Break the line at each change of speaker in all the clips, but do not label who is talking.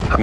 I've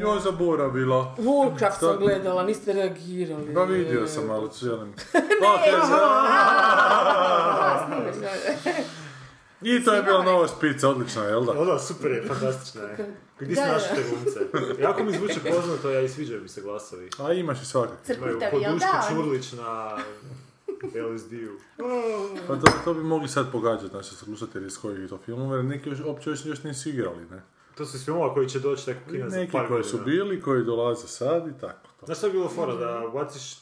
Joj, zaboravila.
Warcraft sam gledala, niste reagirali.
Pa vidio sam, ali cijelim. Pa, I to je bila nova špica, odlična, jel da?
Ono, super je, fantastična je. Gdje si
Da,
našao te
da.
glumce? Jako mi zvuče poznato, ja i sviđaju mi se glasovi.
A imaš i svakak.
Imaju
Crkutav, jel
Poduško
da?
Čurlić na LSD-u.
Pa to, to bi mogli sad pogađati naši slušatelji iz kojih je to filmova, jer neki još, uopće još, još nisu igrali, ne?
To su iz filmova koji će doći tako u kina za
Neki
par
koji su
godina.
bili, koji dolaze sad i tako. To.
Znaš što je bilo fora, da
Mhm.
ubaciš e,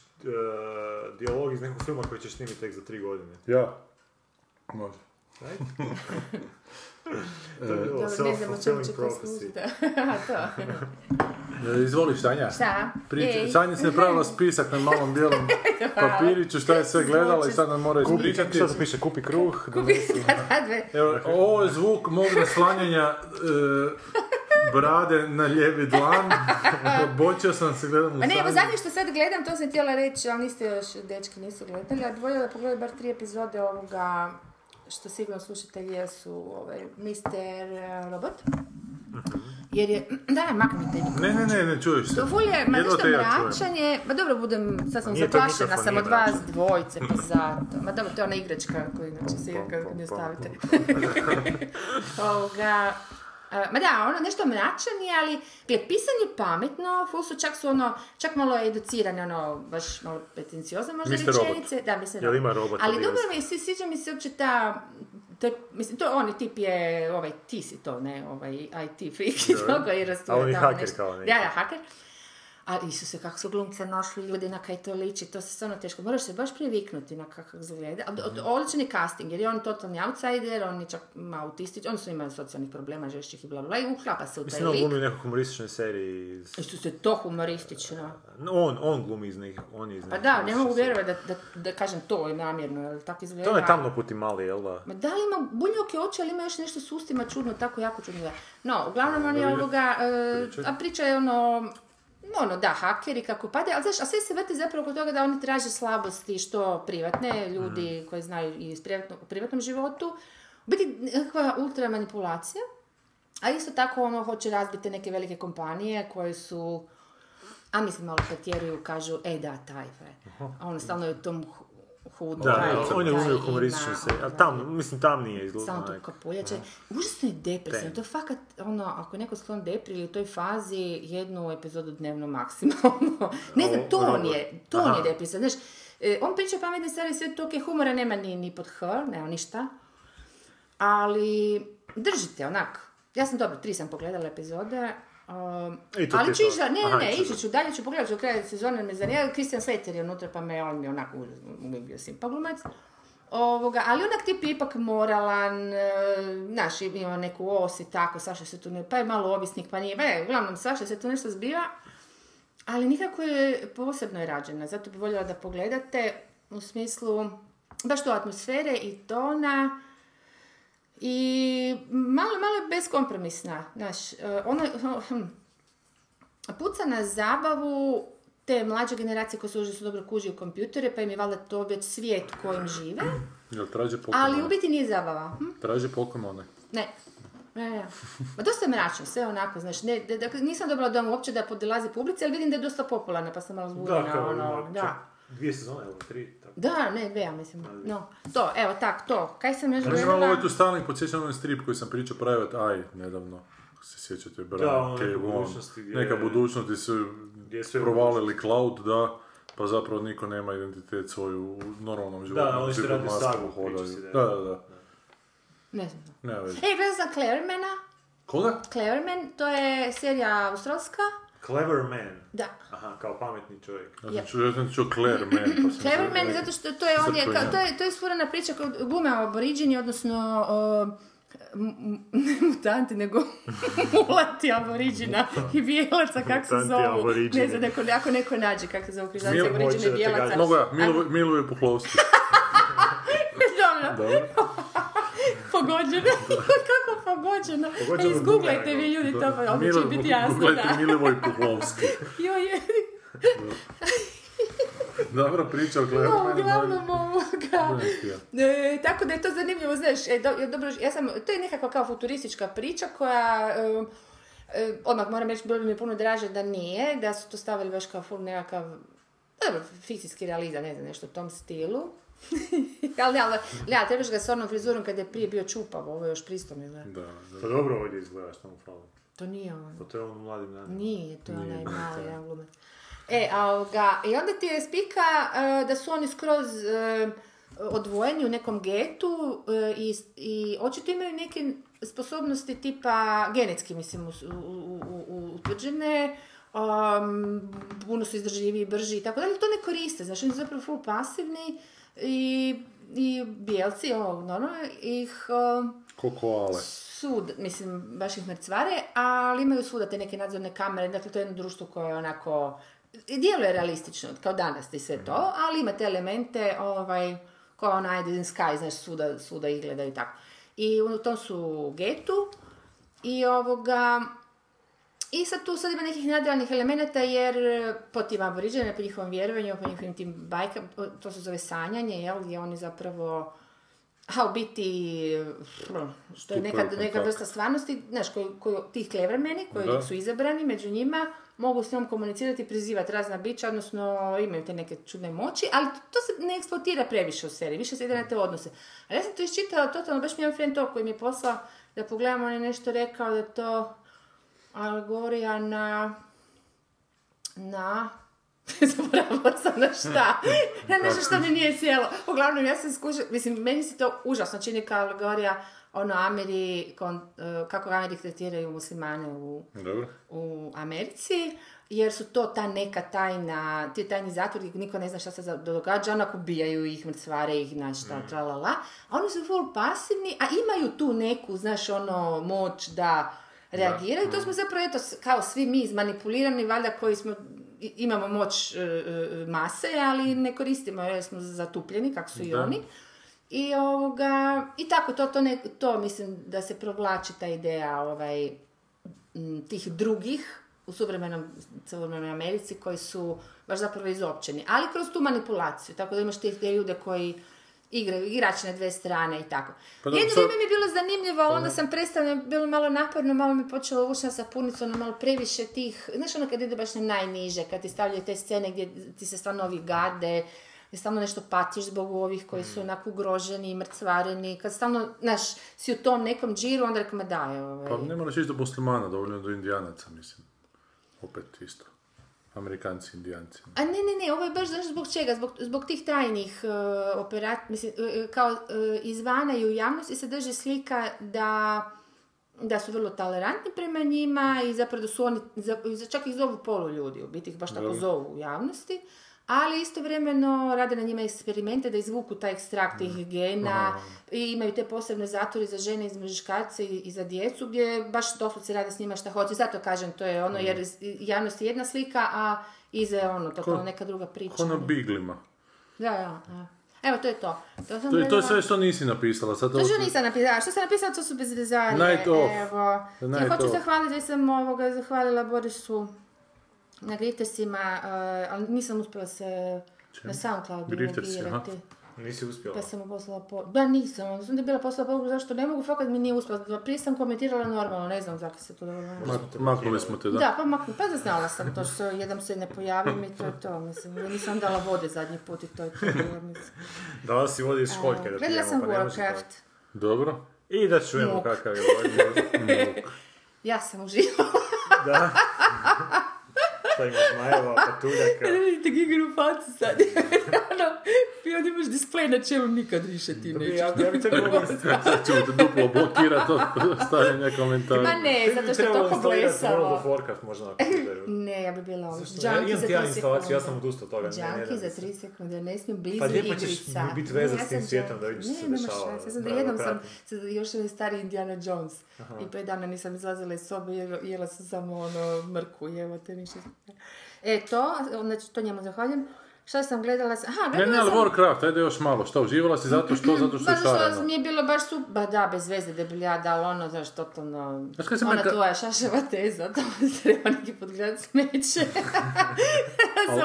dijalog iz nekog filma koji ćeš snimiti tek za tri godine.
Ja. Može.
Right? to je bilo
Dobro, ono, ne znam o čemu
self-fulfilling
će to
prophecy.
služiti. Aha, to.
E, izvoli Sanja.
Šta?
Prič-
Ej.
Sanja se je pravila spisak na malom bijelom papiriću šta je sve gledala i sad nam mora
Kupi,
ispričati.
šta se piše, kupi kruh, donesi-
Da, da, dve.
Evo, ovo je zvuk mog naslanjanja e, brade na ljevi dlan. Bočio sam se gledam u
A Pa ne, evo
Sanju.
zadnje što sad gledam, to sam htjela reći, ali niste još, dečki nisu gledali, a voljela da pogledati bar tri epizode ovoga, što sigurno slušatelji jesu, ovaj, Mr. Robot. Jer je, daj, maknite mi.
Ne, ne, ne, ne čuješ se.
To ful je, ma
Jedva
nešto
te ja čujem.
mračanje, ma dobro budem, sad sam
Nije to
zaplašena
mikrofon,
sam
nije
od vas
mračan.
dvojice, pa zato. Ma dobro, to je ona igračka koju inače se
Pa,
igra kad nju stavite. Ovoga, e, Ma da, ono nešto mračan je, ali je pisan je pametno, ful su čak su ono, čak malo educirane, ono, baš malo pretenciozne možda
Mr. Robot.
rečenice. Da, mislim,
Jel ima robota
Ali
bio?
dobro mi se, sviđa mi se uopće ta, to je, mislim, to on tip je, ovaj, ti si to, ne, ovaj, IT freak i toga i rastura
A on je
tamo
haker
nešto.
kao
Da,
neki.
da, haker. A Isuse, kako su glumce našli ljudi na kaj to liči, to se stvarno teško, moraš se baš priviknuti na kakav izgleda. A od-
Mhm.
Odličan je casting, jer je on totalni outsider, on je čak autistič, on su imali socijalnih problema, žešćih i bla bla, bla, i uklapa se u taj
Mislim, on
lik.
glumi u nekoj humorističnoj seriji. iz-
Isuse, to humoristično.
No, On, on glumi iz nekih, on je iz
Pa
nekih
da, ne mogu
humorističnih serija.
vjerovati da, da, da kažem to namjerno, jer tako izgleda.
To je tamno puti mali, jel da?
Ma da li ima buljoke oči, ali ima još nešto s ustima čudno, tako jako čudno. da. No, uglavnom on je ovoga, e, a priča je ono, no, ono da, hakeri kako pade, ali znaš, a sve se vrti zapravo kod toga da oni traže slabosti što privatne, ljudi
Mhm.
koji znaju i iz privatno- u privatnom životu, u biti nekakva ultra manipulacija, a isto tako ono hoće razbiti neke velike kompanije koje su a mislim, malo pretjeruju, kažu, e da, taj, fe. A on stalno je u tom hu- hudu.
Da,
taj,
da, on je
taj
glumio u
ima,
humorističnoj seriji.
ono,
Ali tam, mislim, tamnije je
Samo
izgleda.
tu
onak.
kapuljače. Užasno je depresivno. To je fakat, ono, ako je neko sklon depri ili u toj fazi, jednu epizodu dnevno maksimalno. ne znam,
O,
to on
dobro.
je, to on je depresivan. Znaš, e, on priča pametne stvari, sve to, ok, humora nema ni, ni pod H, nema ništa. Ali, držite, onak. Ja sam dobro, tri sam pogledala epizode. Um,
I to ti je
ali ću
to.
ići, da- ne,
Aha,
ne, ne,
ići ću.
ići ću dalje, ću pogledat ću do kraja sezone, jer me zanima, Christian Slater je unutra, pa me on mi je onako u- uvijek bio simpa glumac. Ovoga, ali onak tip je ipak moralan, e, znaš, ima neku os i tako, svašta se tu ne, pa je malo ovisnik, pa nije, e, uglavnom svašta se tu nešto zbiva, ali nikako je posebno je rađena, zato bi voljela da pogledate u smislu baš to atmosfere i tona, i malo, malo je beskompromisna, znaš, e, ona, hm, puca na zabavu te mlađe generacije koje su užasno dobro kužiju kompjutere, pa im je valjda to već svijet u kojem žive,
Jel traže Pokemone?
ali u biti nije zabava. Hm?
Traže Pokemone.
Ne. Ne, ne. Ma dosta je mračno, sve onako, znaš, ne, da- dakle, nisam dobila dom uopće da podilazi publici, ali vidim da je dosta popularna, pa sam malo zbunjena,
Da, kao
ono,
ima
da.
čak dvije sezone, jel tri, tako.
Da, ne, dve, ja mislim, no. To, evo, tak, to. Kaj sam još
Ja sam malo
gledala?
ovaj tu stalnik podsjećam na onaj strip koji sam pričao Private Eye nedavno. Ako se sjećate, Brian
Da, ono
K.
neka
Vaughan.
budućnosti gdje-
Neka budućnost gdje su
Gdje je sve
provalili cloud, da, pa zapravo niko nema identitet svoj u normalnom životu.
oni
svi
se
pod
rade
maskama
sagu,
hodaju.
priča si da je.
Da, da, da.
Ne znam.
Nema veze.
Ej, gledala sam Claremana.
Koga?
Clareman, to je serija australska.
Clever man.
Da.
Aha, kao pametni čovjek.
Ja
Je.
sam čuo, Znači, ja sam čuo Claire Man. Pa sam
Clever
rekao,
Man, zato što to je, on je,
Crkvenjak.
kao- to je, to je stvorena priča kao gume aboriđeni, odnosno o, m- m- ne mutanti, nego mulati aboriđina i bijelaca, kako se
Mutanti
zovu. Ne
aboriđini.
znam, neko, ako neko nađe kako se zovu križanci
Mil-
aboriđini
hoće da te
bijelaca.
gađa.
Mogu ja, Milovi, Milovi Puhlovski. Dobro.
Pogođeno. Kako pogođeno?
Pogođeno
e, izguglajte
Google,
vi ljudi to, pa onda
Milo-
će biti jasno.
Gledajte
Da.
Milivoj Puhovski.
Joj, je.
Dobro priča o gledanju.
No, uglavnom ovoga.
ja.
E, tako da je to zanimljivo, znaš, e, do- dobro, ja sam, to je nekakva kao futuristička priča koja, e, e, odmah moram reći, bilo bi mi puno draže da nije, da su to stavili baš kao ful nekakav, dobro, fikcijski realizam, ne znam, nešto u tom stilu. ali, ne, ali, ne, ali trebaš ga s onom frizurom kad je prije bio čupav, ovo je još pristojno izgleda.
Da, da.
Pa dobro ovdje izgleda što mu fali.
To nije ono. on.
Pa to je on u mladim danima.
Nije, to je onaj mali jedan glumac. E, a ovoga, i onda ti je spika e, da su oni skroz e, odvojeni u nekom getu e, i, i očito imaju neke sposobnosti tipa genetski, mislim, us- u- u- u- u- utvrđene, um, puno su izdržljiviji, brži i tako dalje, to ne koriste, znači oni su zapravo full pasivni i, i bijelci, ovo, normalno, ih... um,
Koliko ale.
sud, mislim, baš ih mrcvare, ali imaju svuda te neke nadzorne kamere, dakle to je jedno društvo koje je onako, i djeluje realistično, kao danas i sve to, ali ima te elemente, ovaj, kao ona Eden Sky, znaš, svuda, svuda ih gleda i tako. I u tom su getu i ovoga, i sad tu sad ima nekih nadrealnih elemenata jer e, po tim aboriđenima, po njihovom vjerovanju, po njihovim tim bajkama, to se zove sanjanje, jel, gdje oni zapravo a u biti, pff, što je
Stupaju u
neka, neka
kontakt.
vrsta stvarnosti, znaš, koji, koji, tih klevremeni koji
Da.
su izabrani među njima, mogu s njom komunicirati, prizivati razna bića, odnosno imaju te neke čudne moći, ali to se ne eksploatira previše u seriji, više se ide na te odnose. Ali ja sam to iščitala totalno, baš mi je jedan friend to koji mi je poslao da pogledam, on je nešto rekao da je to alegorija na... na... Zaboravila sam na šta. Na nešto što mi nije sjelo. Uglavnom, ja sam skušala, mislim, meni se to užasno čini kao alegorija ono Ameri, kon- eh, kako Ameri tretiraju muslimane u,
Dobro.
u Americi, jer su to ta neka tajna, ti tajni zatvor gdje niko ne zna šta se za- događa, onak ubijaju ih, mrcvare ih, znači znaš šta, tralala. A oni su full pasivni, a imaju tu neku, znaš, ono, moć da reagiraju. To smo zapravo, eto, s- kao svi mi izmanipulirani, valjda koji smo i- imamo moć e, e, mase, ali ne koristimo jer smo zatupljeni, kako su i oni. I, ovoga, i tako, to, to, ne, to mislim da se provlači ta ideja ovaj, m, tih drugih u suvremenom, suvremenoj Americi koji su baš zapravo izopćeni, ali kroz tu manipulaciju, tako da imaš tih te ljude koji igraju igrači na dve strane i tako.
Pa dobro,
Jedno
sad-
vrijeme mi je bilo zanimljivo, ali onda sam prestala, bilo je malo naporno, malo mi je počelo ući na sapunicu, ono malo previše tih, znaš ono kad ide baš na najniže, kad ti stavljaju te scene gdje ti se stvarno ovi gade, gdje stalno nešto patiš zbog ovih koji su onako ugroženi i mrcvareni, kad stalno, znaš, si u tom nekom džiru, onda rekao, ma daj, ovaj.
Pa ne moraš ići do muslimana, dovoljno je do indijanaca, mislim. Opet isto. Amerikanci, indijanci.
A ne, ne, ne, ovo je baš, znaš zbog čega, zbog, zbog tih tajnih uh, operat, mislim, e, e, kao e, izvana i u javnosti se drži slika da, da su vrlo tolerantni prema njima i zapravo da su oni, za, za- čak ih zovu polu ljudi, u biti ih baš tako zovu u javnosti, ali istovremeno rade na njima eksperimente da izvuku taj ekstrakt tih gena i imaju te posebne zatvore za žene i za muškarce i i za djecu gdje baš doslovce rade s njima šta hoće. Zato kažem, to je ono, jer s- javnost je jedna slika, a iza je ono, totalno neka druga priča.
Mm. Ko ono na biglima.
Da, da, da. Evo, to je to. To, sam
To, je- to je sve
gledala.
što nisi napisala. Sad
To
ovo-
što nisam napisala, što sam napisala, to su bez vezanja.
Night off.
Evo,
The
ja
night
hoću
off.
zahvaliti, već sam ovoga, zahvalila Borisu na Gritersima, eh, ali nisam uspjela se na Soundcloudu
Gritersi, aha.
logirati.
Nisi uspjela.
Pa sam mu poslala poruku. Da, nisam, onda sam da je bila poslala poruku zašto ne mogu, fakat mi nije uspjela. Da, Prije sam komentirala normalno, ne znam zakaj se to dogodilo.
Ma- Maknuli smo te, da.
Da, pa maknu, pa zaznala sam to što jednom se ne pojavim i to je to, mislim, ja nisam dala vode zadnji put i to je to, bilo, mislim.
Dala si vodi iz školjke da
Gledala
pijemo,
sam
pa ne može tako.
Warcraft,
Dobro.
I da čujemo
Muk.
kakav je ovaj
ja sam uživala.
Da. Šta ima zmajeva, patuljaka.
Kada vidite Gigeru facu sad, ono, i onda imaš display na čelu, nikad više ti nećeš.
Ja, ja bi tako mogao
Sad ću te duplo blokirati od stavljanja komentara.
Ma ne, E, zato što je toliko
World of
blesavo.
Warcraft možda na komputeru.
Ne, ja bi bila ono, ovo.
Što, ja imam ti ja instalaciju, ja sam
sekunde.
odustao od toga. ne, ne, ne,
Junkie
ne.
za 3 sekunde, ne smijem blizu
Pa lijepo
igrica.
ćeš biti
Ne,
vezan
ja
s tim
sam
svijetom
junkie.
da vidiš što se
Ne, nema
dešava,
šanse. Ja sam da
da
jednom sam,
pratim.
sad još onaj stari Indiana Jones. I pet dana nisam izlazila iz sobe, jela, jela sam samo ono mrku, jeva te ništa. E to, znači to njemu zahvaljujem. Šta sam gledala sam? Aha, gledala
Genial
sam...
Warcraft, ajde još malo. Šta, uživala si zato što? Zato što
Zato
je
što
šareno.
mi je bilo baš su... Ba da, bez veze debiljada, ali ono, znaš, totalno...
Znaš kaj sam
ona
ja ka-
tvoja šaševa teza, to se treba neki podgledat smeće. se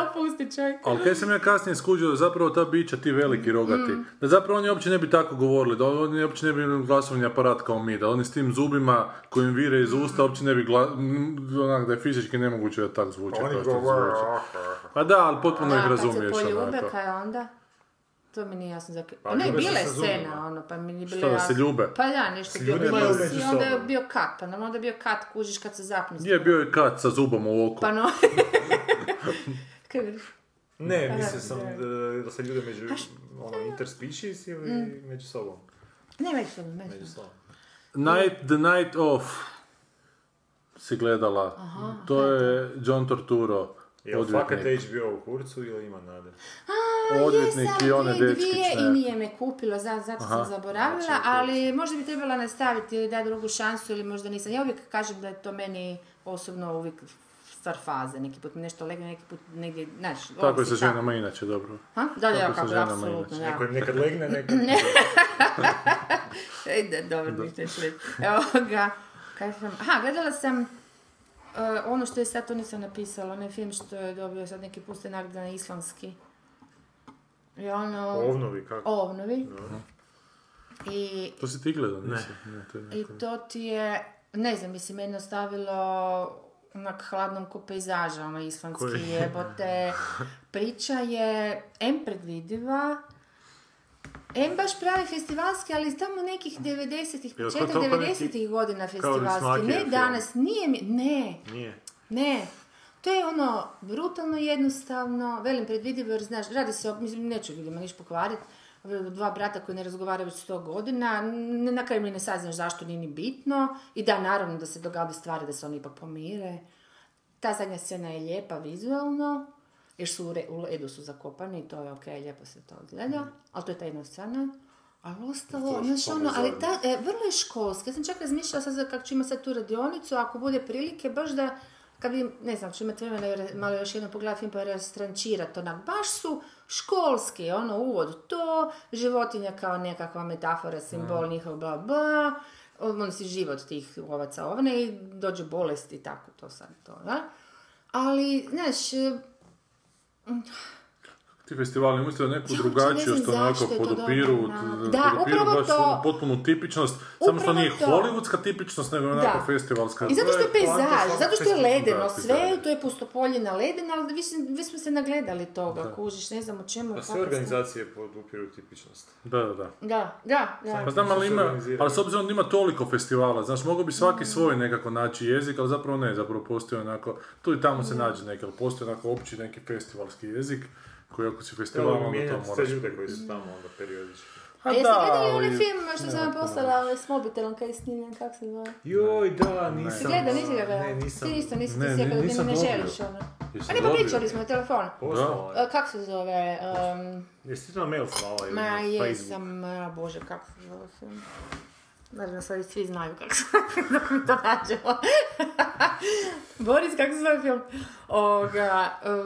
opusti čovjek.
Ali kaj sam ja kasnije skužio, da zapravo ta bića, ti veliki rogati,
Mm.
da zapravo oni uopće ne bi tako govorili, da oni uopće ne bi imali glasovni aparat kao mi, da oni s tim zubima kojim vire iz usta uopće ne bi gla... m, onak da je fizički nemoguće da tak zvuče.
Pa Oni
kao što
govore,
zvuči.
"Ah, ah, ah."
Pa da, ali potpuno ih
A, kad se
razumiješ.
poljube,
onako.
kaj onda? To mi nije jasno za Pa
Pa
ne,
ljube se
bila je
sa zubima.
scena, ono, pa mi nije bilo
Šta, da se
jasno.
ljube?
Pa da, nešto bio
ljudima
bilo
ili
si,
među
onda je
sobom?
bio kat, pa nam onda je bio kat, kužiš kad se zapnu.
Je, bio je kat sa zubom u oku.
Pa no. Kaj veliš?
Ne, mislio sam da, da se ljude među, ono, interspecies ili
Mm.
među sobom.
ne, među sobom, među
Među
sobom.
sobom.
Night, The Night Of si gledala. to je John Torturo.
Je li fakat
odvjetnik.
HBO u kurcu ili ima nade?
Odvjetnik
Jesam
i one
te
dečkić.
dvije i
ne.
nije me kupilo, za, zato sam zaboravila,
Znači,
ali možda bi trebala nastaviti ili dati drugu šansu ili možda nisam. Ja uvijek kažem da je to meni osobno uvijek stvar faze, neki put mi nešto legne, neki put negdje, znaš,
Tako je
ovisi
sa ženama inače, dobro.
Ha? Da, da,
Tako
ja,
sa
kako,
ženama
apsolutno, da.
Neko im nekad legne, nekad...
Ej, E, da, dobro, ništa još reći. Evo ga. Kaj sam... Aha, gledala sam e, ono što je sad, to nisam napisala, onaj film što je dobio sad neki puste nagrade na islamski. I ono...
Ovnovi, kako?
o obnovi. I,
To si ti gledala, nisi? Ne, to je
I
Dakle.
to ti je, ne znam, mislim, meni ostavilo onak hladnom ko pejzaža, ono islamski
Koji?
jebote. Priča je em predvidiva, em baš pravi festivalski, ali tamo nekih 90-ih,
Jel' to
početak
to pa
90-ih godina
kao
festivalski.
Vismakijev
Ne
film?
danas, nije mi, ne,
Nije.
ne. To je ono brutalno jednostavno, velim predvidivo jer znaš, radi se o, mislim, neću ljudima niš pokvariti, dva brata koji ne razgovaraju već 100 godina, n- na kraju mi ne saznaš zašto nije ni bitno i da, naravno da se događaju stvari da se oni ipak pomire. Ta zadnja scena je lijepa vizualno, jer su u, re, u ledu su zakopani i to je ok, lijepo se to odgleda, ali to je ta jedna scena. Ali ostalo, znaš ono, ali ta, e, vrlo je školska. Ja sam čak razmišljala sad za kako ću imati sad tu radionicu, ako bude prilike, baš da, kad bi, ne znam, ću imati vremena jer malo još jednom pogledati film pa rastrančirati, onak, baš su školski, ono, uvod to, životinja kao nekakva metafora, simbol njihov, bla, bla, on si život tih ovaca ovne i dođe bolest i tako, to sad to, da? Ali, znaš, e,
Ti festivali mislite da
Ja
neku
uopće ne
drugačiju
znam
što onako
zašto je to
podupiru,
dobro, da.
d-
Da,
podupiru
upravo
baš
to.
onu potpunu tipičnost, samo što
Upravo
nije
to.
hollywoodska tipičnost, nego onako festivalska.
I zato što je
To poanta
pejzaž,
svakog
zato što je
festivala.
ledeno
Da,
sve,
pejzaž.
to je pustopolje na leden, ali vi, vi smo se nagledali toga, kužiš, ne znam o čemu.
Pa
kako
sve
smo-
organizacije podupiru tipičnost.
Da, da, da.
Da, da, da.
Pa znam, ali, ima,
organiziraju.
ali s obzirom da ima toliko festivala, znaš, mogao bi svaki svoj nekako naći jezik, ali zapravo ne, zapravo postoji onako, tu i tamo se nađe neki, ali postoji onako opći neki festivalski jezik, koji ako si festival,
Trebalo bi
onda to
mijenjati sve
moraš.
ljude koji su tamo onda periodički.
Ha,
A jeste
Pa da,
gledali onaj
ali-
film što sam vam poslala ovaj, s mobitelom kaj je snimljen, kak se zove?
Joj, da,
Ti
nisam.
gleda, nisi ga gledala?
Ne, nisam.
Ti isto nisi
Ne,
ti
ne,
sjekao da ti
nisam
ne
dobio.
želiš ono.
Jesam
A ne, pa
dobio? Ovaj.
pričali smo na telefon.
Poslala je.
E, Kak se zove? em,
Jesi ti to na mail slala ili
ma
na Facebooku?
jesam, a, bože, kako se zove film. Naravno, sad i svi znaju kako se dok mi to nađemo. Boris, kako se zove film? Ovoga,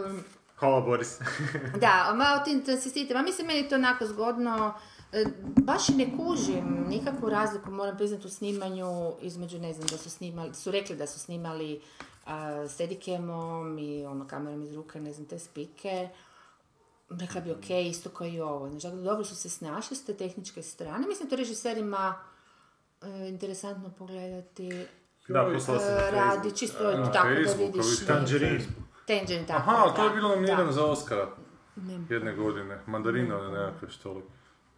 em,
Hvala Boris.
Da, malo ti insistite. Ma mislim, meni je to onako zgodno. E, Baš i ne kužim nikakvu razliku, moram priznati, u snimanju između, ne znam, da su snimali, su rekli da su snimali a, steadicamom i ono, kamerom iz ruke, ne znam, te spike. Rekla bi, ok, isto kao i ovo. Znači, dakle, dobro su se snašli s te tehničke strane. Mislim, to režiserima e, interesantno pogledati.
Da, poslala sam na
E,
Facebooku.
radi čisto tako da
Facebooku,
vidiš.
vidim.
Tangerine.
Tangerine, tako.
Aha, to je
da,
bilo
da.
nominirano za Oscara
Nemam
jedne godine. Mandarina one nekakve što li.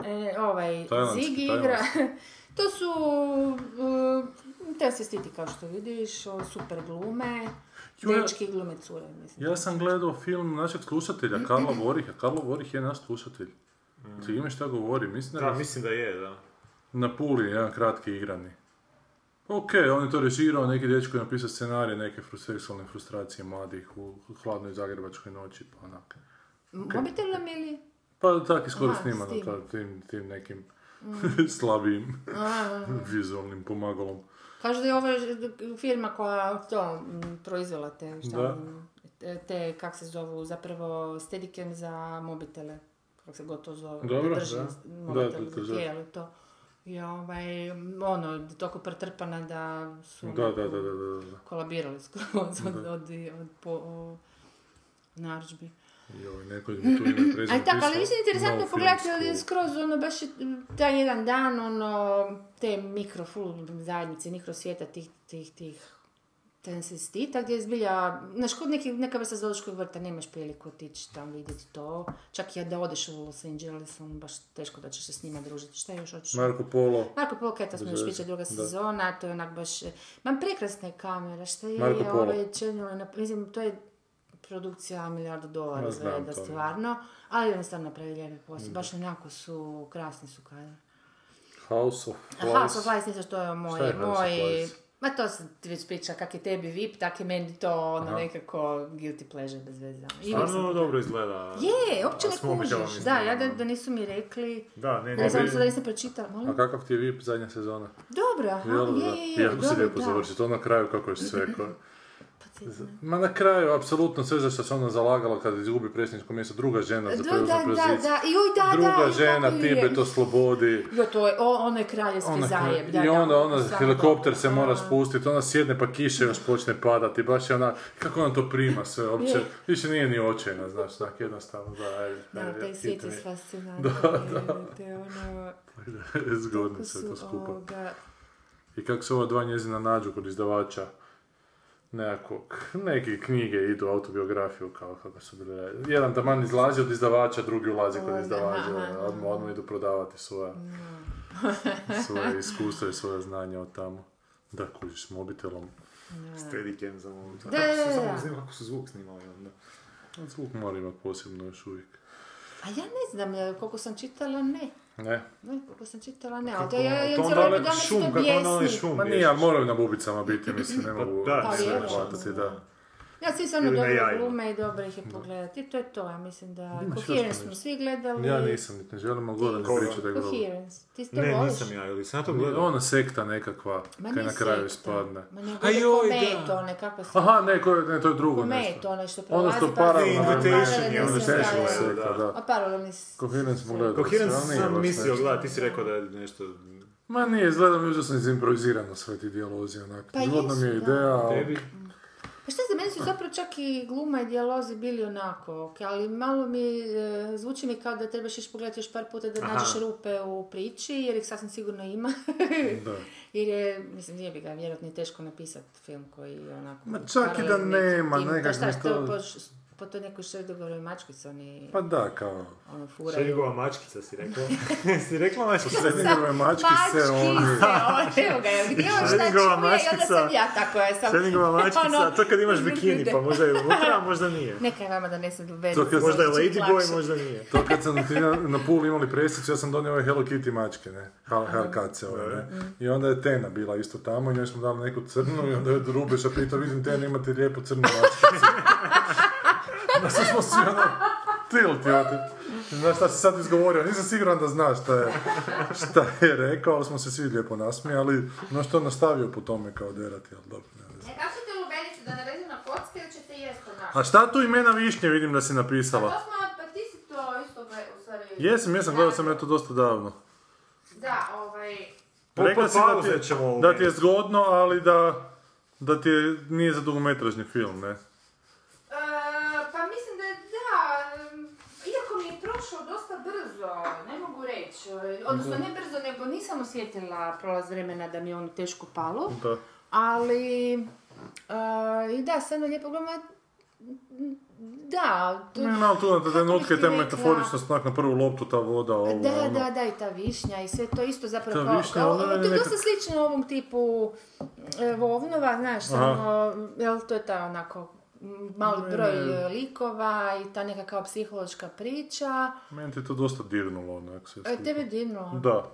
E, ovaj,
Tajlandski,
Zigi igra. to su, uh, te se stiti kao što vidiš, o, super glume,
Jo, ja-
dečki glume cure, mislim.
Ja sam gledao film našeg slušatelja, Karla Voriha. Karlo Vorih je naš slušatelj. Ti ime šta govori, mislim da
Da,
je
mislim da je, da.
na puli jedan kratki igrani. Ok, on je to režirao, neki dečko je napisao scenarij, neke fru- seksualne frustracije mladih u hladnoj zagrebačkoj noći, pa onak.
Mobitelom ili?
Pa tak je skoro
Aha,
snimano,
snima. Mm.
ta- tim, tim nekim slabijim vizualnim pomagalom.
Kažu da je ovo ž- firma koja to m, proizvela te, šta
Da.
ono, e, te, kak se zovu, zapravo steadicam za mobitele, kako se gotovo zove.
Dobro,
drži
da.
mobitel
Da, da,
za
da.
tijelo i to. I ovaj, ono, toliko pretrpana da su
Da, da, da, da, da, da.
kolabirali skoro od, od, od, od po, o, narudžbi.
Joj, neko mi tu ime i prezime
Ali tako, ali
pisao.
mislim interesantno
No
pogledati
film
ali
school.
skroz ono baš je taj jedan dan ono te mikro full zajednice, mikro svijeta tih tih tih transvestita gdje je zbilja, znaš, kod neki, neka vrsta zoološkog vrta, nemaš priliku otići tam vidjeti to. Čak i da odeš u Los Angeles, on baš teško da ćeš se s njima družiti. Šta još hoćeš?
Marko Polo.
Marko Polo, kaj to smo
Bez
još
veze,
pričali, druga
da.
sezona, to je onak baš... Mam prekrasne kamere, što je
Marko Polo.
ovaj Channel, na- mislim, to je produkcija milijardu dolara
Ma, znam
izgleda
to, da.
stvarno, ali jednostavno napravili lijepi posao, baš onako su, krasni su kadar.
House of
A House of Lies, nisam što je moj,
Šta je House of
moj...
Lies?
Ma to se ti već priča, kak je tebi VIP, tak je meni to ono nekako guilty pleasure bez veze. ono. I uvijek sam-
Stvarno dobro izgleda.
Je, uopće
A
ne
s mobitelom
kužiš. Da,
izgleda,
ja da,
ono.
da nisu mi rekli,
Da, ne,
da
ne.
nisam,
ne.
da nisam pročitala, molim.
A kakav ti je VIP zadnja sezona?
Dobro, aha,
Jel da?
Pa je, je, je,
Jako se
dobro,
lijepo
da.
završi, to na kraju kako je sve ko...
Pa ti znaš.
Ma na kraju, apsolutno sve za što se ona zalagala kad izgubi predsjedničko mjesto, druga žena Pa za
Da,
preuzme
da, da,
poziciju.
da, joj, da, da,
Druga
joj,
žena,
kako
ti
je.
me to slobodi.
Jo, to je, o, ono je kraljevski
Ona-
zajeb, da,
I
da,
onda, ona,
stvarno
helikopter
dobro.
se mora
A.
spustiti, ona sjedne pa kiše još počne padati, baš je ona, kako ona to prima sve uopće,
Je.
više nije ni očajna, znaš, tak jednostavno, da, ajde,
Da,
ajde,
taj svijet je
hit me.
fascinantan.
Da, da.
je, Te ono,
Zgodno
kako
sve to
su
skupa.
ovoga...
I kako se ova dva njezina nađu kod izdavača nekakvog, neke knjige idu autobiografiju kao kako su bile. Jedan taman izlazi od izdavača, drugi ulazi kod
Onda,
izdavača,
aha,
odmah, odmah idu prodavati svoja, svoje iskustva i svoja znanja od tamo. Da, kužiš mobitelom.
Steadicam za mobitel.
Da, da, da, da.
Ne znam kako su zvuk snimali onda.
A Pa Zvuk mora imati posebno još uvijek.
A ja ne znam, ja, koliko sam čitala, ne.
Ne?
Ne, koliko sam čitala,
Pa
ne, ali to ja
ono,
ja
to onda
cijelo vrijeme
onaj
da mi se
šum, kako ono onaj šum.
to Pa bijesni.
Ma Pa nije, ali moraju na bubicama biti, mislim, ne
Pa
mogu
da,
sve
sigurno.
hvatati, da.
Ja, svi su ono
Ili na
dobro
jajima.
glume i dobro ih je pogledati. I to je to, ja mislim da...
Ima što
Coherence
smo
smo
nešto.
svi gledali.
Ja nisam, niti ne želim, ali gore ne
Koga?
priča da je grobo.
Coherence. Ti to
Ne,
voliš?
nisam ja, ili sam ja to gledao?
Ona sekta nekakva,
Ma ne
kaj na kraju
sekta.
ispadne.
Ma ne,
A joj,
komet,
da.
one, kakva ono, se...
Aha, ne, ko je- ne, to je drugo
Komet,
nešto.
onaj što
Ono
prolazi...
što
pa-
paralelno.
Invitation
Paralelni
je ono
se
nešto,
javljaju.
je,
sekta,
da.
da.
A paralelni s-
Coherence smo gledali.
Coherence
ali nije
sam
baš
mislio
nešto.
gledati, ti si rekao da je nešto...
Ma nije, izgleda mi užasno izimprovizirano sve ti dijalozi, onak.
Pa
Zgodna mi je
jesu, da.
ideja, ali...
Tebi?
Pa šta za meni su zapravo čak i gluma i dijalozi bili onako, ok, ali malo mi, e, zvuči mi kao da trebaš još pogledati još par puta da nađeš rupe u priči, jer ih sasvim sigurno ima.
Da.
jer je, mislim, nije bi ga vjerojatno i teško napisati film koji je onako...
Ma čak i da
paralelni
nema,
tim. Pa
nekak
šta,
mi
što
to-
po, š- po toj nekoj Schrödingerovoj mačkici oni
Pa da, kao...
Šta je
ono furaju.
njegova mačkica, si rekla? si rekla mačkica?
Schrödingerove mački se ono- oni...
se, evo ga, evo, gdje on
Schrödingova
šta čuje, i onda sam
mačkica.
ja, tako je, sam...
Schrödingova mačkica,
Ono,
to kad imaš bikini, pa možda je unutra, a možda nije.
Neka je vama da ne se
To kad-
Možda je
Znači, lakše.
Ladyboy, možda nije.
To kad sam ti na, na pool imali presicu, ja sam donio ove Hello Kitty mačke, ne? Hal- Harkace ove, ne? I onda je Tena bila isto tamo i njoj smo dali neku crnu i onda je Rubeša pitao, vidim Tena imate lijepu crnu mačkicu. Da se smo svi ono tiltiote. Znaš šta si sad izgovorio, nisam siguran da znaš šta je, šta je rekao, ali smo se svi lijepo nasmijali. No što je nastavio po tome kao derati, ali dobro, ne znam.
E, kako ćete lubenicu da narezu na kocke ili ćete jesti našu?
A šta tu imena višnje vidim da si napisala?
To smo, pa ti si to isto gle- u stvari...
Jesam, jesam, gledao sam ja to dosta davno.
Da, ovaj...
Rekla
Rekla
si da ti, je-
ćemo
da ti je zgodno, ali da, da ti je, nije za dugometražni film, ne?
e, pa mislim da da... em, Iako mi je prošao dosta brzo, ne mogu reći. e, Odnosno,
Mhm.
ne brzo, nego nisam osjetila prolaz vremena da mi je ono teško palo.
Da.
Ali, e, i da, stvarno lijepo gluma, da, to-
Ne, ali tu na te trenutke,
ti
ta
rekla?
metaforičnost, onak na prvu loptu, ta voda, ovo,
Da,
ono.
da, da, i ta višnja i sve to isto zapravo
Ta
kao,
višnja,
kao-
ona je
to je dosta
nekak-
slično ovom tipu e, vovnova, znaš, samo, jel, to je ta onako m, mali broj e, likova i ta neka kao psihološka priča.
Meni ti je to dosta dirnulo, onak sve.
E,
skupa.
tebe divno.
Da.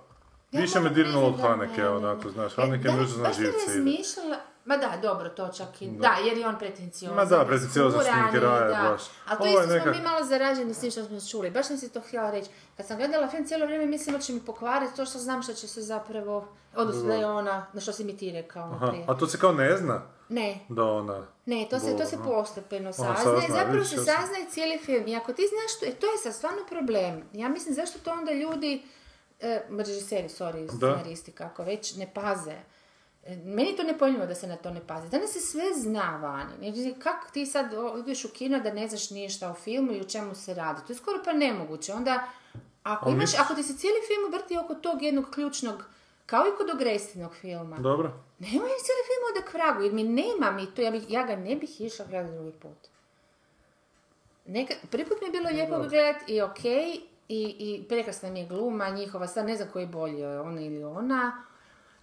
Ja
Više me
moram
dirnulo od
priznat da
Haneke,
ne, ne,
onako,
ne.
znaš,
E,
Haneke
da,
mi užasno na
baš sam
živce ide.
razmišljala, Ma da, dobro, to čak i... Da, jer je on pretenciozan.
Ma da, pretenciozan
skuran i
sninkeraja,
da.
baš.
Ali to
Ovo je
isto smo
neka-
mi malo zarađeni s tim što smo čuli. Baš sam si to htjela reći. Kad sam gledala film cijelo vrijeme mislila će mi pokvariti to što znam što će se zapravo... Odnosno da je ona, na što si mi ti rekao ono
Aha,
prije.
a to se kao ne zna
Ne,
da ona...
ne, to se, to se
Dobro.
postepeno
Ona
saznaje.
sazna,
Zapravo
vidiš,
se
ja sam-
saznaje cijeli film. I ako ti znaš što... E, to je sad stvarno problem. Ja mislim, zašto to onda ljudi... E, ma, režiseri, sorry, scenaristi, kako već, ne paze. E, Meni je to ne da se na to ne pazi. Danas se sve zna vani. Jer Kako ti sad o, ideš u kino da ne znaš ništa o filmu i o čemu se radi? To je skoro pa nemoguće. Onda, ako,
Ali
imaš,
misliš-
ako ti se cijeli film vrti oko tog jednog ključnog, kao i kod Ogrestinog filma.
Dobro?
Nema je cijeli film ode k vragu, jer mi nema mi to, ja, bih- ja ga ne bih išla gledati drugi put. Neka, prvi put mi je bilo lijepo ga gledat i okej, i, i prekrasna mi je gluma njihova, sad ne znam koji je bolji, ona ili ona,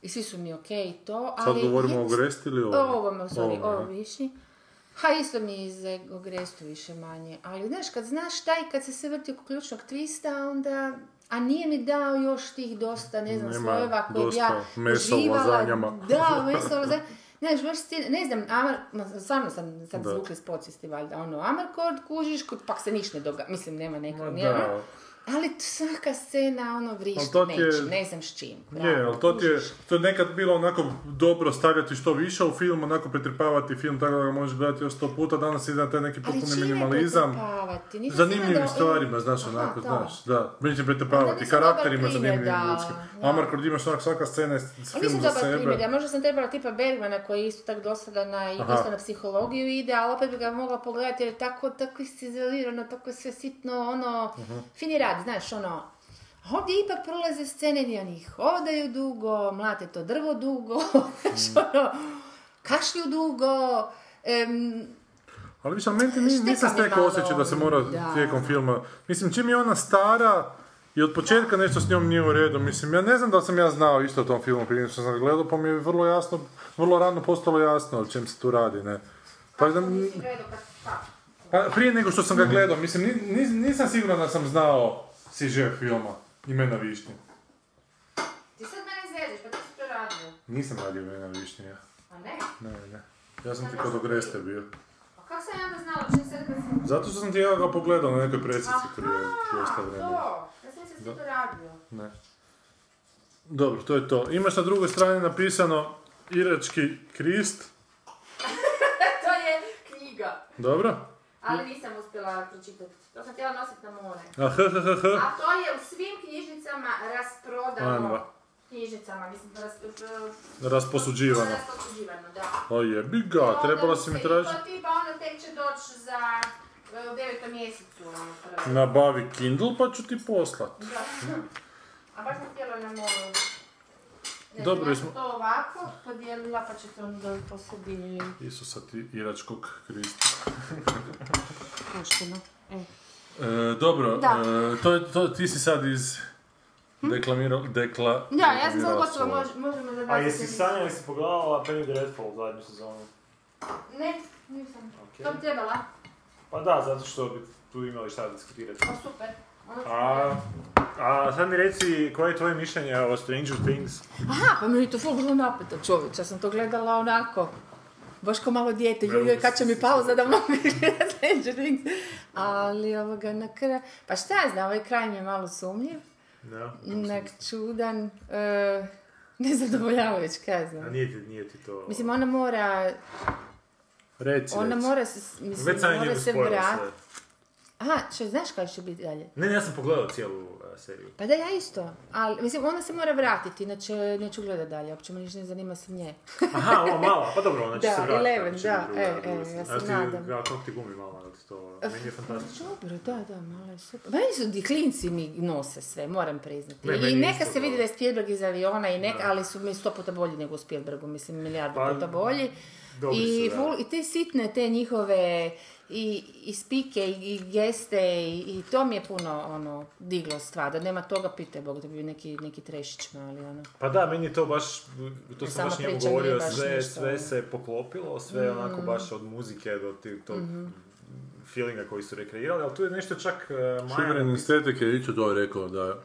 i svi su mi okej i to, ali...
Sad govorimo o
jednostavno-
Gresti ili o
o ovome, sorry,
Ovome,
ovo
aha.
viši. Ha, isto mi je iz Grestu više manje. Ali znaš, kad znaš taj, kad se sve vrti oko ključnog twista, onda... A nije mi dao još tih dosta, ne znam,
Nema
slojeva koje bi ja
dosta mesa u
uživala.
lazanjama.
Da, mesa u lazanjama. Znaš, baš ti, ne znam, Amar, ma, stvarno sam sad
Da.
zvukli s podsvijesti valjda, ono, Amarcord kužiš, kod- pak se niš ne događa, mislim, nema
Ma
nekog, nije,
da,
ali t- svaka scena, ono, vrišti,
to ti je-
nečim, ne znam s čim.
Je, ali to ti je, to je nekad bilo onako dobro stavljati što više u film, onako pretrpavati film tako da ga možeš gledati još sto puta, danas ide na taj neki
Ali
potpuni
čime
minimalizam.
pretrpavati? Nisam
Zanimljivim
znala da-
stvarima, znaš,
Aha,
onako,
da.
znaš, da. Mislim,
Onda
pretrpavati,
nisam dobar
karakterima
primjer
zanimljivim
dala,
ljudskim.
da.
Amarcord imaš onak svaka scena je s- s-
Ali
film
nisam
za
dobar primjer,
sebe.
ja možda sam trebala tipa Bergmana koji je isto tak dosadana i
Aha.
isto na psihologiju ide, ali opet bi ga mogla pogledati jer je tako, tako izolirano, tako sve sitno, ono,
Mhm.
fini rad, znaš, ono. A Ovdje ipak prolaze scene gdje oni hodaju dugo, mlate to drvo dugo,
Mhm.
znaš, ono, kašlju dugo, em,
Ali više, ali meni ti ni-
Šteka
nisam
mi
stekao
malo
osjećaj da se
ovo,
mora
da.
tijekom filma. Mislim, čim je ona stara, i od početka nešto s njom nije u redu, mislim, ja ne znam da li sam ja znao isto o tom filmu prije nego što sam ga gledao, pa mi je vrlo jasno, vrlo rano postalo jasno o čem se tu radi, ne.
Pa
Tako da,
nisi gledao kad- kako?
Pa prije nego što sam ga gledao, mislim, ni- nis- nisam siguran da sam znao siže filma Imena Višnje.
Ti sad mene zeziš, pa ti si to radio.
Nisam radio Imena Višnje, ja.
A ne?
Ne, ne. Ja sam ti kod Ogreste bio.
Pa kako sam ja onda znala, čim sad kad sam...
Zato što sam ti ja ga pogledao na nekoj presici prije dosta
to!
vremena.
Ja sam se to radio.
Ne. Dobro, to je to. Imaš na drugoj strani napisano Irački krist,
To je knjiga,
dobro?
ali nisam uspjela pročitati. To sam htjela nositi na more.
A h, h, h, h.
A to je u svim knjižnicama rasprodano.
Ajmo.
Knjižnicama, mislim, ras,
Rasposuđivano.
raspodživano, da.
O jebi ga, trebala Pa, si mi tražiti.
I to tipa ono tek će doći za e, u devetom mjesecu, ono prvo.
Nabavi Kindle pa ću ti poslat.
Da. A baš sam htjela na moru. Ne,
Dobro,
ja
jesmo-
sam to ovako podijelila pa će to onda po sredini.
Isusa ti Iračkog krista.
Pušteno. E.
E, dobro,
Da. Hm?
e, to, je- to, ti si sad iz... Deklamirao, dekla...
Da, ja sam sad
deklamirao
gotova,
svoje.
mož- možemo da
A
bacite
jesi
mi-
sanjali si pogledala Penny Dreadful zadnju sezonu?
Ne, nisam.
Okej.
To bi trebala.
Pa da, zato što bi tu imali šta diskutirati.
Pa super. Ono ću
A, a sad mi reci, koje je tvoje mišljenje o Stranger Things?
Aha, pa meni je to ful bilo napeto čovječ, ja sam to gledala onako, baš kao malo dijete, joj, joj, kad će mi pauza da mogu gledati Stranger Things. Ali ovoga na kraju, pa šta ja znam, ovaj kraj mi je malo sumnjiv,
Da.
nek čudan, e, nezadovoljavajuć, kaj ja
A
znam.
nije ti, nije ti to...
Mislim, ona mora,
reci,
ona
reci.
mora se, mislim,
Već sam
mora
njemu
se
spojila
vratiti.
sve.
Aha, što, znaš kaj će biti dalje?
Ne, ne, ja sam pogledao cijelu a, seriju.
Pa da, ja isto. Ali, mislim, ona se mora vratiti, inače neću gledati dalje, uopće me ništa ne zanima se nje.
Aha, ova mala, pa dobro, ona će
Da,
se vratiti.
Eleven,
ako će
da,
biti druga,
e,
druga
e,
sezona.
ja se
A ti-
nadam.
A kako ti gumi mala, ali to, meni je fantastično.
Znači, Dobro, da, da, malo je super. Pa Meni su di klinci mi nose sve, moram priznati.
Ne, meni
I neka
isto,
se vidi
da.
da je Spielberg iz aviona, i neka, ali su mi sto puta bolji nego u Spielbergu, mislim milijardu
Pa,
puta bolji.
dobri
I,
su, da.
ful- I te sitne, te njihove i, i spike i, i geste i, i to mi je puno ono, diglo stvar. Da nema toga, pitaj Bog, da bi bio neki, neki trešić mali. Ono.
Pa da, meni je to baš, to sam
Sama
baš njemu
priča nije
govorio,
baš Mm.
sve,
ništa,
sve
ono.
se poklopilo, sve onako baš od muzike do ti- tog
Mhm.
feelinga koji su rekreirali, ali tu je nešto čak e, Maja...
Šiberin estetik je iću to rekao da,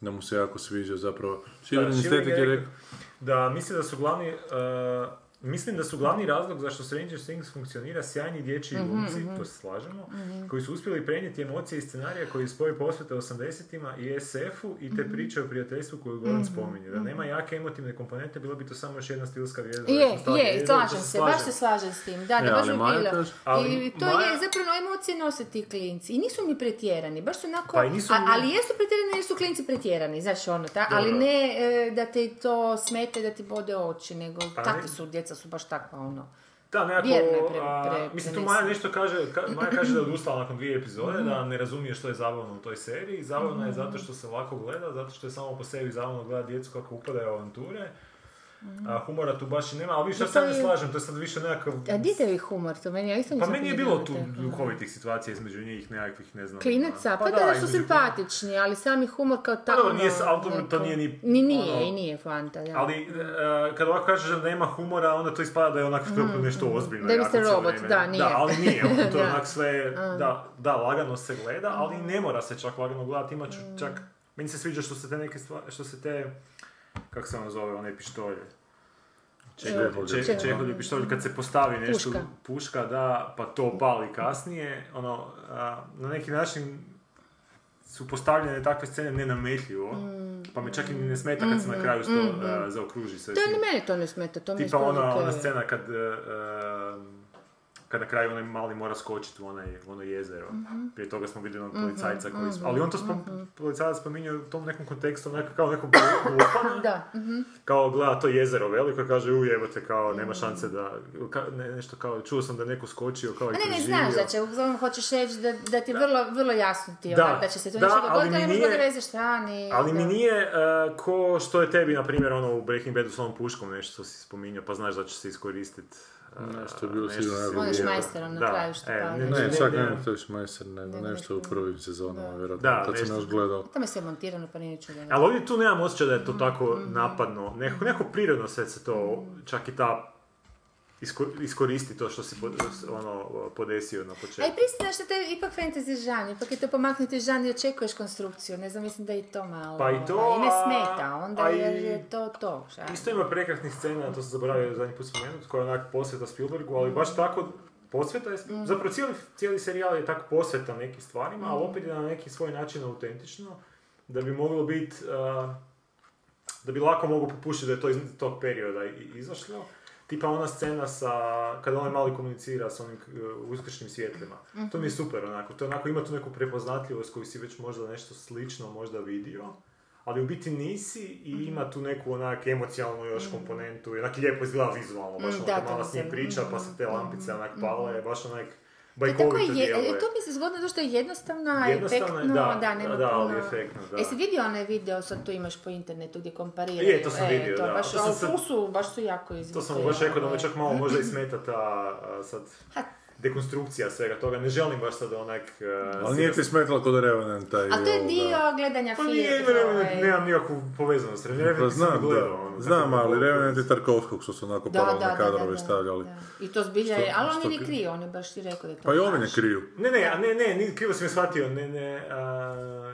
da mu se jako sviđa zapravo.
Da,
Šiberin
Šibenik
estetik je rekao,
Da, misli da su glavni, e,
Mislim da su glavni razlog zašto Stranger Things funkcionira sjajni dječji
Mhm,
glumci, to se slažemo, koji su uspjeli prenijeti emocije i scenarija koji spoji posvete 80-ima i SF-u i
Mhm.
te priče o prijateljstvu koju Goran spominje. Da nema jake emotivne komponente, bilo bi to samo još jedna stilska vijezda.
Je,
odnosno
je,
vijezda,
slažem
to
se, baš se slažem s tim, da, da,
E,
baš
ali
bi
Maja
bilo.
kaže-
Ali
I to
Maja-
je, zapravo emocije nose ti klinci i nisu ni pretjerani, baš su onako,
Pa i nisu
a-
ni-
ali jesu pretjerani jer su klinci pretjerani, znaš ono, ta, ali
Dobro.
ne e, da te to smete, da ti bode oči, nego
Pa
takvi
ne-
su, djeca su baš takva ono.
Da, nekako,
Vjerno je pre-
a,
pre-
mislim, tu
preneseno.
Maja nešto kaže, ka- Maja kaže da je odustala nakon dvije epizode,
Mhm.
da ne razumije što je zabavno u toj seriji. Zabavno je zato što se lako gleda, zato što je samo po sebi zabavno gleda djecu kako upadaju u avanture. A, humora tu baš i nema, ali više
Pa
ja se
Mhm. to
ne
je-
slažem, to je sad više nekakav...
A E, di je humor, to meni, ja isto
Pa
nisam
meni je bilo
kužila
tu
te-
duhovitih situacija između njih nekakvih, ne znam...
Klinaca, pa, da, su
između-
simpatični, ali sami humor kao tako...
dobro, Pa nije s- ali dobro,
neko-
to nije ni-
Ni nije,
ono-
i nije fanta, da.
Ali e, kad ovako kažeš da nema humora, onda to ispada da je onak nešto ozbiljno.
Mhm. Da je
jako
Mr.
cijelo
Robot,
vrijeme.
da, nije.
Da, ali nije, ono, to je
Da. Mhm.
onak sve, da, da, lagano se gleda, ali ne mora se čak lagano gledati, ima
Mm.
ču- čak, meni se sviđa što se te neke stvari, što se te, kak se ono zove, one pištolje. Čekolje,
Čekolje.
če- čekolje pištolje, kad se postavi nešto,
Puška.
puška, da, pa to pali kasnije, ono, a, na neki način su postavljene takve scene nenametljivo,
Mm.
pa me čak i ne smeta kad se na kraju to a, zaokruži sve.
Mhm, To
s tim.
ni mene to ne smeta, to mi je
Tipa ono,
skroz
ona,
okej.
ona scena kad, e, em, kad na kraju onaj mali mora skočiti u onaj, u ono jezero.
Mhm.
Prije toga smo vidjeli onog policajca koji... sp- Ali on to spom, policajac spominje u tom nekom kontekstu, onako kao nekom glupana.
Da,
Kao gleda to jezero veliko i kaže, uj, evo te, kao,
Mhm.
nema šanse da... ka- ne, nešto kao, čuo sam da je neko skočio, kao i
A ne, ne,
preživio.
znaš da će, uglavnom hoćeš reći da, da ti je vrlo, vrlo jasno ti je
Da.
onak da će se to
Da,
nešto dogoditi,
ali mi
ali ne
nije-
bude veze šta, ni...
Ali mi
da.
nije e, ko što je tebi, na primjer, ono u Breaking Badu s ovom puškom nešto što si spominjao, pa znaš da će se e, iskoristiti.
Nešto je bilo sigurno jako
Onaj šmajsterom na kraju što pa- pali.
e, ne,
Ne,
ne,
čak
Znači, ne,
ne, to je šmajser, nego
Ne,
nešto
ne.
u prvim sezonama,
Da,
vjerojatno, kad sam
nešto.
još gledao.
To me sve montirano, pa nije čudno.
Ali ovdje tu nemam osjećaj da je to
Mm,
tako napadno. Nekako, nekako prirodno sve se to, čak i ta isko- iskoristi to što si pod- ono, podesio na
A i
početku.
pristaš da to je ipak fantasy žan, ipak je to pomaknuti žan i očekuješ konstrukciju, ne znam, mislim da je i to malo...
Pa i to,
ovaj, I ne
a-
smeta, onda
a i-
jer je to to, šta?
Isto ima prekrasnih scena, to sam zaboravio zadnji put spomenuti, koja je onak posveta Spielbergu, ali baš tako posveta je, zapravo cijeli, cijeli serijal je tako posveta nekim stvarima, ali opet je na neki svoj način autentično, da bi moglo biti, uh, da bi lako mogao popušiti da je to iz tog perioda i- izašlo. Tipa ona scena sa, kada onaj mali komunicira sa onim uh, uskrsnim svjetlima. To
Mhm.
mi je super onako, to je onako ima tu neku prepoznatljivost koju si već možda nešto slično možda vidio. Ali u biti nisi
Mhm.
i ima tu neku onak emocijalnu još komponentu, i onak lijepo izgleda vizualno, baš
Mm,
onak
da,
kad
to
mala
mi
s njim
se-
priča pa se te lampice onak pale, baš onak
To je tako
bajkovito
je, e,
djeluje.
to mi se zgodno zato što je jednostavna,
Jednostavna je,
efektno,
da,
da, nema
da, da, ali
puno...
efektno, da.
Jesi vidio onaj video, sad tu imaš po internetu gdje kompariraju?
Je, to sam
e,
vidio,
to
da.
Baš,
To sam
ali
sad-
tu su, baš su jako
To
izvukli.
sam baš rekao da me
ovaj.
čak malo možda i smeta ta a, sad
Ha.
dekonstrukcija svega toga. Ne želim baš sad onak... a,
Ali nije ti smetalo kod Revenant taj...
A to je
ovoga-
dio gledanja
Pa
filma.
nije, ne, ne,
ovaj.
ne, nemam nikakvu povezanost. Revenant
Pa
nisam
znam,
gledao, ono,
da. Znam,
tako da-
ali Revenant je Tarkovskog što su onako paralelne kadrove stavljali.
I to zbilja
Što-
je, ali on
što
je ni
ti-
krio, on je baš ti rekao da je to
Pa i ovi ne
baš.
kriju.
Ne, ne, a ne, ne, ni- krivo si me shvatio, ne, ne, a,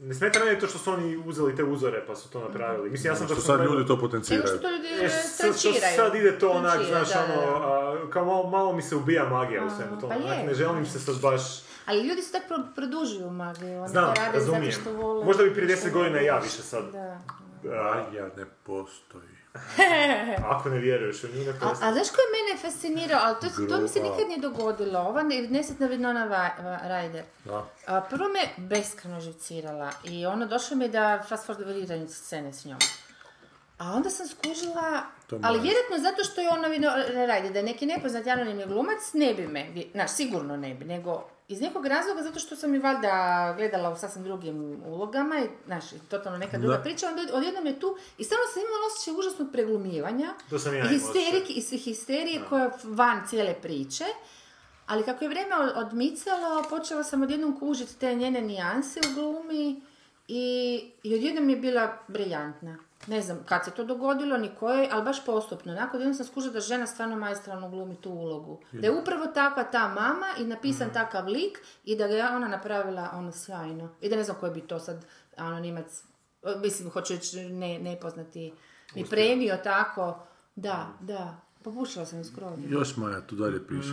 ne smeta mene to što su oni uzeli te uzore pa su to napravili. Mislim, ja sam
Što
sam
sad
gledao-
ljudi to
Nego što
potenciraju.
to ljudi
E,
Mhm. e,
sad, što
trančiraju.
sad ide to onak,
Trančira,
znaš,
da, da,
ono,
da.
a, kao malo, malo mi se ubija magija u svemu
pa
tome, onak,
je.
ne želim se sad baš...
Ali ljudi se tako pro- produžuju magiju, oni
Znam,
to rade
razumijem.
zato što vole.
Možda bi prije
što
10 godina ja više sad.
Da. E.
A,
Ja ne postoji.
ako ne vjeruješ u nju, ne
A,
postoji.
a znaš ko je mene fascinirao, ali to, to mi se
Gruba.
nikad nije dogodilo, ova ne- nesretna Vinona Va- Va- Ryder.
Da.
A, prvo me beskreno živcirala i ono došlo mi je da fast forwardiraju scene s njom. A onda sam skužila,
To je
ali
moje.
vjerojatno zato što je ona ne radi, da je neki nepoznat anonimni glumac, ne bi me, vi- znaš, sigurno ne bi, nego iz nekog razloga zato što sam ju valjda gledala u sasvim drugim ulogama i, znaš, i totalno neka druga
Da.
priča, onda odjednom je tu i stvarno sam imala osjećaj užasnog preglumljivanja
To sam ja
i
imao
histerike,
osjećaj.
i sve histerije koja je van cijele priče. Ali kako je vrijeme od- odmicalo, počela sam odjednom kužiti te njene nijanse u glumi i, i odjednom je bila briljantna. Ne znam kad se to dogodilo, ni koje, ali baš postupno. Nakon odjednom sam skužila da žena stvarno majstralno glumi tu ulogu. Da je upravo takva ta mama i napisan
Mhm.
takav lik i da ga je ona napravila ono sjajno. I da ne znam koji bi to sad anonimac,
Mm.
e, mislim, hoću reći ne, nepoznati, ni premio tako. Da, da. Popušila sam ju skroz.
Još Maja tu dalje piše.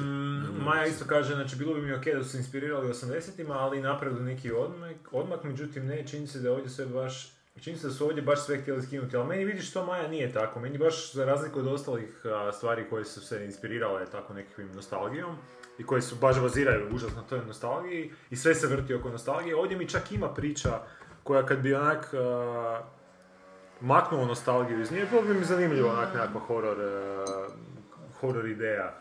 Maja isto kaže, znači bilo bi mi ok da su se inspirirali 80-ima, ali napravili neki odmak, odmak, međutim ne, čini se da je ovdje sve baš Čini se da su ovdje baš sve htjeli skinuti, ali meni vidiš to Maja nije tako. Meni baš za razliku od ostalih a, stvari koje su se inspirirale tako nekakvim nostalgijom i koje su baš baziraju užasno na toj nostalgiji i sve se vrti oko nostalgije. Ovdje mi čak ima priča koja kad bi onak a, maknuo nostalgiju iz nje, bilo bi mi zanimljivo onak nekakva horor, e, horor ideja.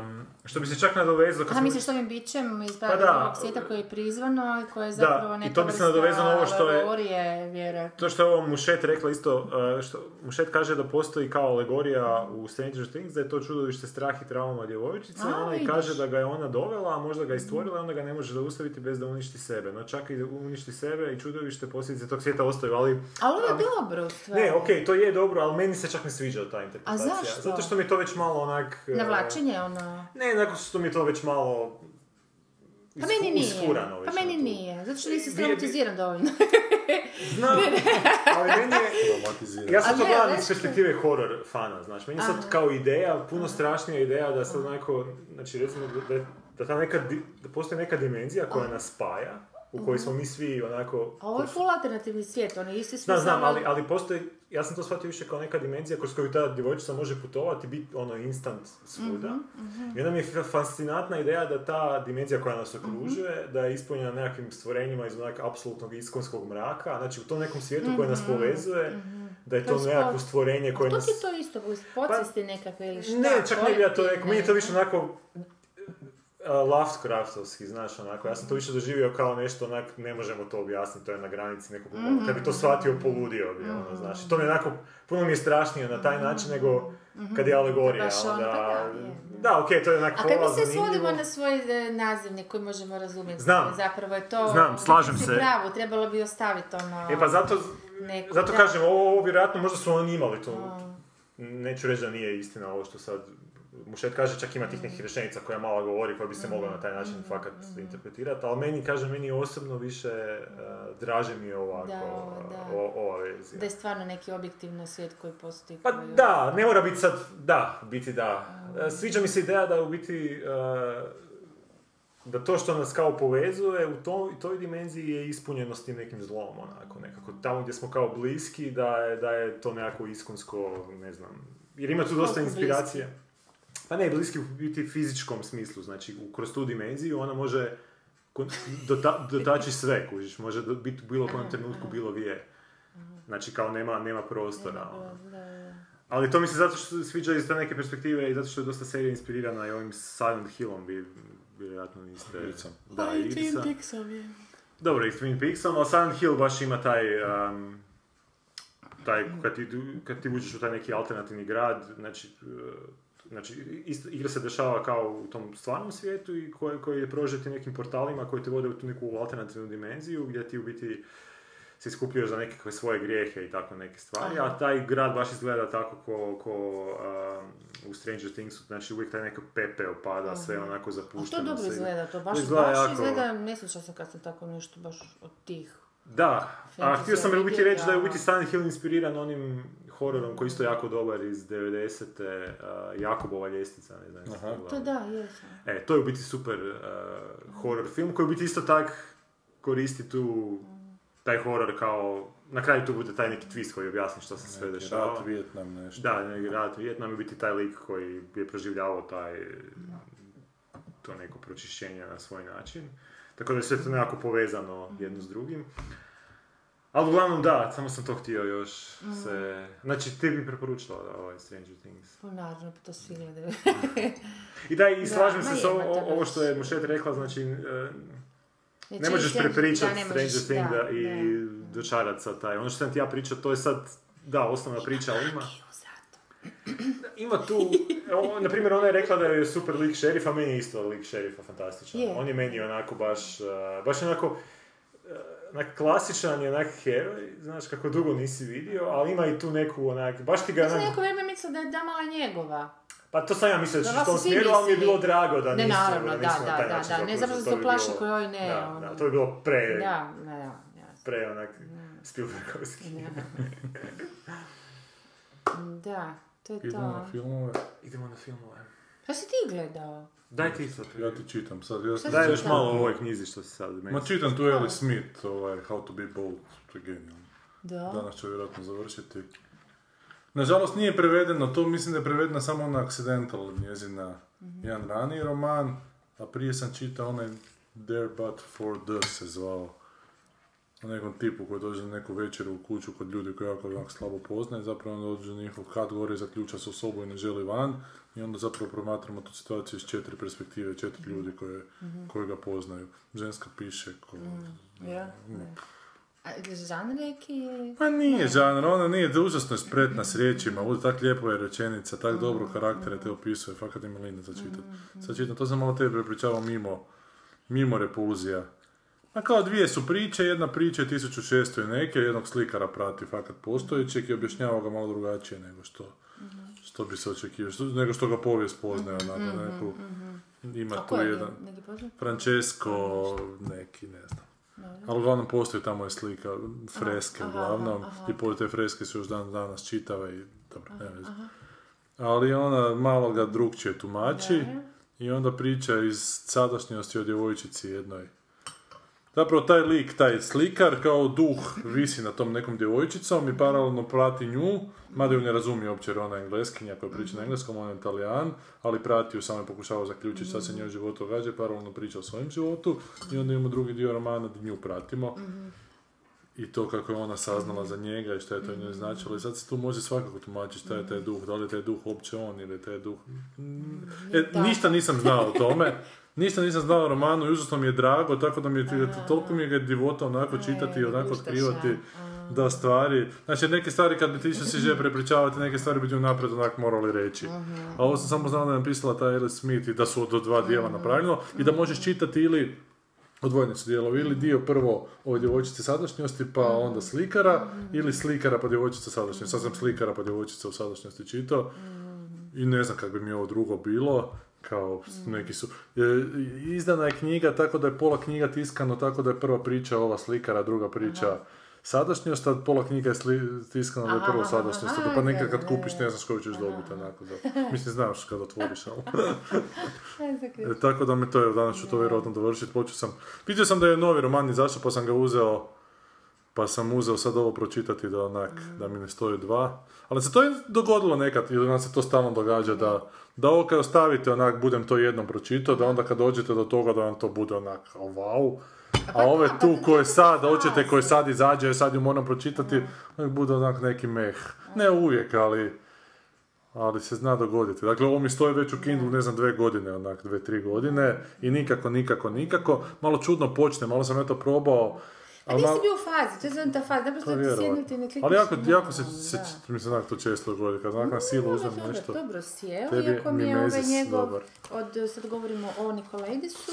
Um, što bi se čak nadovezalo... kad
A
smo-
Pa misliš s ovim bićem iz
Pa da.
ovog svijeta koje je prizvano i koje je zapravo
i
neka
to bi se nadovezalo na ovo što je-
alegorije, vjerojatno.
To što je ovo Mušet rekla isto, e, što, Mušet kaže da postoji kao alegorija u Stranger Things, da je to čudovište strah i trauma djevojčice,
A,
a ona i
vidiš.
kaže da ga je ona dovela, a možda ga i stvorila, onda ga ne može zaustaviti bez da uništi sebe. No čak i da uništi sebe i čudovište posljedice tog svijeta ostaju, ali...
Ali ovo je dobro u stvari.
Ne, okej, to je dobro, ali meni se čak ne sviđa ta interpretacija.
A zašto?
Zato što mi je to već malo onak... e,
Navlačenje ono...
Ne, nakon što mi je to već malo...
Pa meni nije.
iskurano
pa
već
meni
na tu.
nije. Zato što nisi
ovaj Vi- vi-
traumatiziran dovoljno.
Znam, ali meni je...
Traumatizirano.
Ja sam
A
to
ne,
gledam
znaš
iz
što-
perspektive horror fana, znaš. Meni je sad
Aha.
kao ideja, puno strašnija ideja da sad onako, znači recimo da, da, da ta neka, di- da postoji neka dimenzija koja nas spaja, u kojoj smo mi svi onako...
A ovo je full alternativni svijet, oni isti smo
Znam, znam,
samo-
ali, ali postoji, ja sam to shvatio više kao neka dimenzija kroz koju ta djevojčica može putovati, biti ono instant svuda.
Mhm,
I onda mi je fa- fascinantna ideja da ta dimenzija koja nas okružuje,
Mhm.
da je ispunjena nekakvim stvorenjima iz onak apsolutnog iskonskog mraka, znači u tom nekom svijetu koje nas povezuje, da je
Mhm, To je
to nekakvo
sport.
stvorenje koje
To
nas...
ti je to isto, uz podsvijesti nekakve ili šta?
Pa- Ne, čak ne bi ja to
kolektivne.
rekao, meni je to više onako a, Lovecraftovski, znaš, onako, ja sam to više doživio kao nešto, onak, ne možemo to objasniti, to je na granici nekog,
Mhm.
kad bi to shvatio, poludio bi, ono, znaš, I to mi je onako, puno mi je strašnije na taj način nego kad je alegorija,
Da Mhm. baš ono,
onda,
pa da,
da,
je.
okej, to je onak
A kad
pola
mi se
zanimljivo.
svodimo na svoj e, nazivnik koji možemo razumjeti,
Znam.
zapravo je to...
Znam, slažem
si
se.
pravu, trebalo bi ostaviti ono...
E pa zato,
neku-
zato
da.
kažem, ovo, ovo vjerojatno možda su oni imali tu, neću reći da nije istina ovo što sad Mušet kaže, čak ima tih
Mhm.
nekih rečenica koja malo govori, koja bi se mogla na taj način fakat interpretirati, ali meni, kažem, meni osobno više uh, draže mi je ovako,
Da, ovo, da.
o- ova verzija.
Da je stvarno neki objektivno svijet koji postoji.
Pa
koji-
da, ne mora biti sad da, biti da. E, Sviđa mi se ideja da u biti, e, da to što nas kao povezuje u to- toj dimenziji je ispunjeno s tim nekim zlom, onako, nekako tamo gdje smo kao bliski, da je, da je to nekako iskonsko, ne znam, jer ima tu dosta
Koliko
inspiracije. Pa ne, bliski u biti fizičkom smislu, znači u- kroz tu dimenziju ona može kon- dota- dotaći sve, kužiš, može do- biti u bilo kojem trenutku, bilo gdje. Znači kao nema, nema prostora. ono. Ali to mi se zato što sviđa iz te neke perspektive i zato što je dosta serija inspirirana i ovim Silent Hillom bi vjerojatno niste...
Igricom.
Pa
Da, igrica. Dobro, i Twin Peaksom, ali Silent Hill baš ima taj... um, taj kad, ti, kad ti uđeš u taj neki alternativni grad, znači, uh, znači isto, igra se dešava kao u tom stvarnom svijetu i koji, koji je prožeti nekim portalima koji te vode u tu neku alternativnu dimenziju gdje ti u biti se iskupljuješ za nekakve svoje grijehe i tako neke stvari, a taj grad baš izgleda tako ko, ko um, u Stranger Thingsu, znači uvijek taj neko pepe opada, sve onako
A
zapušteno.
to dobro
sve-
izgleda, to baš,
izgleda
baš
jako-
izgleda, ne sjećam se kad sam tako nešto baš od tih.
Da, a
Fantasy
htio sam u biti
League,
reći da je u biti
da.
Silent Hill inspiriran onim hororom koji je isto jako dobar iz 90-te, uh, Jakobova ljestica, Pa ne znam. jeste gledali.
To da, jesam.
E, to je u biti super uh, horor film koji u biti isto tak koristi tu,
Mm.
taj horor kao, na kraju tu bude taj neki twist koji objasni što se sve dešava.
Rat, Vijetnam, nešto.
Da, neki rat Vijetnam je u biti taj lik koji je proživljavao taj, to neko pročišćenje na svoj način. Tako da je sve to nekako povezano
Mhm.
jedno s drugim. Ali uglavnom da, samo sam to htio još
Mhm.
se... Znači, ti bi preporučila da, ovaj Stranger Things.
Pa naravno, pa to svi gledaju.
I da, i
Da,
slažem
ma
se s ovo,
jebote,
ovo što je
baš.
Mušet rekla, znači... e, Ne
Neće
možeš
Stranger-
prepričati
da, ne
Stranger
možeš,
Things
da,
i
da.
dočarat sad taj. Ono što sam ti ja pričao, to je sad, da, osnovna priča, ali ima...
U zato.
Ima tu, o, na primjer ona je rekla da je super lik šerifa, meni je isto lik šerifa fantastičan.
Je.
On je meni onako baš, uh, baš onako, uh, onak klasičan je onak heroj, znaš kako dugo nisi vidio, ali ima i tu neku onak, baš ti ga
Ja sam
onak,
neko vrijeme mislila da je Damala njegova.
pa to sam ja mislio da ćeš
Da,
u tom
vas svi
smjeru, ali mi je
mislili.
bilo drago da
Ne,
nisi,
naravno, da,
nisi na
da,
taj
da,
način
da, ne,
započeo,
zato što
to
se
bi
plaši
bilo-
koji oj, ne,
Da,
ono.
da, to bi bilo pre,
Da, da, da, jasno.
pre onak Spielbergovski.
Da. Da, To je
Idemo na
to.
filmove.
Idemo na filmove.
Šta si ti gledao?
Daj ti sad.
Ja ti čitam sad. Ja sam-
Šta si
Daj još
čitao?
malo o ovoj knjizi što si sad meni.
Ma čitam tu Ellie Smith, ovaj, How to be bold. To je genijalno.
Da.
Danas će vjerojatno završiti. Nažalost nije prevedeno, to mislim da je prevedena samo ona Accidental njezina, jedan raniji roman, a prije sam čitao onaj There But For The se zvao. O nekom tipu koji dođe na neku večeru u kuću kod ljudi koji jako onak slabo poznaje, zapravo onda dođe na njihov kat gore, zaključa se u sobu i ne želi van i onda zapravo promatramo tu situaciju iz četiri perspektive, četiri ljudi koje, koji ga poznaju. Ženska piše, ko,
Ja. A žan neki je...
Pa nije žanr, ona nije užasno je spretna s riječima, bude tak lijepo je rečenica, tak
Mm.
dobro karaktere te opisuje, fakat ima linda za čitat. Sad čitam, to sam malo tebi prepričavao mimo, mimo repulzija. A kao dvije su priče, jedna priča je 1600 i neke, jednog slikara prati fakat postojećeg i objašnjava ga malo drugačije nego što,
Mhm.
što bi se očekivao, što- nego što ga povijest poznaje
Mm,
onako, neku, ima
A
tu
ko je
jedan...
neki- neki poznat?
Francesco, neki, ne znam. Ali uglavnom postoji tamo je slika, freske uglavnom, i pored te freske su još dan danas čitave i dobro, ne veze. Ali ona malo ga drugčije tumači i onda priča iz sadašnjosti o djevojčici jednoj. Zapravo taj lik, taj slikar, kao duh visi na tom nekom djevojčicom i paralelno prati nju, mada ju ne razumije uopće jer ona je engleskinja koja priča na engleskom, on je italijan, ali prati ju, samo je pokušava zaključiti šta se njoj u životu događa i paralelno priča o svojem životu i onda imamo drugi dio romana gdje nju pratimo i to kako je ona saznala za njega i šta je to njoj značilo i sad se tu može svakako tumačiti šta je taj duh, da li je taj duh uopće on ili je taj duh... Mm, E, ništa nisam znao o tome, ništa nisam znao o romanu i užasno mi je drago, tako da mi je, toliko mi je ga divota onako čitati i onako
gustaša.
otkrivati da stvari, znači neke stvari kad bi ti išao si želio prepričavati, neke stvari bi ti unaprijed onak morali reći. A ovo sam samo znao da je napisala ta Ellie Smith i da su od dva dijela napravljeno i da možeš čitati ili odvojeni su dijelovi, ili dio prvo o djevojčici sadašnjosti pa onda slikara, ili slikara pa djevojčica sadašnjosti. Sad sam slikara pa djevojčica u sadašnjosti čitao i ne znam kako bi mi ovo drugo bilo kao s- neki su e, izdana je knjiga tako da je pola knjiga tiskano tako da je prva priča ova slikara druga priča sadašnjost a pola knjiga je sli- tiskano da je prvo sadašnjost
aha,
pa
aha,
nekad
da,
kad
da,
kupiš ne znaš koju ćeš dobiti onako da mislim znaš kad otvoriš ali
Ne znam
E, tako da me to je, danas ću to vjerojatno dovršiti, počeo sam, vidio sam da je novi roman izašao pa sam ga uzeo, pa sam uzeo sad ovo pročitati da onak, da mi ne stoji dva, ali se to je dogodilo nekad, ili nam se to stalno događa da, da ovo kad ostavite onak, budem to jednom pročitao, da onda kad dođete do toga da vam to bude onak, "O, wow, a ove tu koje sad, hoćete koje sad izađe, sad ju moram pročitati, onak bude onak neki meh, ne uvijek, ali ali se zna dogoditi. Dakle, ovo mi stoji već u Kindlu, ne znam, dve godine, onak, dve, tri godine i nikako, nikako, nikako. Malo čudno počne, malo sam eto probao.
A
ali
nisi
malo-
bio u fazi, to je znam ta faza, naprosto
Pa,
ti
vjerovatno.
sjednuti i ne klikneš.
Ali jako,
na
jako se,
ono,
se
da.
mi se onak to često dogodi, kad onak na silu
Dobro,
uzmem
dobro,
nešto.
Dobro sjeo,
Tebi je
iako mi je ovaj
Mimezis
njegov,
dobar.
od, sad govorimo o Nikolajdisu,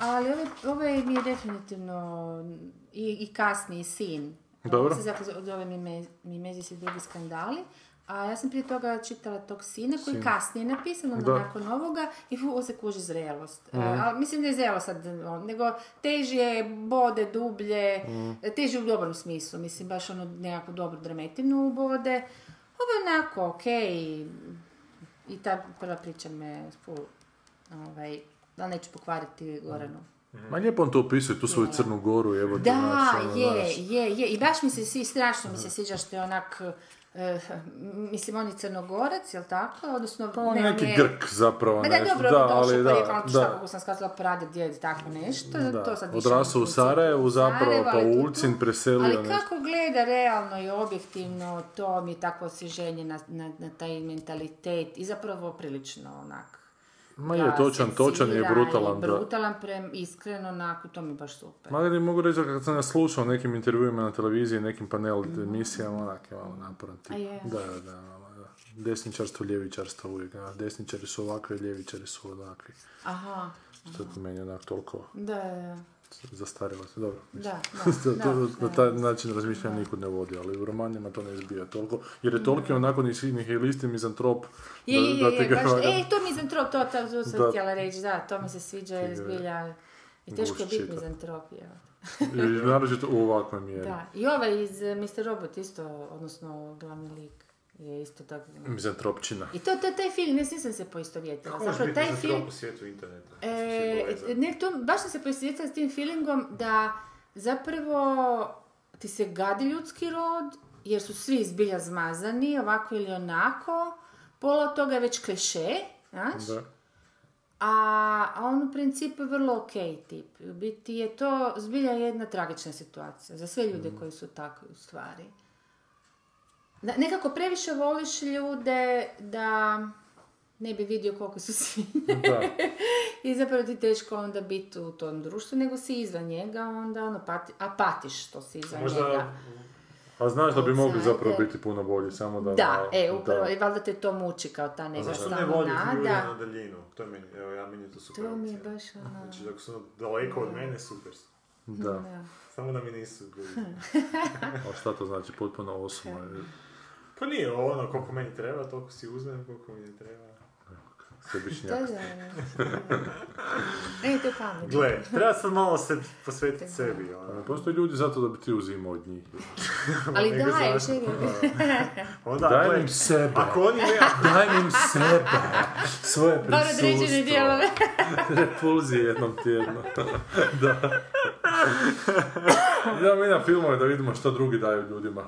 ali ovaj, ovaj mi je definitivno i, i kasniji sin.
Dobro.
On se zato zove Mime- Mimezis i drugi skandali. A ja sam prije toga čitala tog sina koji kasnije je napisan, onda
Da.
nakon ovoga i ovo se kuži zrelost. E, ali mislim da je zrelo sad, on, nego težije, bode, dublje, e, teži u dobrom smislu, mislim baš ono nekakvu dobru drametinu bode. Ovo je onako, okej, i ta prva priča me ful, ovaj, da neću pokvariti Goranu.
Ma lijepo on to opisuje, tu svoju Crnu Goru, evo ti,
Da,
znaš, ono,
je,
znaš.
je, je. I baš mi se svi, strašno mi se sviđa što je onak, eh, mislim, on je crnogorac, jel tako? Odnosno,
Pa on je
ne, on
neki
je-
Grk zapravo,
Pa da,
nešto.
dobro, da, došao ali, pa rekao,
da,
šta
da.
kako sam skazala, pradje, djed, tako nešto. To sad više
Odrasao
ne
u Sarajevu, zapravo
Sarajevo,
pa
ali
u
to-
Ulcin preselio znači.
Ali
nešto.
kako gleda realno i objektivno, to mi je tako osvježenje na, na, na taj mentalitet i zapravo prilično onak.
Ma
ga
je, točan, točan je i
secira
brutalan,
i
da.
brutalan, prem, iskreno, onako, to mi je baš super.
Mada ti mogu reći da kad sam ga slušao u nekim intervjuima na televiziji, nekim panel emisijama, onak je malo naporan tip.
Mm. A je.
Da, da, da, malo, da. Desničarstvo, ljevičarstvo uvijek. a desničari su ovakvi, ljevičari su onakvi.
Aha,
Što je meni onak toliko
da, da,
zastarilo se. Dobro, mislim.
da, da,
To- to-
da,
na taj način razmišljanja nikud ne vodi, ali u romanima to ne izbija toliko, jer je toliko onako nihilisti mizantrop
Mm. Je, je, je,
te
je,
ga-
baš, e, to mi je zantrop, to, to, to sam
Da.
htjela reći, da, to mi se sviđa, jer zbilja, i teško je
gušt
biti
čitat.
mizantropija.
i naročito u ovakvoj mjeri.
eh, Da, i ovaj iz e, Mr. Robot isto, odnosno glavni lik. je isto tako.
Mm. Mizantropčina.
I to, to, taj film, ne nisam se poistovjetila.
Kako možeš
Zapravo,
biti
taj
za
film,
u svijetu interneta?
E, ne, to, baš sam se poistovjetila s tim feelingom da zapravo ti se gadi ljudski rod, jer su svi zbilja zmazani, ovako ili onako. Pola od toga je već kliše, znaš?
Da.
A, a on u principu je vrlo ok tip. U biti je to zbilja jedna tragična situacija za sve ljude koji su takvi u stvari. Da, nekako previše voliš ljude da ne bi vidio koliko su svi.
Da.
I zapravo ti je teško onda biti u tom društvu, nego si izvan njega, onda ono pati, a patiš što si izvan njega.
Možda
A znaš da bi mogli
Outsider.
zapravo biti puno bolji, samo da...
Da, e, upravo,
da.
i valjda te to muči kao ta neka
Pa Zašto ne
stalna
volite ljude
nada.
na daljinu? To je meni, evo ja meni to super.
To mi je
opcija.
baš ono...
Znači, ako su daleko od mene, super. su.
Da.
Samo da mi nisu bili.
A šta to znači, potpuno osoba je,
Pa nije ono, koliko meni treba, toliko si uzmem, koliko mi ne treba.
Da,
sebišnjak.
da, da. E, to je pametno.
Gle, treba sam malo se posvetiti sebi, ono.
Postoje ljudi zato da bi ti uzimao od njih.
Ali
nego
daj,
zašto?
čekaj.
Onda,
Daj
gle,
im sebe.
Ako oni ne,
Daj im sebe. Svoje prisustvo.
Bar određene dijelove.
Repulzije jednom tjedno. da. Idemo mi na filmove da vidimo što drugi daju ljudima.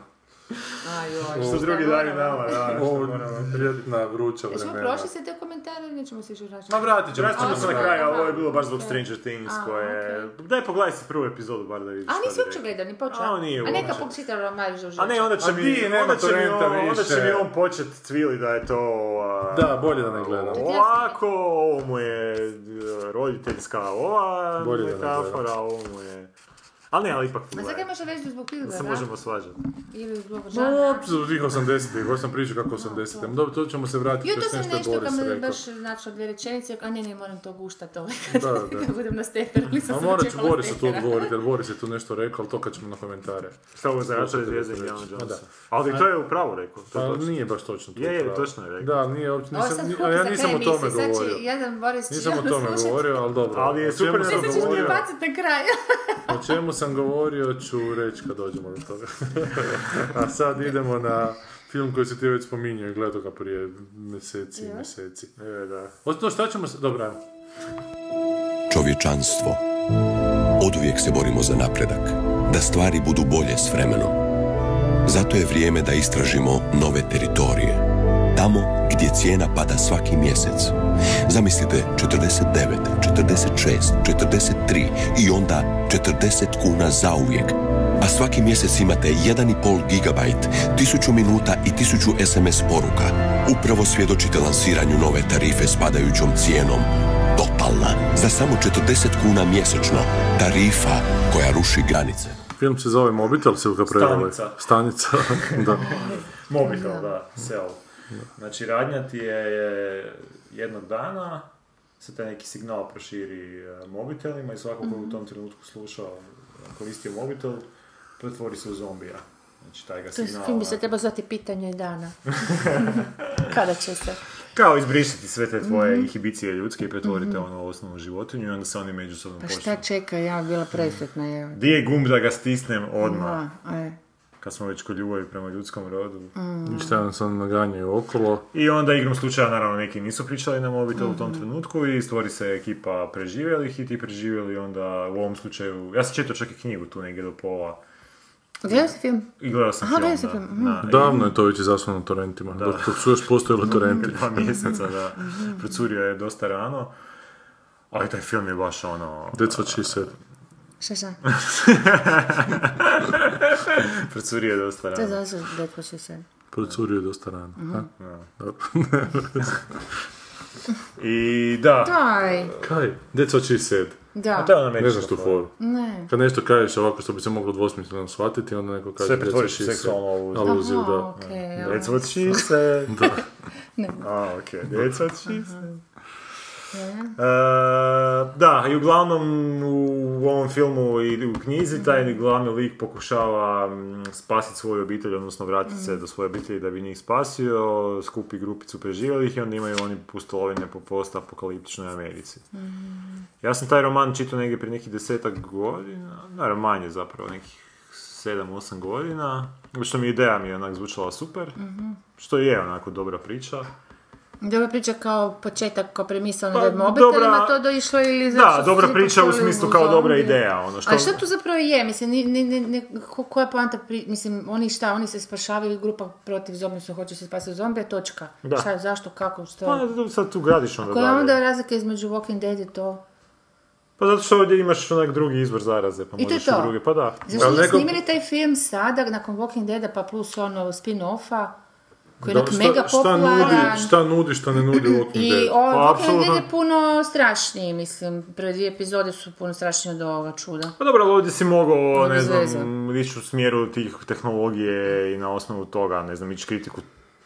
Ajoj,
što drugi daju
да,
nama, da, što
Ovo
moramo.
ljetna vruća
Jesmo
vremena.
prošli se te komentare ili ćemo se još vraćati?
Ma Pa vratit ćemo
Vraćamo se na kraj, ali ovo je bilo baš zbog
Ok.
Stranger Things
A,
koje... Daj pogledaj si prvu epizodu bar da vidiš
A
šta
nisi
bi
uopće
rekao.
gledao, ni počeo.
A, nije
A neka
uopće.
pokšitala Marić Žužić.
A ne, onda će
A
mi,
di, nema
onda će mi
torrenta
on, onda će
više.
mi on počet tvili da je to... a,
Da, bolje da ne gledam.
Ovako, ovo mu je e, roditeljska ova
Bolje da ne
metafora, ovo mu je... Ali ne, ali ipak
Ma sad
pogledaj.
kaj možda vezu zbog
Da
Pilbera,
se možemo svađati.
Ili zbog
No,
žana.
uopće u tih 80-ih, ovo sam pričao kako 80-ih. Dobro, to ćemo se vratiti
Jo,
još
to sam
nešto je
nešto
Boris
kad me
rekao.
baš našla dvije rečenice, a ne, ne, moram to guštat ovaj
Da,
kad,
da.
kad budem na steperu, nisam
A
se
morat ću
dočekala
Borisu tu
stepera.
odgovoriti, jer Boris je tu nešto rekao, ali to kad ćemo na komentare.
Šta ovo je zajačali
Možete
zvijezda
to
Indiana
reći.
Jonesa.
Da.
Ali to je upravo rekao. to je
Pa
točno.
nije baš točno to.
Je, je,
pravo.
točno je rekao.
Da, nije uopće,
Ovo sad
nisam,
huku
ali ja
za
nisam
kraj
o tome
emisije,
govorio.
Znači, jedan Boris će
Nisam o
ono
tome
slušat.
govorio, ali dobro.
Ali je
O čemu
super
sam
da
Mislim, ćeš mi
govorio-
bacit na kraj.
O čemu sam govorio ću reći kad dođemo do toga. A sad idemo na film koji si ti već spominjao i gledao ga prije mjeseci i mjeseci.
E, da.
Odnosno šta ćemo se... Dobra, ajmo.
Čovječanstvo. Oduvijek se borimo za napredak, da stvari budu bolje s vremenom. Zato je vrijeme da istražimo nove teritorije. Tamo gdje cijena pada svaki mjesec. Zamislite 49, 46, 43 i onda 40 kuna zauvijek. A svaki mjesec imate 1,5 GB, 1000 minuta i 1000 SMS poruka. Upravo svjedočite lansiranju nove tarife s padajućom cijenom. Totalna. Za samo 40 kuna mjesečno. Tarifa koja ruši granice.
Film se zove Mobitel, se ga preveli.
Stanica.
Stanica. da.
Mobitel, da, sel. Znači, radnja ti je je jednog dana, se taj neki signal proširi e, mobitelima i svako ko je
Mhm.
u tom trenutku slušao, koristio mobitel, pretvori se u zombija. Znači, taj ga signal...
Film bi se
onako-
treba zvati pitanje dana. Kada će se?
Kao izbrisati sve te tvoje
Mhm.
inhibicije ljudske i pretvorite ono u osnovnu životinju i onda se oni međusobno
Pa
počnu.
šta čeka, ja bi bila presretna, evo.
Di je gumb da ga stisnem odmah?
Da, e.
Kad smo već kod ljubavi prema ljudskom rodu.
Mm.
I šta nam sam naganjaju okolo.
I onda igrom slučaja naravno neki nisu pričali na mobitel u
Mm.
tom trenutku i stvori se ekipa preživjelih i ti preživjeli onda u ovom slučaju, ja sam čitao čak i knjigu tu negdje do pola
Gledao si film?
i gledao sam
Aha,
film.
gledao si
da.
film, mhm.
Da, i-
Davno je to već izašlo na torrentima, dok dok su još postojali
Mm.
torrenti.
dva
Mhm.
mjeseca, da. Procurio je dosta rano. Ali taj film je baš ono...
That's what she said.
Šta šta?
Procurio je dosta
To je
rano.
zašto Deadpool će se.
Procurio je dosta rano.
Mm.
ha? Dobro.
I da,
Daj,
Kaj? That's what she said.
da.
to je ono ona
Ne znaš tu
foru.
foru. Kad nešto kažeš ovako što bi se moglo dvosmisleno shvatiti, onda neko kaže...
Sve pretvoriš
"That's what she
u
said."
seksualnu ovu-
Aluziju,
Aha,
da.
okej,
That's what she said.
Ne.
A, ok, that's what she said. E, da, i uglavnom u ovom filmu i u knjizi taj glavni lik pokušava mm, spasiti svoju obitelj, odnosno vratiti se
Mm.
do svoje obitelji da bi njih spasio, skupi grupicu preživjelih i onda imaju oni pustolovine po post-apokaliptičnoj Americi.
Mm.
Ja sam taj roman čitao negdje prije nekih desetak godina, da, roman je zapravo nekih 7-8 godina, što mi ideja mi je onak zvučala super,
Mhm.
što je onako dobra priča.
Dobra priča kao početak, kao premisa, ono
Pa,
da je mobitelima
dobra-
to doišlo ili... zato
Da,
što su
dobra
svi
priča u
počuli
smislu
u
kao dobra
zombi.
ideja, ono što...
Ali šta tu zapravo je? Mislim, ni, ni, ni, ni- ko- koja je poanta, pri- mislim, oni šta, oni se spašavaju, grupa protiv zombi su, hoće se spasiti od zombija, točka.
Da.
Šta, zašto, kako, što?
Pa, sad tu gradiš onda
Koja je
dalje.
onda razlika između Walking Dead i to?
Pa zato što ovdje imaš onak drugi izvor zaraze, pa
I to je
možeš
to.
i druge, pa da.
Zašto
Ali
su
neko-
snimili taj film sada, nakon Walking Deada, pa plus ono spin-offa, koji je
Da,
onak mega
šta,
popularan.
nudi, šta nudi, šta ne nudi Walking
I
Dead?
on
Pa,
Walking Dead
apsolutno.
je puno strašniji, mislim. Prve dvije epizode su puno strašnije od ovoga čuda.
Pa dobro, ali ovdje si mogao, ne
bez
znam, ići u smjeru tih tehnologije i na osnovu toga, ne znam, ići kritiku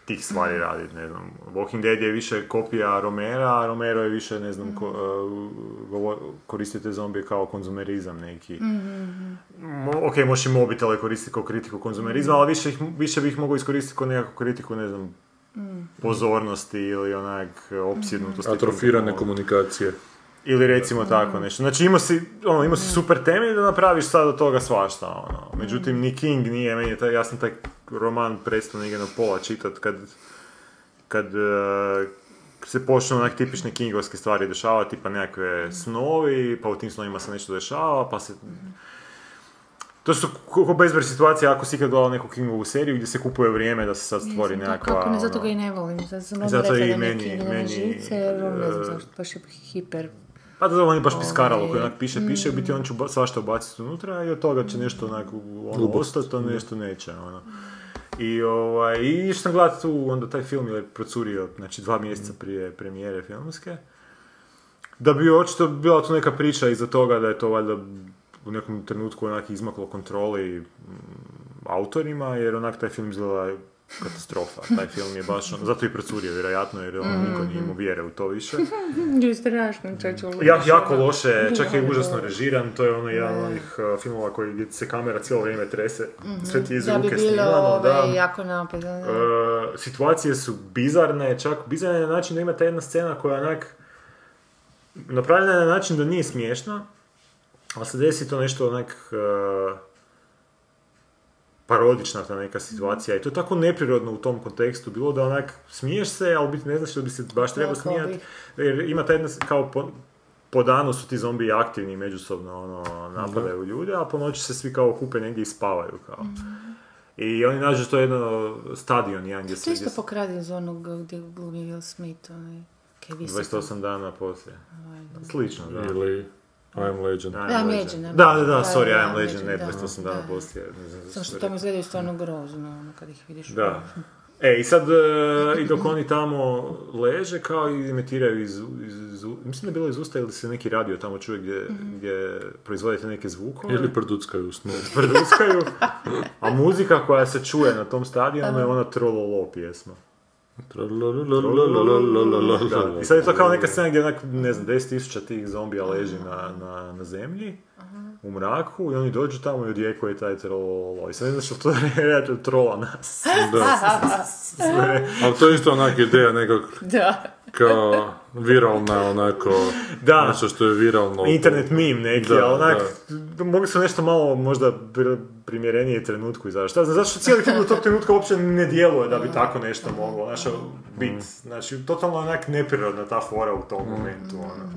tih stvari raditi, ne znam. Walking Dead je više kopija Romera, a Romero je više, ne znam, ko, e, govo- koristite zombije kao konzumerizam neki. Mo- ok, možeš i mobitele koristiti kao kritiku konzumerizma, ali više, ih, više bi ih mogao iskoristiti kao nekakvu kritiku, ne znam, pozornosti ili onak opsjednutosti.
Atrofirane
komunikacije.
komunikacije.
Ili recimo tako nešto. Znači imao si, ono, imao si super temelj da napraviš sad od toga svašta, ono. Međutim, ni King nije, meni je taj, ja sam taj roman prestao negdje na pola čitat kad, kad eh, se počnu onak tipične kingovske stvari dešavati, pa nekakve snovi, pa u tim snovima se nešto dešava, pa se... To su kako bezbroj situacija ako si ikad gledao neku Kingovu seriju gdje se kupuje vrijeme da se sad stvori
Mislim, to
nekakva...
Kako ne, zato
ono-
ga i ne volim. Zato sam
Zato
odmah
je i
rekla da mi je
meni-
King
meni,
žice, jer on ne znam
e,
zašto, baš je hiper.
Pa da, on je baš
Ovaj,
piskaralo koje onak piše, piše, u
Mm.
biti on će ba- svašta ubaciti unutra i od toga će nešto onako ono, ostati, a nešto neće, ono. I, ovaj, i išao sam gledat tu onda taj film jer je procurio, znači dva
Mm.
mjeseca prije premijere filmske. Da bi očito bila tu neka priča iza toga da je to valjda u nekom trenutku onak izmaklo kontroli mm, autorima, jer onak taj film izgleda katastrofa. Taj film je baš, ono- zato je i procurio vjerojatno jer ono, niko nije
Mm.
mu vjere u to više. mm,
Je strašno, čeče.
Ja, jako loše, čak je užasno režiran, to je ono jedan od onih uh, filmova koji gdje se kamera cijelo vrijeme trese, sve ti je iz
Mhm. Da bi
ruke
bilo ovaj,
snimano, da.
ove, jako naopet. da, da.
E, situacije su bizarne, čak bizarne na način da ima ta jedna scena koja je onak napravljena je na način da nije smiješna, ali se desi to nešto onak e, parodična ta neka situacija i to je tako neprirodno u tom kontekstu bilo da onak smiješ se, ali u biti ne znaš da bi se baš trebao
Trebao
smijati. Jer ima ta jedna, s- kao po, po danu su ti zombiji aktivni i međusobno ono, napadaju ljude, a po noći se svi kao kupe negdje i spavaju kao.
Mhm.
I oni nađu to jedno stadion jedan gdje
To
se...
isto
gdje se-
pokradio iz onog gdje glumi Will Smith, ovaj, onaj. kaj visok.
28 dana poslije. Slično, da.
Ili I am legend.
Da,
Da, I'm Legend, ne?
Da, da, da, sorry,
Da,
I
da,
am
I'm
legend, ne,
Legend, da,
28 dana
da.
poslije. ne znam zašto
Samo što
sam
tamo
rekao.
izgledaju stvarno grozno, ono, kad ih vidiš.
Da. E, i sad, e, i dok oni tamo leže, kao i imitiraju iz, iz, iz- mislim da je bilo iz usta ili se neki radio tamo čuje gdje,
Mhm.
gdje proizvode te neke zvukove.
Ili prduckaju u snu.
prduskaju, a muzika koja se čuje na tom stadionu je ona trololo pjesma. Da. I sad je to kao neka scena gdje onak, ne znam, 10.000 tih zombija leži na, na, na zemlji, u mraku, i oni dođu tamo i odjekuje taj trololo. I sad ne znaš što to je reći trola nas.
Da. Ali to je isto onak ideja nekak
Da.
kao viralna onako,
Da.
nešto što je viralno.
Internet meme neki,
Da,
ali onak, mogli su nešto malo možda pr- primjerenije trenutku izaći. Šta znam, zašto cijeli film do tog trenutka uopće ne djeluje da bi tako nešto moglo, znaš, ono,
Mm.
bit, znači, totalno onak neprirodna ta fora u tom momentu, ono.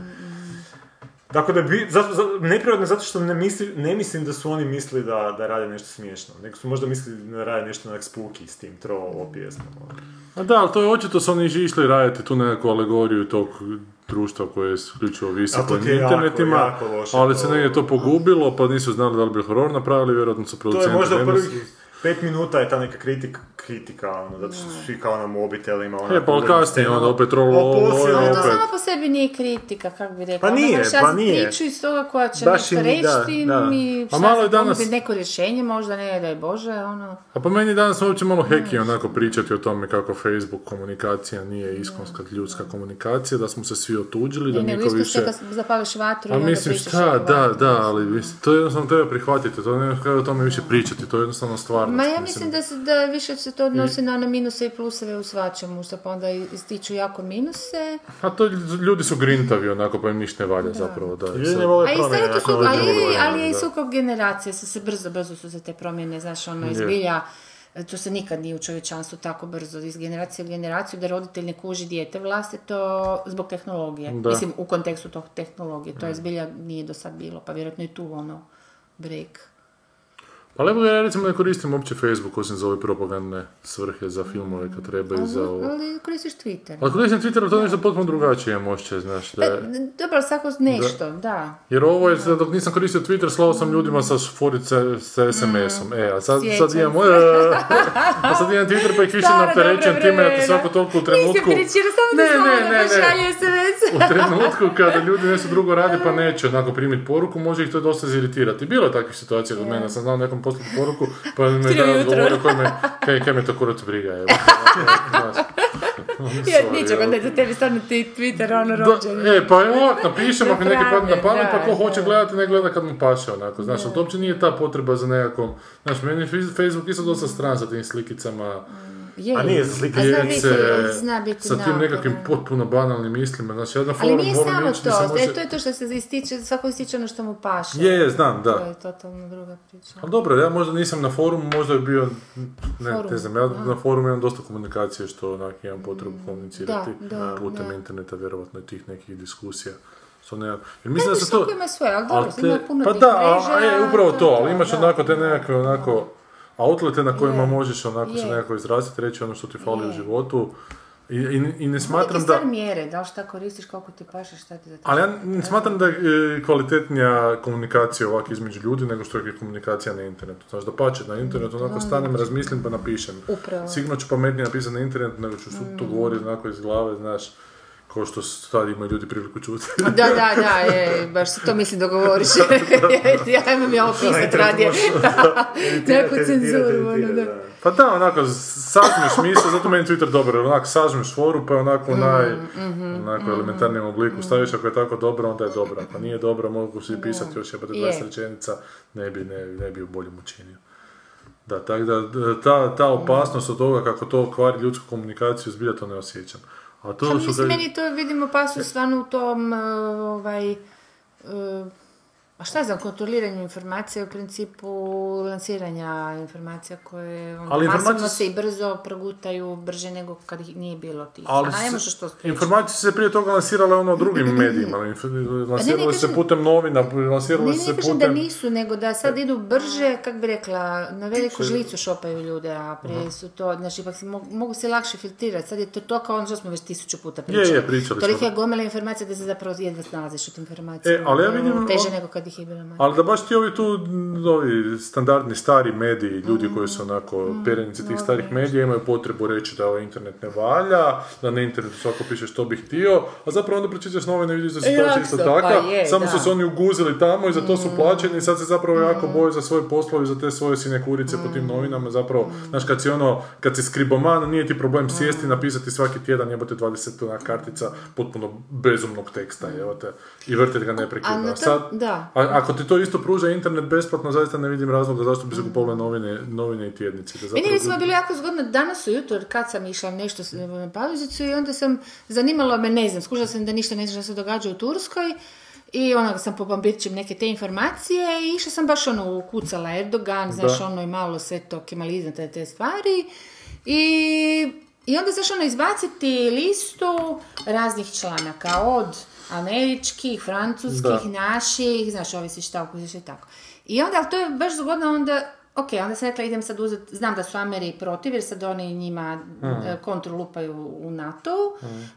Tako da bi, zato, za- neprirodno je zato što ne, misli, ne mislim da su oni mislili da, da rade nešto smiješno, nego su možda mislili da rade nešto onak spooky s tim trolo pjesmom. ono.
A da, ali to je očito su oni išli raditi tu nekakvu alegoriju tog društva koje je isključivo
A to
visoko
ti
na
je jako,
internetima,
jako loše
ali
to.
se negdje to pogubilo, pa nisu znali da li bi horor napravili, vjerojatno su
To
producenti.
je možda
ne mislim-
prvih pet minuta je ta neka kritika, kritika ono, zato što su svi kao na mobitelima. Ona,
E, pa ali kasnije onda opet trolo,
A poslije
ovo je
Ali to
opet.
samo po sebi nije kritika, kako bi rekla.
Pa
Ono,
nije,
moraš
pa
razviti
nije.
priču iz toga koja će
Baš
nešto
i- da,
reći
da.
i
A Pa malo je danas-
ponuditi neko rješenje, možda ne, daj Bože, ono.
A pa meni je danas uopće malo heki onako pričati o tome kako Facebook komunikacija nije iskonska ljudska komunikacija, da smo se svi otuđili, da
I nego
niko
isto
više...
se kad zapališ vatru i
A
onda
mislim
pričaš
šta,
o
da,
vatru.
da, ali mislim, to jednostavno treba prihvatiti, to ne treba o tome više pričati, to je jednostavno stvarno.
Ma ja mislim da, se, da više se to odnosi na one minuse i pluseve u svačemu, što pa onda i- ističu jako minuse.
A to ljudi su grintavi onako, pa im ništa ne valja zapravo. Da,
Ljudi ne
sad-
vole
A i sad
promjene
je to
nakon
sukob,
ovih
ali,
drugih
je-
godina,
ali je i
da.
sukob generacije, su se brzo, brzo su se te promjene, znaš, ono, izbilja, e, to se nikad nije u čovječanstvu tako brzo, iz generacije u generaciju, da roditelj ne kuži dijete vlastito zbog tehnologije.
Da. Mm.
Mislim, u kontekstu tog tehnologije, to je zbilja nije do sad bilo, pa vjerojatno i tu, ono, break.
Pa lepo ja recimo ne koristim uopće Facebook osim za ove propagandne svrhe, za filmove kad treba i
Mhm.
za ovo.
Ali koristiš Twitter.
Ali koristim Twitter, to je nešto potpuno drugačije imam osjećaj, znaš. Da je.
E, Dobro, svako nešto, da.
Jer ovo je, sad dok nisam koristio Twitter, slao sam ljudima sa forice sa SMS-om. E, a sad,
Sjećam
sad
se.
imam, e, a sad imam Twitter pa ih više
Stara,
napterećujem
dobra
time da ti
vremena.
svako toliko u trenutku...
Nisi pričira, samo
Ne,
ti pa
ne,
slobodno
ne, ne.
pošalje SMS.
U trenutku kada ljudi nešto drugo rade pa neće onako primiti poruku, može ih to dosta iziritirati. Bilo je takvih situacija kod mene, sam znao nekom poslati poruku, pa me
Tri
danas
ujutro.
govorio koji me, kaj, kaj me to kurac briga, evo. Znaš.
Ja
Sorry,
ničeg,
evo.
onda je za tebi stvarno ti Twitter ono rođen.
Da, e, pa je ovak, napišem ako neki padne na pamet, pa ko
Da,
hoće
da.
gledati, ne gleda kad mu paše, onako, znaš, ali to uopće nije ta potreba za nekakvom, znaš, meni je Fiz- Facebook isto dosta stran sa tim slikicama,
Je.
A nije za slike
A zna biti,
djece,
zna biti
sa tim
naporan.
nekakvim potpuno banalnim mislima, znači, ja na
Ali
forum
nije
moram
samo
ići, nisam
to, e,
uopće-
to je to što se ističe, svako ističe ono što mu paše.
Je, je, znam, da.
To je totalno druga priča.
Ali dobro, ja možda nisam na forumu, možda je bio, ne,
Forum,
ne znam, ja na forumu imam dosta komunikacije što onak imam potrebu komunicirati
Da, da,
putem
da.
interneta, vjerovatno i tih nekih diskusija. Što ne, jer mislim da
Mislim
se to...
ima svoje, ali
ali
dobro,
te-
ima puno
pa
tih
da, a-
mreža,
e, upravo
je
to, ali imaš
da.
onako te nekakve onako outlete na kojima
Je.
možeš onako se
Je.
nekako izraziti, reći ono što ti fali u
Je.
životu. I, i, i ne
Neke
smatram da...
stvar mjere, da li šta koristiš, koliko ti paše, šta ti za to.
Ali ja n- smatram da je e, kvalitetnija komunikacija ovak između ljudi nego što je komunikacija na internetu. Znaš, da pače na internetu, onako stanem, razmislim pa napišem.
Upravo. Mm.
Sigurno ću pametnije napisati na internetu nego ću su- to govoriti onako iz glave, znaš, kao što s- sad imaju ljudi priliku čuti.
Da, da, da, je, baš se to misli dogovoriš. ja imam ja opisat radije. Neku cenzuru, ono, da.
pa da, onako, sažmeš misle, zato meni Twitter dobro, jer onako sažmeš foru pa je onako
Mm,
u naj,
mhm,
onako elementarnijem obliku staviš, ako je tako dobro, onda je dobro, ako nije dobro, mogu si pisati još jebate
Je.
20 rečenica, ne bi, ne, ne bi u boljem učinio. Da, tako da, d- ta,
Mm.
ta opasnost od toga kako to kvari ljudsku komunikaciju, zbilja to ne osjećam. A to
Pa
su
mislim,
da-
meni to vidimo pasu stvarno u tom, e, ovaj, e, a šta znam, kontroliranju informacija, u principu lansiranja informacija koje ono,
Ali informacije
masovno
s-
se i brzo progutaju, brže nego kad ih nije bilo tih.
Ali
a ne
se-
možeš to spriječiti.
informacije su se prije toga lansirale ono drugim medijima, inf- lansirale su se
kažem-
putem novina,
Ne,
lansirale su
ne
se
kažem da
putem... E.
nisu, nego da sad idu brže, kak bi rekla, na veliku žlicu šopaju ljude, a prije su to, znači ipak se mo- mogu se lakše filtrirati, sad je to to kao ono što smo već tisuću puta pričali.
je, pričali smo.
Tolika je gomela informacija da se zapravo jedva snalaziš u tim informacijama.
E, ali ja
To je
vidim-
Teže
on-
nego kad ih je bilo manje.
Ali da baš ti ovi tu m, ovi standardni stari mediji, ljudi koji su onako
Mm,
perenici tih starih medija imaju potrebu reći da ovaj internet ne valja, da na internetu svako piše što bi htio, a zapravo onda pročitaš novine i vidiš da je situacija
jak
isto
su,
takva,
E, pa je, da.
samo
Mm.
su se oni uguzili tamo i za to su plaćeni i sad se zapravo jako boje za svoje poslove, za te svoje sinekurice po
Mm.
tim novinama, zapravo, znaš, kad si ono, kad si skriboman, nije ti
Mm.
problem sjesti i napisati svaki tjedan jebote 20 onak kartica potpuno bezumnog teksta, jebote, i vrtit ga
A
neprekidno.
na
A
to-
Sad,
da.
a, ako ti to isto pruža internet besplatno, zaista ne vidim razloga zašto bi se kupovale novine, novine i tjednice. Da
Meni
zapravo
je recimo
ljudi-
bilo jako zgodno danas ujutro kad sam išla nešto s- na pauzicu i onda sam, zanimalo me, ne znam, skužila sam da ništa ne znam što se događa u Turskoj i onda sam po pampirćim neke te informacije i išla sam baš ono ukucala Erdogan, znaš ono i malo sve to kemalizam, te, te stvari i i onda znaš ono izbaciti listu raznih članaka od američkih, francuskih,
Da.
naših, znaš, ovisi šta ukusiš i tako. I onda, ali to je baš zgodno onda, ok, onda sam rekla idem sad uzeti, znam da su Ameri protiv jer sad oni njima
Mm.
e, kontru lupaju u NATO,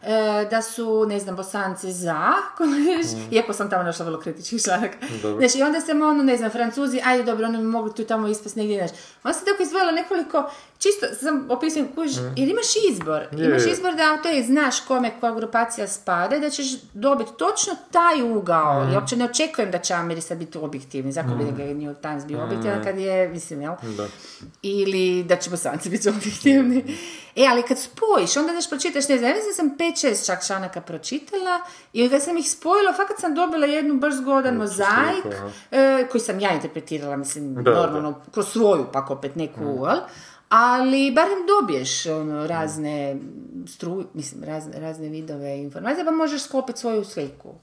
e, da su, ne znam, bosanci za, kužiš,
Mm.
iako sam tamo našla vrlo kritički članak. Znači, i onda sam ono, ne znam, francuzi, ajde dobro, oni bi mogli tu tamo ispast negdje, znaš. Onda sam tako izdvojila nekoliko, čisto sam opisujem, kužiš, jer imaš izbor, imaš
Mm. je.
izbor izbor da to je, znaš kome koja grupacija spada i da ćeš dobiti točno taj ugao. I uopće ne očekujem da će Ameri sad biti objektivni. Zato bi da ga je New York Times bio objektivan kad je, mislim, mislim, jel? Ili da će bosanci biti objektivni. E, ali kad spojiš, onda daš pročitaš, ne znam, ja mislim da sam 5-6 čak članaka pročitala i kad sam ih spojila, fakat sam dobila jednu baš zgodan mozaik e, koji sam ja interpretirala, mislim, normalno, kroz svoju, pak opet neku,
Mhm.
jel? Ali barem dobiješ ono, razne stru, mislim, razne, razne vidove informacija, pa možeš sklopiti svoju sliku.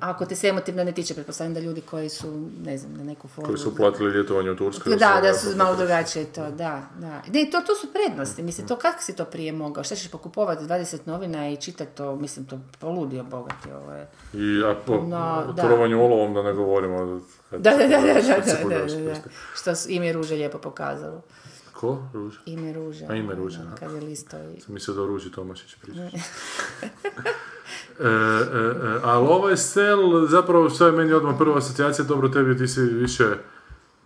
Ako te se emotivno ne tiče, pretpostavljam da ljudi koji su, ne znam, na neku foru...
Koji su platili ljetovanje u Turskoj.
Da, da su malo drugačije to, da, da. Ne, to, to su
Mhm.
prednosti, mislim, to kako si to prije mogao? Šta ćeš pokupovati 20 novina i čitati to, mislim, to poludio bogati ovo je.
I a po
No, da.
trovanju olovom da ne govorimo. kad-
Da, da, da, da, da,
kad se
da, da,
pogledaš
da, da.
prste.
Što su ime ruže lijepo pokazalo.
Ko? Ruža?
Ime ruže.
A, Ime ruže,
ono,
da.
Kad je listo i...
Mislio da o Ruži Tomašić pričaš. E, e, e, ali ovaj sel, zapravo što je meni odmah prva asocijacija, dobro tebi ti si više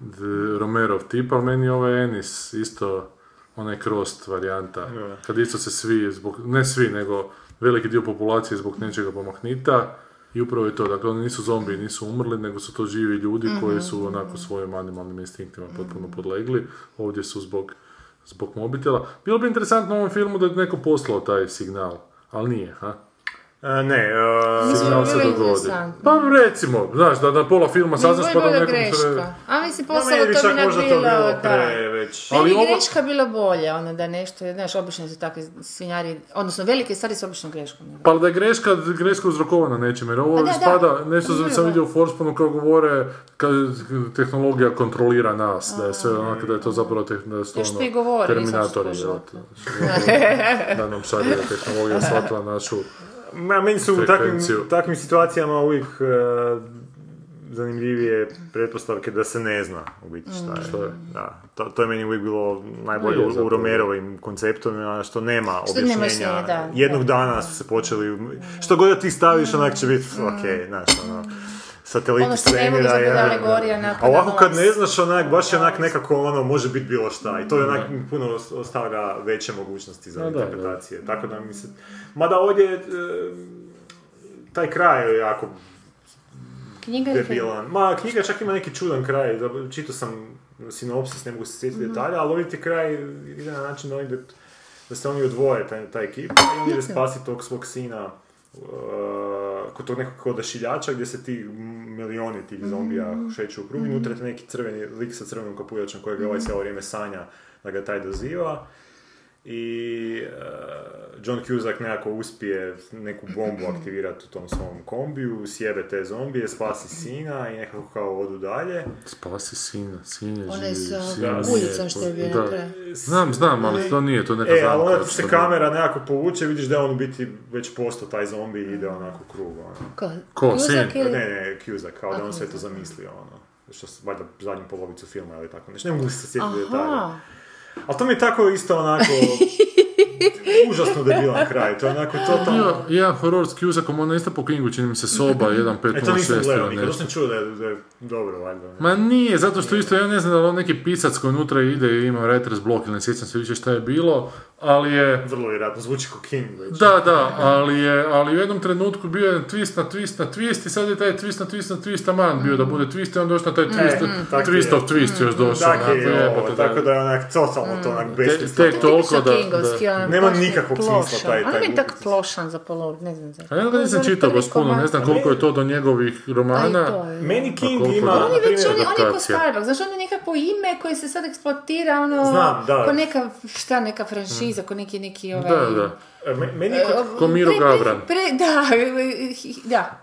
d- Romerov tip, ali meni je ovaj Enis isto onaj Krost varijanta, kad isto se svi, zbog, ne svi, nego veliki dio populacije zbog nečega pomahnita i upravo je to, dakle oni nisu zombi, nisu umrli, nego su to živi ljudi koji
Mhm.
su onako svojim animalnim instinktima potpuno podlegli, ovdje su zbog zbog mobitela. Bilo bi interesantno u ovom filmu da je neko poslao taj signal, ali nije, ha?
E, ne, e,
Mislim,
Signal
bi
se
bilo
dogodi.
interesantno.
Pa recimo, znaš, da na pola filma saznaš pa da
Bilo je
nekom Pa
greška. A mislim, posao
Pa meni bi
to
čak
bi nam
možda to
bilo...
bilo
da.
pre već.
Meni
Ali
je
ovo-
greška bila bolja, ono da nešto, znaš, obično su takvi svinjari, odnosno velike stvari su obično greškom.
Pa da je greška, greška uzrokovana nečim, jer ovo
Pa da, da.
ispada, nešto
Da,
sam
da.
vidio u Forspanu kao govore, kad tehnologija kontrolira nas, da je sve onako, da je to zapravo teh, da su to
Još
ono,
ti govori, nisam
terminatori,
skužila
jel,
to.
da- da nam šalje tehnologija shvatila našu,
Ma, meni su u takvim,
Frekvenciju.
takvim situacijama uvijek e, zanimljivije pretpostavke da se ne zna u biti šta je.
je?
Da, to, to je meni uvijek bilo najbolje
Je,
u- u
zapravo.
Romerovim konceptima, što nema
Što nema
objašnjenja.
objašnjenja, da,
Jednog
da. Mm.
dana su se počeli, što god da ti staviš, onak će biti, ok, znaš, ono, sateliti
Ono što ne mogu
svemira,
između
ja,
alegorija,
da.
nakon
A ovako kad
nas.
ne znaš, onak, baš je onak nekako ono, može biti bilo šta. I to je onak puno os- ostavlja veće mogućnosti za
da, da.
interpretacije. Tako da mi se... Mada ovdje e, taj kraj je jako
Knjiga ili film?
debilan. Ma, knjiga čak ima neki čudan kraj. da- Čitao sam sinopsis, ne mogu se sjetiti detalja, ali ovdje ti kraj ide na način da, oni, det- da se oni odvoje, taj, taj ekip, i on ide spasiti tog svog sina e, kod tog nekog odašiljača gdje se ti milioni tih zombija šeću u krug, unutra je taj neki crveni lik sa crvenom kapuljačom kojeg je ovaj cijelo vrijeme sanja da ga taj doziva i eh, John Cusack nekako uspije neku bombu aktivirati u tom svom kombiju, sjebe te zombije, spasi sina i nekako kao odu dalje.
spasi sina, sinje
Ona je
živi,
sa
sinje
ulicom
je,
što je bio
da.
na kraju.
Znam, znam, ali to nije, to neka
E, ali
zamka,
onda
to
se
je-
kamera nekako povuče, vidiš da je on u biti već postao taj zombi i ide onako u krug. Ono.
Ko?
Ko,
Juzak
sin?
Ne,
ili-
ne, Cusack, kao da
A,
on sve to
Cusack.
zamislio, ono. Što se, valjda, zadnju polovicu filma ili tako nešto. Ne mogu se sjetiti detalja.
Aha.
Ali to mi je tako isto onako... užasno debilan kraj, to je onako totalno...
Bio jedan horor s Cusakom, ona je isto po Kingu, čini mi se soba, 1, 5,
E, to nisam
0, 6
gledao
ili
nikad, to
nešto.
sam čuo da je, da je dobro, valjda.
Ma nije, zato što isto ja ne znam da li on neki pisac koji unutra ide i ima retres blok ili ne sjećam se više šta je bilo, ali je...
Vrlo vjerojatno, zvuči kao King već.
Da, da, ali je, ali u jednom trenutku bio je twist na twist na twist i sad je taj twist na twist na twist aman bio da bude twist i onda još na taj twist,
E, tako
twist
je.
of twist još došao.
Tako
onako,
je, ovo,
jebote,
tako da je onak totalno to onak
Te,
besmisno.
tek toliko da...
Kingovski,
da.
ono,
Nema
baš mi je
nikakvog
plošan.
smisla taj-
Ono
taj
mi je tak
upis.
plošan za polog, ne znam zašto.
A ja ga nisam čitao baš puno, ne znam koliko je to do njegovih
romana.
romana.
Meni King
koliko
ima,
da?
na
On je već,
primjer,
on je, on je ko
adaptacija.
Starbucks, znaš, on je nekako ime koje se sad eksploatira, ono,
Znam, da.
ko neka, šta, neka franšiza, ko neki, neki, ovaj...
Da, da.
e, me- meni je kod...
Ko Miro
Pre- pre-
Gavran.
pre- da, hi- da.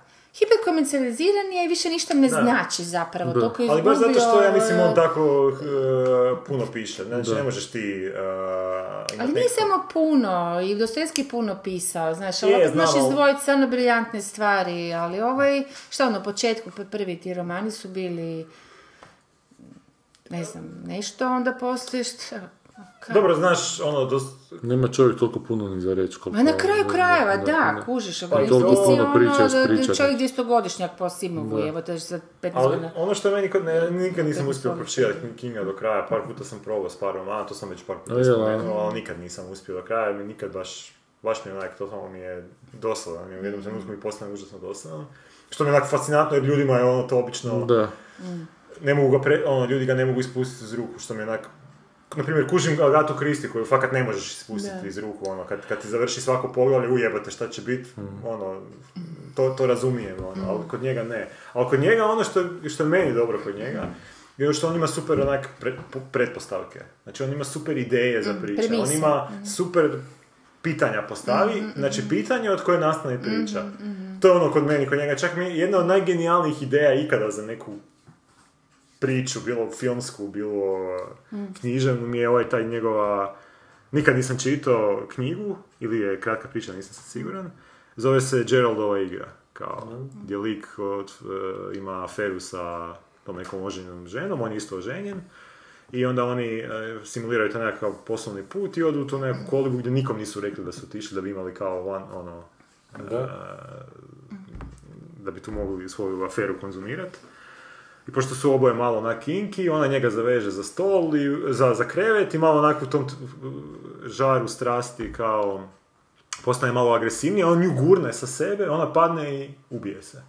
Hiperkomercijaliziran je i više ništa ne znači zapravo.
Da.
Toliko je
Ali baš zato što ja
izgubio,
mislim on
e,
tako e, puno piše, znači ne možeš ti... e, imat
Ali nije
neko-
samo puno, i Dostojevski je puno pisao, znaš,
Je,
ali opet znaš
znam, ali-
izdvojiti stvarno briljantne stvari, ali ovaj, šta ono, početku, p- prvi ti romani su bili, ne znam, nešto, onda poslije šta, ka-
Dobro, znaš, ono, dost...
Nema čovjek toliko puno ni za reći koliko...
Ma na kraju
ono,
krajeva,
ne,
da,
ne.
kužiš,
Pa
ovo nisi
toliko puno
ono
priča
da- da
ispričati.
čovjek dvjestogodšnjak po Simovu,
Da.
evo to je za 15
Ali
godina.
ono što meni kod ne, nikad nisam uspio pročitati Kinga do kraja, par puta sam probao s par romana, to sam već par
A
puta
je,
spomenuo, ali nikad nisam uspio do kraja, mi nikad baš, baš mi je onak, totalno mi je dosadan, i u jednom trenutku mi postane užasno dosadan. Što mi je onak fascinantno jer ljudima je ono to obično
Da.
ne mogu ga pre, ono, ljudi ga ne mogu ispustiti iz ruku, što mi je onak... Na primjer, kužim Agatu Kristi koju fakat ne možeš ispustiti iz ruku, ono, kad, kad ti završi svako poglavlje, ujebate šta će biti, ono, to, to razumijem, ono, ali kod njega ne. Ali kod njega ono što, je- što je meni dobro kod njega, je ono što on ima super onak pre- po- pretpostavke. Znači on ima super ideje za priče, on
premise.
ima super pitanja postavi, znači pitanje od koje nastane priča. To je ono kod meni, kod njega čak mi je jedna od najgenijalnijih ideja ikada za neku priču, bilo filmsku, bilo književnu, mi je ovaj taj njegova... Nikad nisam čitao knjigu, ili je kratka priča, nisam sad siguran. Zove se Geraldova igra, kao gdje lik od, e, ima aferu sa tom nekom oženjenom ženom, on je isto oženjen. I onda oni e, simuliraju taj nekakav poslovni put i odu u tu neku kolibu gdje nikom nisu rekli da su otišli, da bi imali kao one, ono, e, da bi tu mogli svoju aferu konzumirati. I pošto su oboje malo onak kinki, ona njega zaveže za stol, i, za, za krevet i malo onako u tom t- žaru strasti kao postane malo agresivnija, on nju gurne sa sebe, ona padne i ubije se.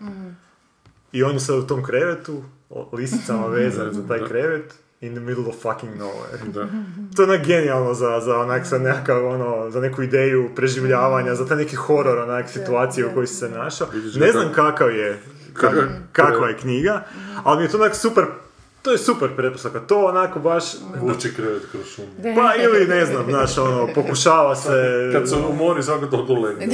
I on je sad u tom krevetu, o- lisicama vezan za taj krevet, in the middle of fucking nowhere. To je onak genijalno za, za onak za nekakav, ono, za neku ideju preživljavanja, za taj neki horor onak situacije u kojoj si se našao. Ne znam kakav je, kak- kakva je knjiga, ali mi je to onak super, to je super pretpostavka, to onako baš,
Vuči krevet kroz šumu.
pa ili ne znam, znaš, ono, pokušava se...
Kad se umori, svako to dolegne.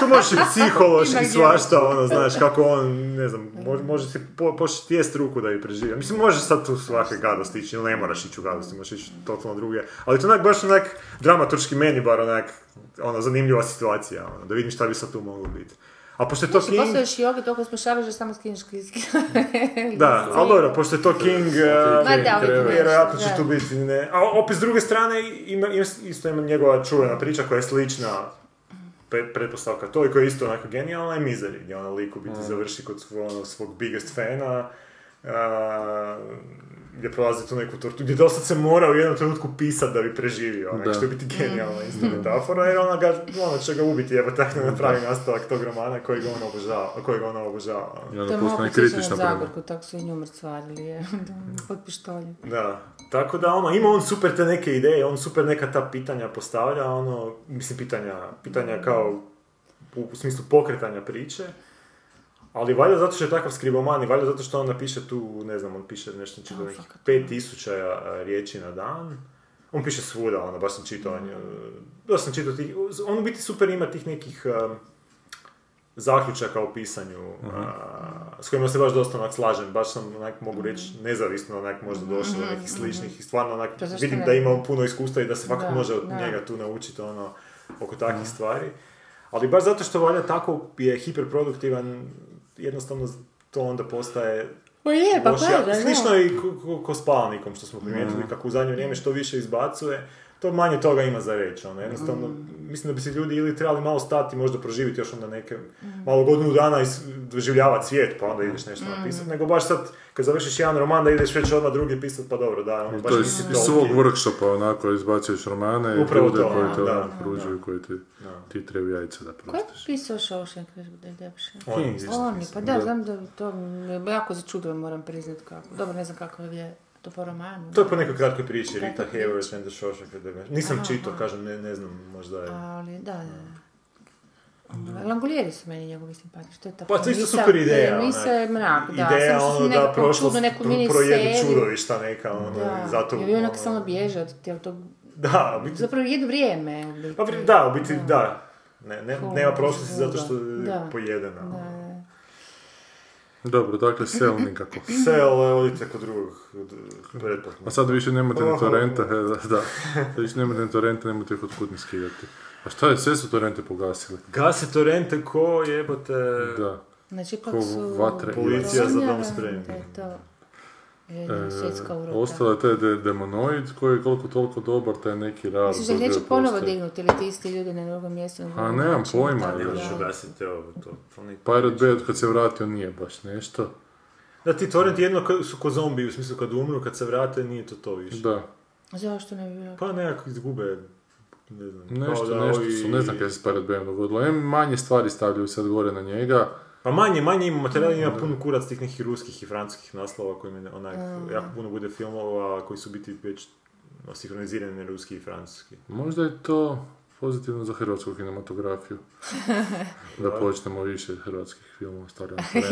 Tu možeš i psihološki
Ima
svašta, ono, znaš, kako on, ne znam, može, može si po, početi jest ruku da ju preživi. Mislim, možeš sad tu svake gadosti ići, ili ne moraš ići u gadosti, možeš ići totalno druge. Ali to onak, baš onak, dramaturški meni bar onak, ono, zanimljiva situacija, ono, da vidim šta bi sad tu moglo biti. A pošto je to King...
Postoje još joge, toliko spušavaš da samo skineš kliski.
Da, ali dobro, pošto je to King, eh,
Ma da, uvijek nešto,
vjerojatno će
da.
tu biti, ne. A opet s druge strane, ima, ima- isto ima njegova čuvena priča koja je slična pre- pretpostavka to i koja je isto onako genijalna je Misery, gdje ona lik u biti završi kod svog, onog svog biggest fana, a, gdje prolazi tu neku tortu, gdje dosta se mora u jednom trenutku pisat da bi preživio, onak, što je u biti
Mm.
genijalna isto metafora, jer ona, ga, ona će ga ubiti, jebo tako ne napravi nastavak tog romana kojeg ona obožava, kojeg ona obožava. ono.
To je malo kritično na Zagorku, tako su i nju mrcvarili, je,
Mm.
pod pištoljem.
Da, tako da ono, ima on super te neke ideje, on super neka ta pitanja postavlja, ono, mislim pitanja, pitanja kao u, u smislu pokretanja priče, ali valjda zato što je takav skriboman i valjda zato što on napiše tu, ne znam, on piše nešto čito nekih 5000 a, riječi na dan, on piše svuda, ono, baš sam čitao, on, je,
Mm.
e, baš sam čitao tih, on u biti super ima tih nekih, a, zaključaka o pisanju,
Mhm.
a, s kojima se baš dosta onak slažem, baš sam onak
Mhm.
mogu reći nezavisno onak možda došao do nekih sličnih i stvarno onak
Pa mhm, zašto
vidim
ne?
da ima puno iskustva i da se fakat
Da,
može od
da.
njega tu naučiti ono oko takvih stvari. Ali baš zato što valja tako je hiperproduktivan, jednostavno to onda postaje
O je, pa
loš
gledaj,
ja-
da.
Slično je i ko, ko, ko s Palnikom što
Mm.
smo primijetili, kako u zadnje vrijeme što više izbacuje, to manje toga ima za reći. Ono. Jednostavno,
Mm.
mislim da bi se ljudi ili trebali malo stati, možda proživiti još onda neke,
Mm.
malo godinu dana i s- doživljavati svijet, pa onda ideš nešto
Mm.
napisati, nego baš sad, kad završiš jedan roman, da ideš već odmah drugi pisat, pa dobro, da, ono, baš
To je
nisi
iz iz
toliki.
svog workshopa onako izbacuješ romane i
Upravo
ljude
to,
koji te
da,
ono
da,
pružuju, koji ti, ti trebaju jajca da
Ko je
prostiš.
pisao Shawshank, veš da je ljepše?
On je isto
Oni,
pisao.
pa da, znam da to me jako začuduje, moram priznat kako. Dobro, ne znam kako je to po romanu.
To je po nekoj kratkoj priči, Rita
Kratkoj
Hayworth and the Shawshank Redemption. Nisam čitao, kažem, ne, ne znam, možda je...
Ali, da, da, da. Langolieri su meni njegovi simpatični, to je tako.
Pa to je isto
Misa-
super ideja.
Misa
onak.
je mrak, da.
Ideja
samo što
ono
su
da
nekako
prošlo
čudno neku
tu
mini
projedu
seriju.
čudovišta neka, ono,
Da,
i zato...
jer vi onak
ono,
samo bježe od tijel tog,
Da, u biti,
zapravo jedno vrijeme. u biti.
pa, pri- da, u biti, da. Ne, ne, nema prošlosti zato što je
Da.
pojedena. ono.
Da, da.
Dobro, dakle, sel nikako.
Sel, evo, odite kod drugog d- pretplatnog.
A sad više nemate ni
Oho.
torrenta, he, da, da. Sad više nemate ni torrenta, nemate ih od kud ni skidati. A šta je, sve su torrente pogasile.
Gase torrente ko jebote...
Da.
Znači, ipak
Ko
su...
vatre i
Policija za dom
spremni.
spremni.
Da je to jedna svjetska
E,
urota.
ostala je taj de- demonoid koji je koliko toliko dobar, taj neki rad.
Misliš da
koji
ih neće
bio
ponovo
postoji.
dignuti ili ti isti ljudi na drugom mjestu? na
A
drugom
nemam
načinu,
pojma.
tako
je li.
da.
Ugasite ovo, to, to ne-
Pirate Bay od kad se vratio nije baš nešto.
Da, ti torrenti jedno ko- su ko zombi, u smislu kad umru, kad se vrate, nije to to više.
Da.
Zašto ne bi bilo?
Pa nekako izgube, ne znam, kao
Nešto,
da
nešto
ovi-
su, ne znam kaj se s Pirate Bayom dogodilo. Em, manje stvari stavljaju sad gore na njega.
Pa manje, manje ima materijala, ima
Mm.
puno kurac tih nekih ruskih i francuskih naslova koji mene onak, jako puno bude filmova koji su u biti već no, sinhronizirani na ruski i francuski.
Možda je to pozitivno za hrvatsku kinematografiju.
Pa.
da počnemo više hrvatskih filmova stavljati. na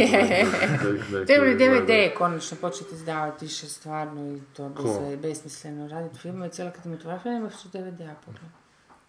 trendove, da ih- da ih
Trebali
ljudi gledaju.
DVD je konačno početi izdavati više stvarno i to bi
Ko?
se besmisleno raditi filmove, cijela kinematografija, nema što DVD-a pogledati.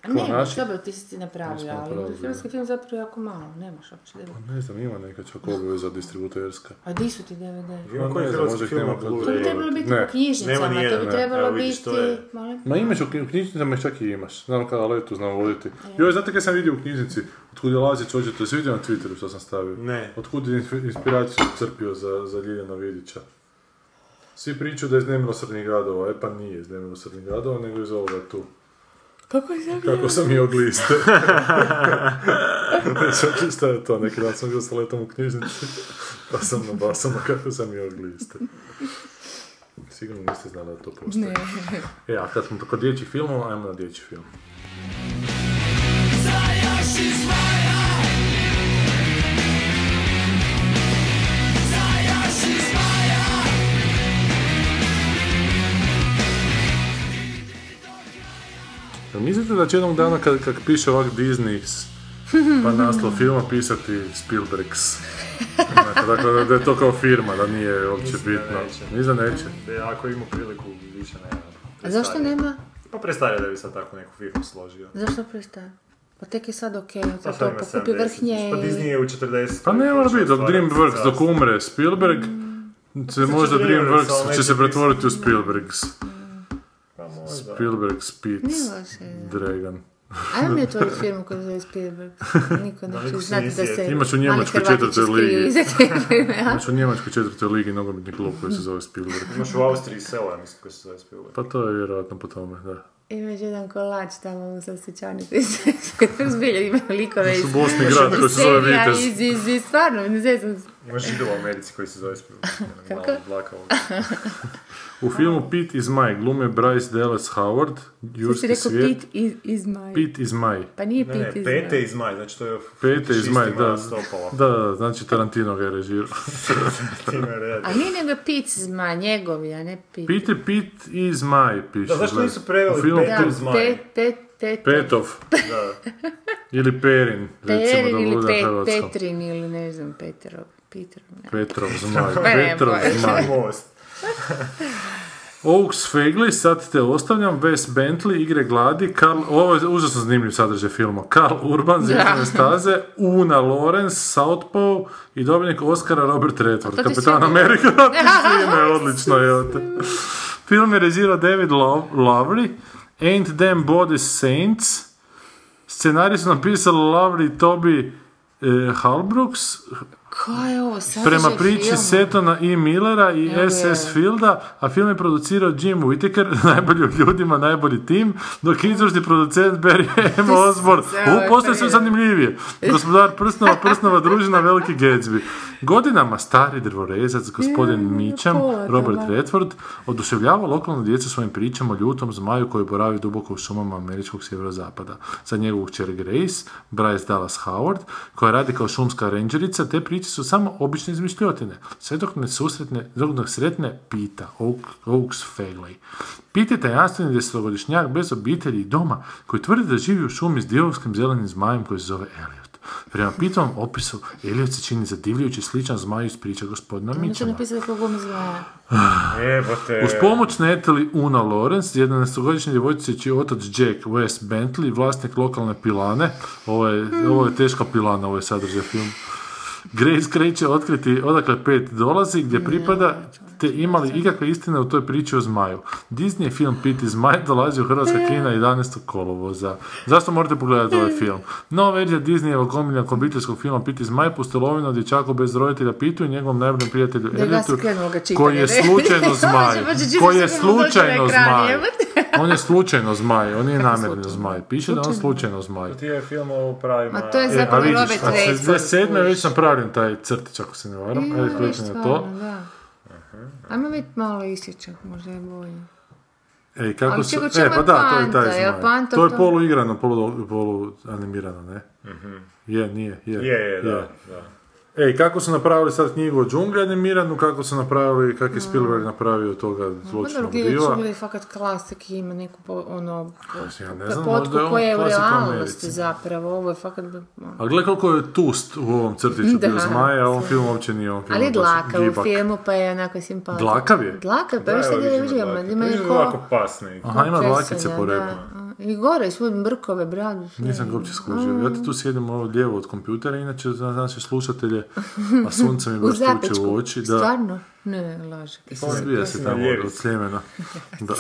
A
Ko,
nemaš,
naši?
dobro, ti si ti napravio,
Nismo
ali
napravili,
hrvatski film zapravo jako malo, nemaš uopće DVD.
Ne znam, ima neka čak obaveza distributerska.
A di su ti DVD?
Ima
Pa ne
koji
znam, možda
hrvatski
ih
film
nema
na
kod-
To bi
Blu-rayu?
trebalo biti
Ne,
u knjižnicama,
nema nijedan,
to bi
ne.
trebalo
Evo vidiš,
biti...
to je-
Molim?
Ma imaš, u knji- u knjižnicama ih čak i imaš. Znam kada letu znam voditi. Joj, znate kaj sam vidio u knjižnici? Otkud je Lazić očito, jesi vidio na Twitteru što sam stavio?
Ne.
Otkud je inspi- inspiraciju crpio za, za Ljiljana Vidića? Svi pričaju da je iz nemilosrdnih gradova, e pa nije iz nemilosrdnih gradova, nego iz ovoga tu.
Kako je zapravo?
Kako sam jeo gliste. ne znam uopće šta je to, neki dan sam bio sa letom u knjižnici, pa sam nabasao na kako sam jeo gliste. Sigurno niste znali da to postoji.
Ne.
E, a kad smo kod dječjih filmova, ajmo na dječji film. Jel mislite da će jednog dana kad, kad piše ovak Disney pa naslov filma pisati Spielbergs? Dakle, dakle, da je to kao firma, da nije uopće
Mislim da
bitno.
neće.
Mislim da neće.
E, ako ima priliku, više ne.
A
prestar
zašto
je.
nema?
Pa prestar je da bi sad tako neku firmu složio.
Zašto prestaje? Pa tek je sad okej,
Pa
sad to pokupi vrhnje
Pa Disney
i...
je u 40.
Pa ne mora biti, dok Dreamworks, dok umre Spielberg, će možda
Dreamworks, ali
Dreamworks
neće
će se
biti-
pretvoriti u Spielbergs.
Pa možda.
Spielberg Spitz
Ne može.
Dragon.
Ajmo mi otvoriti firmu koju zove Spielberg. Niko
Da,
neće
niko se
znati
nije
da se...
sjetio.
Imaš u Njemačkoj četvrtoj ligi. Znači u Njemačkoj četvrtoj ligi nogometni klub koji se zove Spielberg.
Imaš u Austriji sela, ja mislim, koji se zove Spielberg.
Pa to je vjerojatno po tome, da.
Imaš jedan kolač tamo u Sasvećanici. Zbilja ima likove iz...
Su Bosni grad koji se zove
serija,
Vitez.
Iz, iz, iz, stvarno, ne znam.
Imaš židu u Americi koji se zove Spielberg.
ono,
Malo
Kako?
dlaka ovdje.
U filmu Pit is My glume Bryce Dallas Howard,
Ti si
Jurski
rekao
svijet.
Pit iz, iz Maja.
Pit is My.
Pa nije
Ne,
Pit
ne,
iz
pete
Maja.
iz maj, znači to je...
Pete iz Maj,
šistima
da.
Stopala.
Da, znači Tarantino ga je režirao.
Time je red.
A nije nego Pit iz Maja, njegovi, a ne Pit.
Pit je Pit is My, piše.
Da, zašto
gledaj.
nisu preveli
U filmu
Pete
Da,
iz Maja?
Pet, pet, pet,
Petov. Ili Perin, recimo,
Perin
da
ili
bude
pet,
hrvatsko.
Petrin ili ne znam, Peterov. Peterov, ne.
Petrov zmaj,
Pa ne,
Petrov
pa-
zmaj.
Most.
Oaks Fegley, sad te ostavljam, Wes Bentley, Igre gladi, Karl, ovo je užasno zanimljiv sadržaj filma, Karl Urban, Zvijezdane staze, Una Lorenz, Southpaw i dobitnik Oscara Robert Redford,
to ti
Kapitan
sve-
Amerika, Sine, odlično je te. Film je režirao David Lo- Lovery, Ain't Them Body Saints, scenarij su napisali Lovery i Toby e, Halbrooks,
Ko je ovo? Sadržaj
Prema priči
filma?
Setona i Millera i
Jel' je?
SS Fielda, a film je producirao Jim Whittaker, najbolji u ljudima, najbolji tim, dok je izvršni producent Barry M. Osborn.
Sve ovo je
U, Postoje sve
prije.
zanimljivije. Gospodar prstnova, prstnova družina, veliki Gatsby. Godinama stari drvorezac, gospodin Mičam,
pola
Robert
toga.
Redford, oduševljava lokalnu djecu svojim pričama o ljutom zmaju koji boravi duboko u šumama američkog sjeverozapada. Za njegovu kćer Grace, Bryce Dallas Howard, koja radi kao šumska rangerica, te priče su samo obične izmišljotine. Sve dok ne susretne, dok ne sretne Pita, Oak- Oaks Fegley. Pit je tajanstveni desetogodišnjak bez obitelji i doma, koji tvrdi da živi u šumi s divovskim zelenim zmajem koji se zove Elliot. Prema pitovom opisu, Elliot se čini zadivljujući sličan zmaju iz priče gospodina
Mi su
Mičema.
napisali kao gumi zmaja.
Jebote.
Uz pomoć Natalie Una Lawrence, 11-godišnji djevojčice čiji je otac Jack West Bentley, vlasnik lokalne pilane, ovo je,
Hmm.
ovo je teška pilana, ovo je sadržaj film. Grace kreće otkriti odakle pet dolazi, gdje pripada, te imali ikakve istine u toj priči o zmaju. Disney je film Pit iz Zmaj dolazi u hrvatska kina 11. kolovoza. Zašto morate pogledati ovaj film? No, verzija Disneyevog kombinak obiteljskog filma Pit iz Zmaj pustolovina o dječaku bez roditelja Pitu i njegovom najboljem prijatelju
Da ga
Eliotu,
se krenulo ga čitanje. Ono
koji je slučajno zmaj. koji je slučajno zmaj. On je slučajno zmaj, on nije namjerno
slučajno?
zmaj. Piše da je on slučajno zmaj.
Ti je film o pravima...
Ma to je zapravo
A E, vidiš,
Robert
pa a
Redford,
67. je već
kužiš.
napravljen taj crtić, ako se ne varam.
E,
Ajde,
vidiš
klikni na to.
stvarno, da. Ajmo vidjeti malo isječak, možda je bolje.
Ej, kako
Ali
se...
čekaj, u čemu
E, pa
je
da, to je
poanta?
taj
Je li
zmaj.
poanta
To
u
je
tom-
poluigrano, polu, polu animirano, ne? Mhm. Je, nije, je.
Je, je, da. da.
E, kako su napravili sad knjigu o džungli animiranu, kako su napravili, kak je Spielberg napravio toga
Onda
zločinog
Gilić su
diva.
bili fakat klasik i ima neku po- ono, po-
Ja ne znam,
potku
možda je on
koja je u
klasik u
realnosti
Americi.
zapravo, ovo je fakat... bi- ono.
A gle koliko je tust u ovom crtiću
Da.
bio zmaja, a ovom filmu uopće nije on film.
Ali je
baš
dlaka u
gibak.
filmu, pa je onako simpatičan.
Dlakav je?
Dlakav, pa još sad je vidio, ima ima
Vidiš
neko...
da ovako pasne.
Aha, ima dlakice
kompresena,
po rebu.
da. I gore, svoj mrkove, bradu.
Nisam ga uopće skužio. Ja te tu sjedim ovo lijevo od kompjutera, inače za naše slušatelje, a sunce mi
U
baš tuče
zapečku.
u oči. Da,
Stvarno? Ne, laže. Kaj se
odbija se tamo
ljevici.
od sljemena. Da.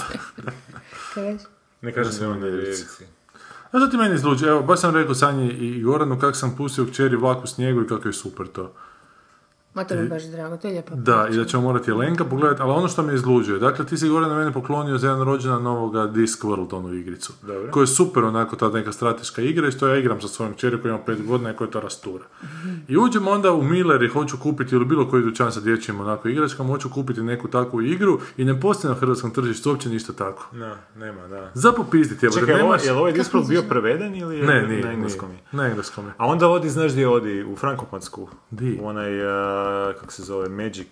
kaže?
Ne kažem se onda ljevici.
A što ti meni izluđi? Evo, baš sam rekao Sanji i Goranu kako sam pustio kćeri vlak u snijegu i kako je super to.
Ma to mi je baš drago, to je lijepa
Da, i da ćemo morati Jelenka pogledati, ali ono što me izluđuje, dakle ti si gore na mene poklonio za jedan rođena novoga Discworld onu igricu,
Dobro.
koja je super onako ta neka strateška igra i što ja igram sa svojom čeri koja ima pet godina i koja to rastura.
Mhm.
I uđem onda u Miller i hoću kupiti ili bilo koji dućan sa dječjim onako igračkama, hoću kupiti neku takvu igru i ne postoji na hrvatskom tržištu uopće ništa tako.
Da, nema, da.
Za popizditi, jebote,
Čekaj, ovo,
nemaš...
je li ovaj Discord bio preveden ili je
Ne, nije,
na
nije.
engleskom? je?
Na engleskom je.
A onda odi, znaš gdje odi? U Frankopansku.
Di?
U onaj, uh, kako se zove, Magic...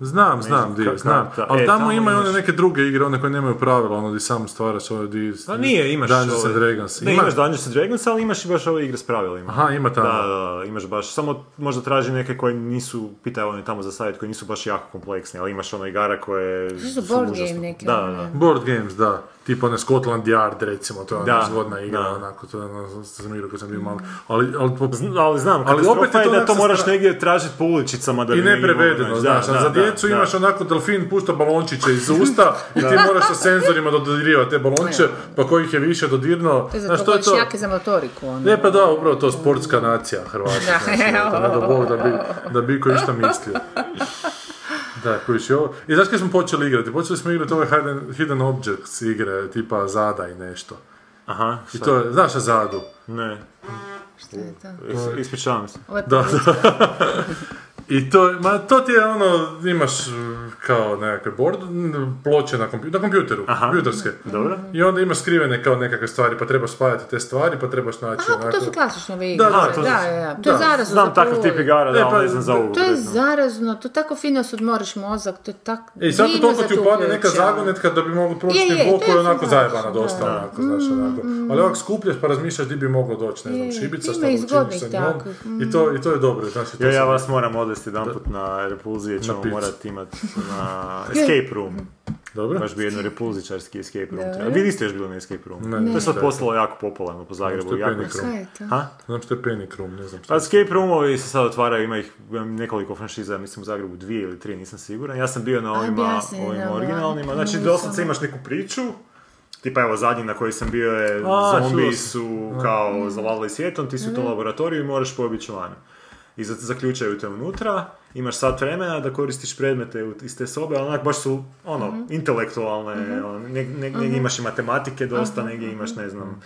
Znam, znam,
znam
di,
ka-
znam.
karta.
Ali
E,
tamo,
tamo
imaju one
imaš-
neke druge igre, one koje nemaju pravila, ono di sam stvaraš, ono di...
Pa nije, imaš...
Dungeons
ove-
and Dragons.
Ne,
Ima-
imaš Dungeons and Dragons, ali imaš i baš ove igre s pravilima.
Aha, ima
Da,
tamo.
da, da, imaš baš, samo možda traži neke koje nisu, pitaju one tamo za savjet, koje nisu baš jako kompleksne, ali imaš ono igara koje
su board game
užasno-
neke,
Da,
ono,
da, da.
ne.
Board games, da. Tipa one Scotland Yard, recimo, to je ona
Da,
zgodna igra,
da. Mm.
onako, to je ono, sam igrao kad sam bio mali. Ali, ali, po-
Zn- Ali znam, ali opet je to da
onak
to
sa
moraš
strane.
negdje tražiti po uličicama da
I
bi
ne
negdje mogao
prevedeno,
naći.
znaš,
Da,
a
da,
za
da,
djecu
da.
imaš ono- onako delfin pušta balončiće iz usta i ti moraš sa senzorima dodirivati te balonče, pa kojih je više dodirno.
To je E, za
Znaš, to je to.
pogodišnjake za motoriku, ono.
Ne, pa da, upravo to sportska nacija Hrvata. znači, eto, ne do Bog da bi, da bi ko išta mislio. Da, kojiš je ovo. I znaš kad smo počeli igrati? Počeli smo igrati ove Hidden, hidden Objects igre, tipa Zada i nešto.
Aha,
I
šta?
to je, znaš za Zadu?
Ne,
Šta je to?
is- ispričavam se.
Ovo je
Da, da. I to, je- ma to ti je ono, imaš mm, kao nekakve board, mm, ploče na, kompju- na kompjuteru, kompjuterske.
Dobro.
I onda imaš skrivene kao nekakve stvari, pa trebaš spajati te stvari, pa trebaš naći
Aha, pa to
onako-
su klasične ove igre.
Da, da,
Da,
to
da,
su-
da. To je
da.
zarazno.
Znam
za
takav
provod.
tip igara, da,
E, pa,
ali ne znam za ovu.
To je
konkretno.
zarazno, to tako fino se odmoriš mozak, to je tako
E, I svako toliko ti upadne neka
ono.
zagonetka da bi moglo proći
Je,
je,
je,
boku
to
je
je
onako
simpatično,
zajebana dosta,
da. Mm,
onako, znaš, onako. Ali ovak skupljaš pa razmišljaš di bi moglo doći, ne znam,
Je,
šibica,
ima
što učiniš
izgodnih
sa njom.
takvih, mm.
I to, I to je dobro, znači, to
Jo, ja
sam-
vas moram odvesti jedan put na repulzije, ćemo
picu.
morati imati na escape room.
Dobro?
Baš bi jedno repulzičarski escape room.
Dobro.
treba. Vi niste još bili na escape roomu.
Ne.
To je sad postalo jako popularno po Zagrebu.
Stepeni
Jako...
krug.
Šta je to?
Ha?
Znam što je Panic Room, ne znam
Pa
što.
escape roomovi se sad otvaraju, ima ih nekoliko franšiza, mislim u Zagrebu dvije ili tri, nisam siguran. Ja sam bio na ovima,
objasni
ovim
nam,
originalnima.
a,
Znači,
nisam.
doslovce imaš neku priču, Tipa evo zadnji na koji sam bio je
A, čuo
zombi
sam.
su kao zavladali svijetom, ti si u tom laboratoriju i moraš pobjeći van. I za- zaključaju te unutra, imaš sat vremena da koristiš predmete u- iz te sobe, ali onak baš su ono, intelektualne, ono, neg- neg- negdje imaš i matematike dosta, negdje imaš ne znam,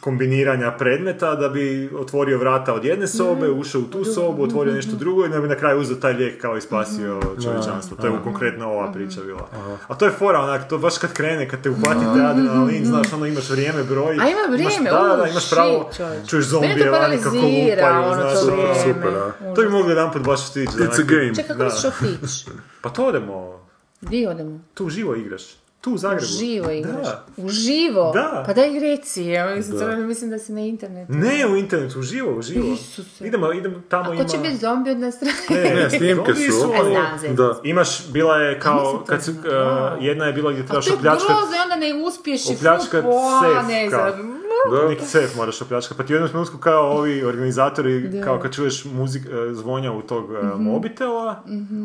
kombiniranja predmeta da bi otvorio vrata od jedne sobe,
Mhm.
ušao u tu sobu, otvorio nešto drugo i da bi na kraju uzeo taj lijek kao i spasio
Mhm.
čovječanstvo. To je konkretno ova priča bila. A to je fora onak, to baš kad krene, kad te uhvati taj adrenalin, znaš, onda imaš vrijeme, broj.
Mhm. A ima
imaš-
vrijeme,
da, da,
u,
imaš pravo,
shit, čovječe.
čuješ
Mene
zombije
to
vani kako
paralizira,
lupaju,
ono,
znaš,
to
ono,
vrijeme.
super, a.
To bi mogli jedan put baš otići. da
It's a
onak-
game.
Čekaj,
Da.
kako ćeš otić?
Pa to odemo,
Gdje odemo?
tu uživo igraš, tu u Zagrebu.
Uživo igraš.
Da.
Uživo?
Da.
Pa daj reci, evo, mislim, stvarno mislim da si na internetu.
Ne, u internetu, uživo, uživo.
Isuse.
Idemo, idemo, tamo
A
ima...
ko će biti zombi od nas strane?
Ne,
Ne, snimke
zombi
su.
A
ono-
znam, znam.
Da.
Imaš, bila je kao,
Mislim, to
kad su,
je-
e, jedna je bila gdje
A
trebaš
Pa to je grozno,
opljačkat,
i onda ne uspiješ i
opljačkat
fut, o,
sef,
ne
kao.
znam.
Da.
neki sef moraš opljačkat, pa ti u jednom trenutku kao ovi organizatori, kao kad čuješ muzik, e, zvonja u tog e,
Mhm.
mobitela,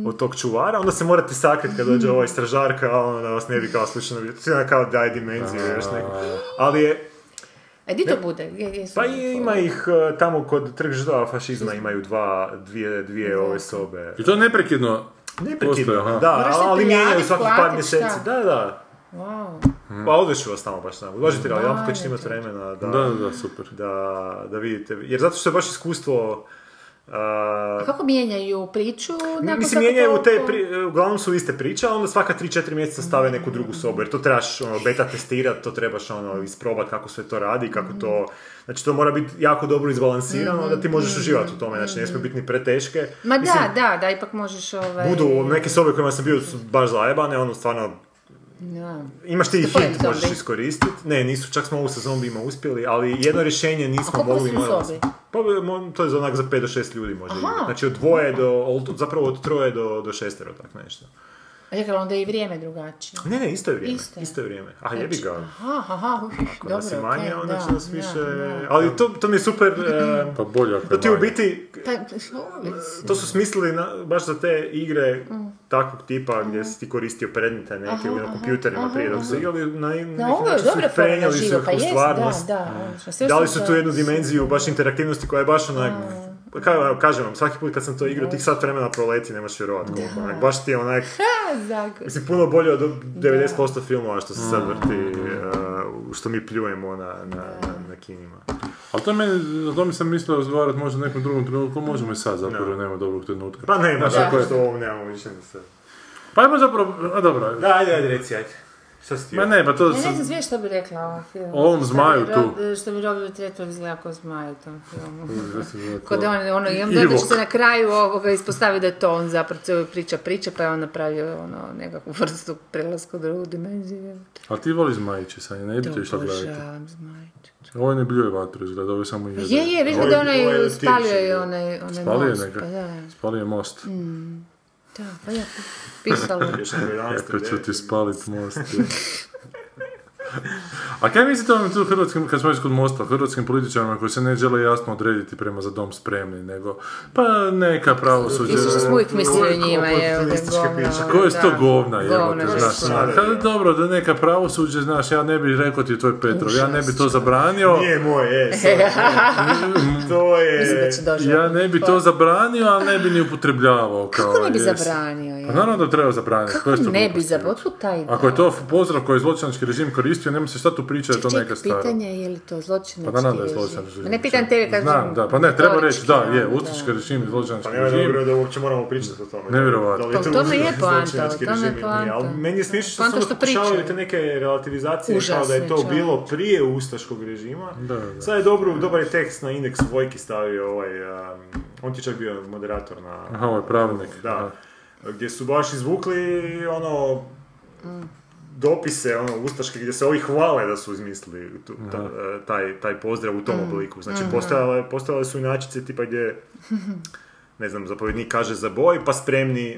od tog čuvara, onda se morate sakriti kad dođe ovaj stražar, kao ono da vas ne bi kao slično vidio, to je kao daj dimenziju, još neko. Ali je,
A E, di to bude? Gdje- gdje su
pa
oni
i,
to?
ima ih e, tamo kod trg žrtava fašizma imaju dva, dvije, dvije ove sobe.
I to je neprekidno. Postoje,
Neprekidno,
aha.
da,
Moraš se
ali mijenjaju
prijaviti,
svakih par
platit,
mjeseci.
šta?
Da, da,
Wow.
Pa odveću vas tamo baš tamo. Dođite ali jedan
Ajde,
ćete imati vremena da,
Da, da, da, super.
da, da vidite. Jer zato što je baš iskustvo Uh,
Kako mijenjaju priču? nakon
Mislim,
svakog
mijenjaju te,
toliko?
pri- uglavnom su iste priče, a onda svaka 3-4 mjeseca stave neku drugu sobu, jer to trebaš ono, beta testirat, to trebaš ono, isprobat kako sve to radi, kako
Mhm.
to... Znači, to mora biti jako dobro izbalansirano, da ti možeš uživati u tome, znači ne smije biti ni preteške.
mhm, Ma
Mislim,
da, da, da, ipak možeš ovaj...
Budu neke sobe u kojima sam bio su baš zajebane, ono stvarno
Da.
Imaš ti i
Stoje
hint, možeš
zombi.
iskoristiti. Ne, nisu, čak smo ovu sa zombijima uspjeli, ali jedno rješenje nismo
koliko
mogli.
su
morali
zombi?
smo- Pa mo- to je za onak za 5 do 6 ljudi možda
Aha.
igrat. Znači od dvoje do, od- zapravo od troje do, do šestero, tak nešto.
A Čekaj, onda je i vrijeme drugačije.
Ne, ne, isto je vrijeme.
Isto
Isto
je.
je, vrijeme. A jebi ga.
Aha, aha, uf,
Ako
dobro,
nas je manje,
okej,
onda
da,
će nas
da,
više...
da.
Ali to, to mi je super... e,
Pa bolje ako
da
je
ti u
manje.
biti
Pa, ovisi.
To su smislili na, baš za te igre
Mm.
takvog tipa gdje si ti koristio predmete neke na kompjuterima prije dok su igrali, na neki
Da, ovo je
način su
dobra
ih
forma na
prenijeli su
živo,
ih
pa
u
jest, da,
stvarnost.
da. odlično. Sve
Dali su
super.
tu jednu dimenziju baš interaktivnosti koja je baš onak,
Mm.
ka- evo, kažem vam, svaki put kad sam to igrao, tih sat vremena proleti, nemaš vjerovat koliko, onak, baš ti je onak,
Ha, zakon.
mislim, puno bolje od 90% filmova što se sad
Mm.
vrti, uh, što mi pljujemo na, na, na, na kinima.
Ali to, meni, o tome sam mislio razgovarati možda u nekom drugom trenutku, možemo i sad zapravo, jer nema dobrog trenutka.
Pa nema,
Znaš, ako
tako
je-
što ovom nemamo više ni sad.
Pa ajmo zapravo, a dobro,
Da, ajde, ajde, reci, ajde. Šta si ti?
ma ne, pa to
Ja ne znam
sam,
sve što bi rekla o ovom filmu.
O ovom
Što
zmaju
bi Rob- Što bi Robert Redford izgleda kao zmaj u tom filmu. Kod da on, ono, imam dojam da će
Ivok.
se na kraju ovoga ispostaviti da je to on zapravo cijelo priča priča, pa je on napravio ono, nekakvu vrstu prelaska u drugu dimenziju.
ali ti voliš zmajiće, Sanja, ne bi
To
ti išla gledati.
obožavam zmajče.
Ovo ne bljuje vatru izgleda, ovo je samo jede.
Je, je, viš
Ovo
da je
ovaj
onaj
leptić
spalio je
je.
onaj, onaj
Spalio je
most,
neka.
pa da,
Spali je most.
Mm. da, pa da, pisalo. je.
Još nego 11,
Kako ću ti
9.
spalit most. je. A kaj mislite o ovim tu hrvatskim, kad smo već kod mosta, hrvatskim političarima koji se ne žele jasno odrediti prema za dom spremni, nego pa neka pravosuđe.
Ti si što uvijek mislio
Koje
o njima, je, da
oportunističke priče.
Koje su to
da.
govna, jebote,
Govna,
znaš, ono?
baš su.
a kad dobro, da neka pravosuđe, znaš, ja ne bih rekao ti, to je Petrov, ja ne bih to zabranio,
Nije moj, je, sorry. to
Mislim da
je...
će doći.
E, ja ne bih to zabranio, ali ne bih ni upotrebljavao.
Kako
kao,
ne bi
jest.
zabranio, je?
Pa naravno da treba zabraniti.
Kako
koje su to
ne bi
gluposti?
zabranio? Otkud taj ideja?
Ako je to pozdrav koji je zločinački režim koristio, nema se šta tu priča, da je to
Ček,
neka stara.
pitanje je je li to zločinački
Pa da, da je
režim?
zločinački režim.
Ma Ne pitan tebe kad
Znam, da, pa ne, treba reći, da, je, ustaški režim i zločinački
Pa nema dobro
režim.
da uopće moramo pričati o tome.
Nevjerovatno.
Da li
Pa u
to
tome je
zločinački
poanta, u tome je
režim ili nije,
poanta.
Ali meni je smiješno što
Poanta
su
što
onda pokušavaju
pričaju.
te neke relativizacije kao da
Užasne,
je to
čao.
bilo prije ustaškog režima.
Da, da.
Sad je dobro, dobar je tekst na indeks Vojki stavio ovaj, um, on ti je čak bio moderator na...
Aha, ovo je pravnik.
Da.
Aha.
Gdje su baš izvukli ono dopise ono ustaške gdje se ovi hvale da su izmislili tu- ta- e, taj, taj pozdrav u tom obliku. Znači postojale, postojale su inačice tipa gdje ne znam, zapovjednik kaže za boj, pa spremni, e, e, e,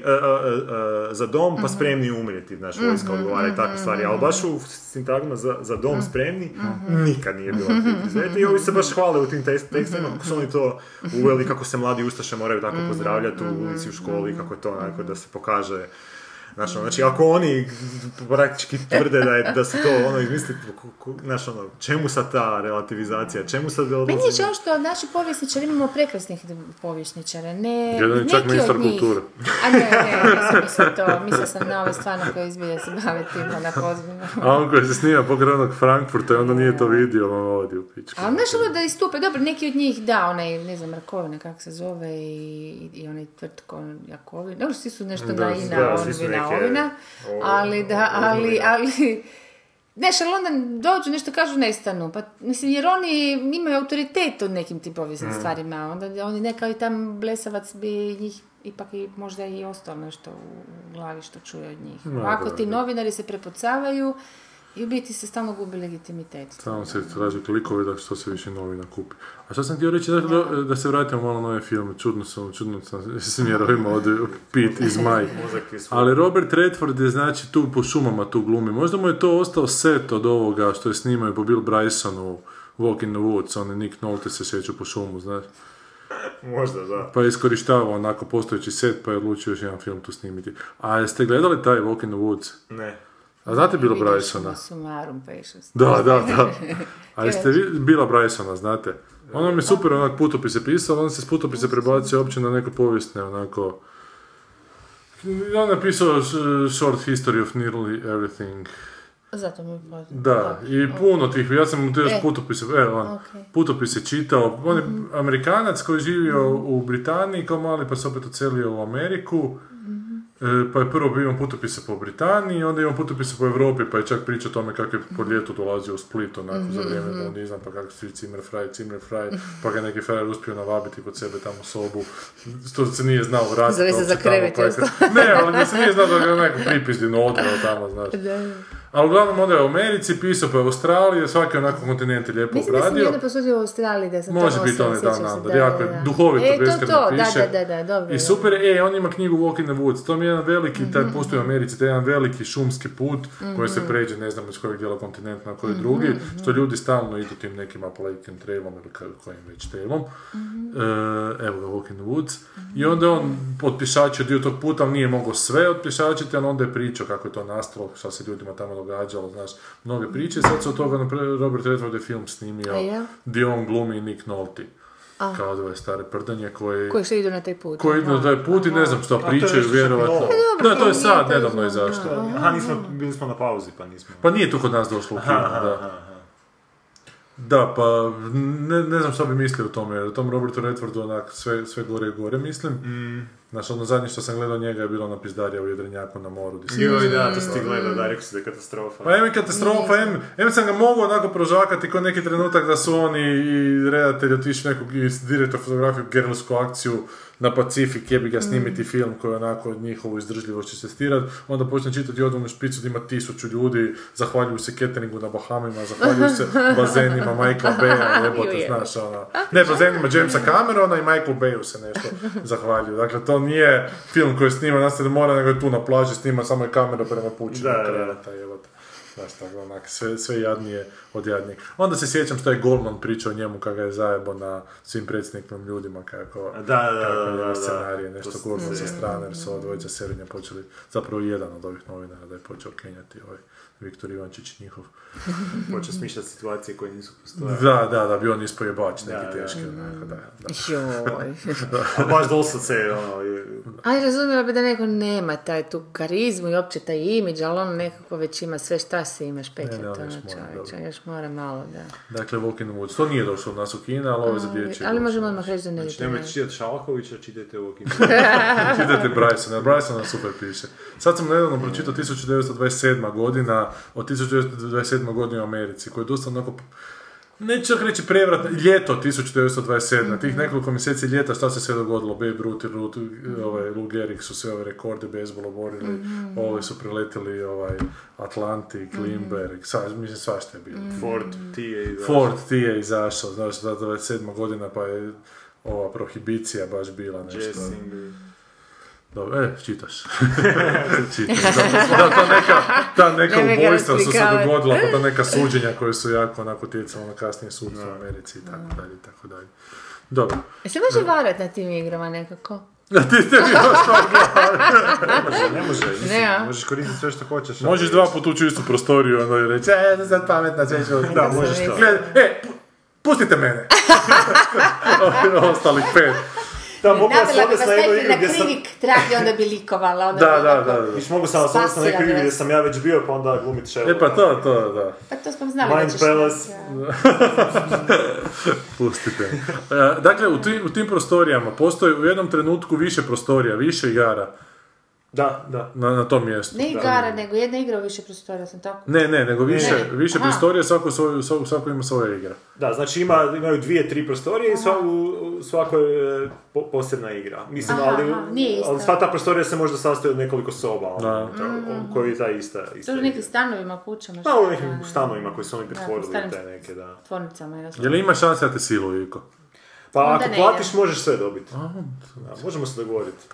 e, za dom, pa spremni umrijeti, znaš, vojska odgovara i takve stvari, ali baš u sintagma za, za dom spremni nikad nije bilo kritizirati i ovi se baš hvale u tim test- tekstima, kako su oni to uveli, kako se mladi ustaše moraju tako pozdravljati u ulici, u školi, kako je to onako da se pokaže Znaš, ono, znači, ako oni praktički tvrde da, je, da se to ono izmisli, ko- ko- znaš, ono, čemu sad ta relativizacija, čemu sad
Meni je žao što naši povjesničari imamo prekrasnih povjesničara, ne
Jedan je čak
neki
ministar
od njih.
kulture.
A ne, ne, nisam mislila to, mislila sam na ove stvarno koje izbilja se bave tim, onako ozbiljno.
A on koji se snima pokraj onog Frankfurta i onda nije to vidio, on ovdje u pičku.
Ali znaš ono da istupe, dobro, neki od njih, da, onaj, ne znam, Rakovina kako se zove i, i onaj tvrtko Jakovina, dobro, svi su nešto da, ina,
da, svi su
onvina,
neke-
ovina,
o-
ali da, ali, ali, znaš, ali onda dođu, nešto kažu, nestanu, pa, mislim, jer oni imaju autoritet u nekim tim povijesnim
Mm.
stvarima, onda oni neka i tam blesavac bi njih ipak i možda i ostalo nešto u u glavi što čuje od njih. Ovako ti novinari se prepucavaju i u biti se stalno gubi legitimitet.
Samo se traži klikove da što se više novina kupi. A što sam htio reći, da, da, da se vratimo malo na ove filme, čudno sam, čudno sam smjerovima od Pit iz Maj. Ali Robert Redford je znači tu po šumama tu glumi. Možda mu je to ostao set od ovoga što je snimao i po Bill Brysonu Walk in the Woods, on je Nick Nolte se sjećao po šumu, znaš.
Možda, da.
Pa je iskorištavao onako postojeći set, pa je odlučio još jedan film tu snimiti. A jeste gledali taj Walk in the Woods?
Ne.
A znate Bill
Vidiš, ono,
Brysona?
Sumarum patience.
Da, da, da. Ali ste vi bila Brysona, znate? On vam je super onak putopise pisao, on se s putopise prebacio uopće na neko povijesne onako... On je napisao uh, Short History of Nearly Everything.
Zato mi je poznat.
Da, i puno tih, ja sam tu još
E.
putopise, evo, on,
Ok. Mhm.
putopise čitao, on je Amerikanac koji je živio u Britaniji kao mali, pa se opet odselio u Ameriku,
Mhm.
E, pa je prvo bio imao putopise po Britaniji, onda imao putopise po Europi, pa je čak pričao o tome kako je po
Mhm.
ljetu dolazio u Split, onako, za vrijeme modernizma, pa kako svi cimer fraj, cimer fraj, pa ga je neki frajer uspio navabiti kod sebe tamo sobu, što se nije znao vratiti.
Zove se
uopće
za
tamo,
krevet,
pa je-
jasno.
Ne, ali da se nije znao da ga je neko pripizdino odveo tamo, znaš. Ali uglavnom onda je u Americi pisao, pa je u Australiji, svaki onako kontinent je lijepo
Mislim da sam
obradio.
jedno posudio u Australiji da sam
Može
tamo
biti
ostala,
on je dan
sjećam se,
Under, jako je duhovito,
e, to,
beskrajno
to,
piše.
Da, da, da, da, dobro.
I
da. Mhm.
super, e, on ima knjigu Walk in the Woods, to mi je jedan veliki, taj postoji u Americi, taj jedan veliki šumski put koji se pređe, ne znam iz kojeg dijela kontinenta na koji
Mhm.
drugi, što ljudi stalno idu tim nekim Appalachian trailom ili ka- kojim već trailom.
Mhm.
E, evo ga, Walk in the Woods. I onda je on otpišačio dio tog puta, ali nije mogao sve otpišačiti, ali onda je pričao kako je to nastalo, šta se ljudima tamo događalo, znaš, mnoge priče. Sad se od toga napra- Robert Redford je film snimio,
A je?
gdje on glumi Nick Nolte. Kao dvoje stare prdanje koje
Koji se idu na taj put.
koji idu na taj put i ne znam šta pričaju,
nešto
vjerovatno.
novo.
dobro,
Da, to
to
je
nije
sad,
to
nedavno je
znam,
zašto.
Aha, nismo, bili smo na pauzi, pa nismo.
Pa nije tu kod nas došlo u kino, da. Da, pa ne, ne znam šta bi mislio o tome, jer o tom Robertu Redfordu onak sve, sve gore i gore mislim. Znaš, ono zadnje što sam gledao njega je bilo na pizdarija u Jedrenjaku na moru. Di se
Joj, da, to si ti gledao, da, rekao si da je katastrofa.
Pa em je katastrofa, em, em sam ga mogao onako prožakati kod neki trenutak da su oni i redatelj otišli nekog i direktor fotografiju gerlsku akciju na Pacifik, jebi ga snimiti film koji onako njihovu izdržljivost će se stirat, onda počne čitati odvojnu špicu gdje ima tisuću ljudi, zahvaljuju se cateringu na Bahamima, zahvaljuju se bazenima Michael Baya, jebote,
Jujeo.
znaš, ona. Ne, bazenima Jamesa Camerona i Michael Bayu se nešto zahvaljuju. Dakle, to nije film koji snima na sred mora, nego je tu na plaži, snima samo je kamera prema pući
Da, da, da.
kreveta, jebote. Znaš, tako onak, sve, sve jadnije od jadnijeg. Onda se sjećam što je Goldman pričao o njemu kada ga je zajebo na svim predsjednikom ljudima kako...
Da, da, da,
kako je
da, da,
njegov
da.
scenarij, nešto
To s-
Goldman sa strane, jer su ova dvojica Serinja počeli, zapravo jedan od ovih novinara da je počeo kenjati ovaj Viktor Ivančić njihov.
Počeo smišljati situacije koje nisu postojale.
Da, da, da, bi on ispojebač neki
da.
teški, onako, da, da.
Mm. Joj.
A baš dosad se, ono, je-
Ali razumjela bi da neko nema taj tu karizmu i opće taj imidž, ali on nekako već ima sve šta si imaš petlja
ne, on
to
još
na
mora,
čovječa,
dobro.
još mora malo, da.
Dakle, Walk in the Woods. To nije došlo od nas u Kina, ali ovo je za
Ali,
dječje.
ali možemo odmah reći da ne
Znači,
ide.
nemojte čitati Šalakovića, čitajte ovo Kim.
Čitajte Brysona, Brysona super piše. Sad sam nedavno pročitao 1927. godina, od 1927. godine u Americi, koji je dosta onako Neću čak reći prevrat, ljeto 1927. Tih nekoliko mjeseci ljeta šta se sve dogodilo, Babe Ruth i Ruth, ovaj, Lou Gehrig su sve ove rekorde bejsbola borili, ovi su preletili ovaj, Atlantik, Limberg, sva, mislim svašta je bilo.
Ford T je izašao.
Ford ti je izašao, znači da 27. godina pa je ova prohibicija baš bila nešto.
Jessing i-
Dobro, e, čitaš. čitaš. Da, da, ta neka, ta neka
Nemoj ga
ubojstva su se
rasklikavati.
dogodila, pa ta neka suđenja koje su jako onako utjecala na kasnije sudstvo u Americi i tako dalje i tako dalje. Dobro.
E se može varat na tim igrama nekako?
Ti ste mi još to-
Ne može, mislim,
Ne, a?
možeš koristiti sve što hoćeš. ali-
Možeš dva puta ući u istu prostoriju onda i reći, e, ne znam pametna, sve ću...
Da, možeš to.
Gled, e, pu- pustite mene. Ostalih pet.
Da, mogu vas
Navela bi
odvesti
vas
na jednu
najprije
igru
na
gdje sam...
krivik trag i onda bi likovala. Onda
Da,
bi
da,
onako-
da, da.
Viš mogu sam vas odvesti na neku
Spasila bi
igru gdje
vas.
sam ja već bio, pa onda glumit šelo.
E pa to, to, da.
Pa to smo znali da
Mind
ćeš
Palace.
naći,
Pustite. E, dakle, u tim, u tim prostorijama postoji u jednom trenutku više prostorija, više igara
Da, da.
na, na tom mjestu.
a. Ne igara, nego jedna igra u više prostora sam tako.
Ne, ne, nego više,
Ne.
više
Aha.
prostorija, svako, svoju, svako, svako ima svoja igra.
Da, znači ima, imaju dvije, tri prostorije i sva, u, u svakoj e, po- posebna igra. Mislim,
Aha,
ali,
aha, nije ista.
ali sva ta prostorija se možda sastoji od nekoliko soba, ono, to- o- koji je ta ista. ista
Mhm. To su
igra.
neki stanovima, kućama.
Pa
što-
u nekim stanovima koji su oni pretvorili
starim
u te neke, da.
Tvornicama, jasno.
Je li ima šanse da te siluju, Iko?
Pa
Onda
ako
ne
platiš možeš sve dobiti. Da, možemo se dogovoriti.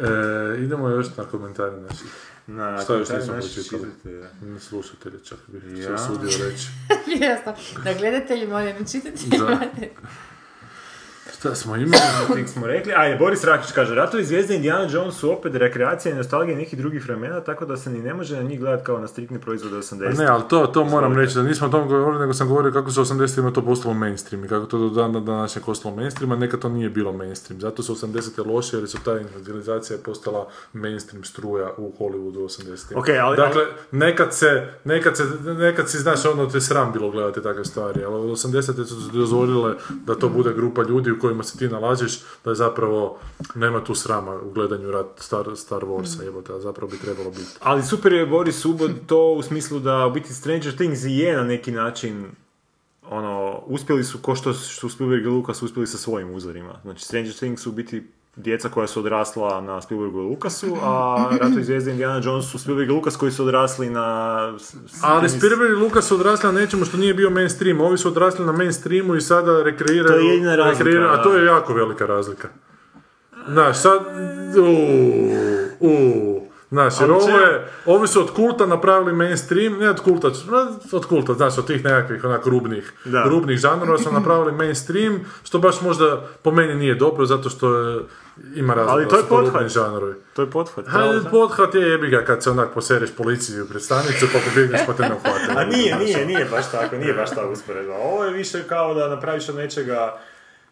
E, idemo još na komentare naših
Na,
Šta još
komentare
nismo
naše
pročitali?
čitajte, da.
slušatelja, čak bih se
Ja.
usudio reći.
Jasno. Da gledatelji molim čitati.
Da. Šta smo imali?
Tik Ono smo rekli. A je, Boris Rakić kaže, ratovi zvijezde Indiana Jones su opet rekreacija i nostalgija nekih drugih vremena, tako da se ni ne može na njih gledati kao na striktni proizvod 80.
Pa Ne, ali to, to moram reći, da nismo o tom govorili, nego sam govorio kako su 80-ima to postalo mainstream i kako to do dana današnjeg ostalo mainstream, a nekad to nije bilo mainstream. Zato su 80-te loše jer su ta industrializacija postala mainstream struja u Hollywoodu u 80-ima.
Ok, ali-
dakle, nekad se, nekad se, nekad si, znaš, ono te sram bilo gledati takve stvari, ali od 80-te su dozvolile da to bude grupa ljudi u kojima se ti nalaziš, da je zapravo nema tu srama u gledanju rat Star, Star Warsa, jebote, a zapravo bi trebalo biti.
Ali super je Boris Ubod to u smislu da u biti Stranger Things i je na neki način ono, uspjeli su, ko što su Spielberg i Lucas uspjeli sa svojim uzorima. Znači Stranger Things su u biti djeca koja su odrasla na Spielbergu i Lucasu, a Ratovi zvijezde Indiana Jones su Spielberg i Lucas koji su odrasli na... s- s-
Ali
s-
Spielberg i Lukas su odrasli na nečemu što nije bio mainstream. Ovi su odrasli na mainstreamu i sada rekreiraju...
To je jedina razlika,
rekreiraju-
da.
a to je jako velika razlika. Znaš, sad... Uuu, uuu. Znaš, jer
Ali
ovo
čemu?
je, ovi su od kulta napravili mainstream, ne od kulta, no, od kulta, znaš, od tih nekakvih onak rubnih,
Da.
rubnih žanrova su napravili mainstream, što baš možda po meni nije dobro, zato što je- ima razlika,
Ali to je
su to rubni
pothvat.
žanrovi.
To je pothvat.
Hajde,
da.
pothvat je jebi ga kad se onak posereš policiju pred stanicu pa pobjegneš pa te ne uhvate.
A nije, nije, nije baš tako, nije baš ta usporedba. Ovo je više kao da napraviš od nečega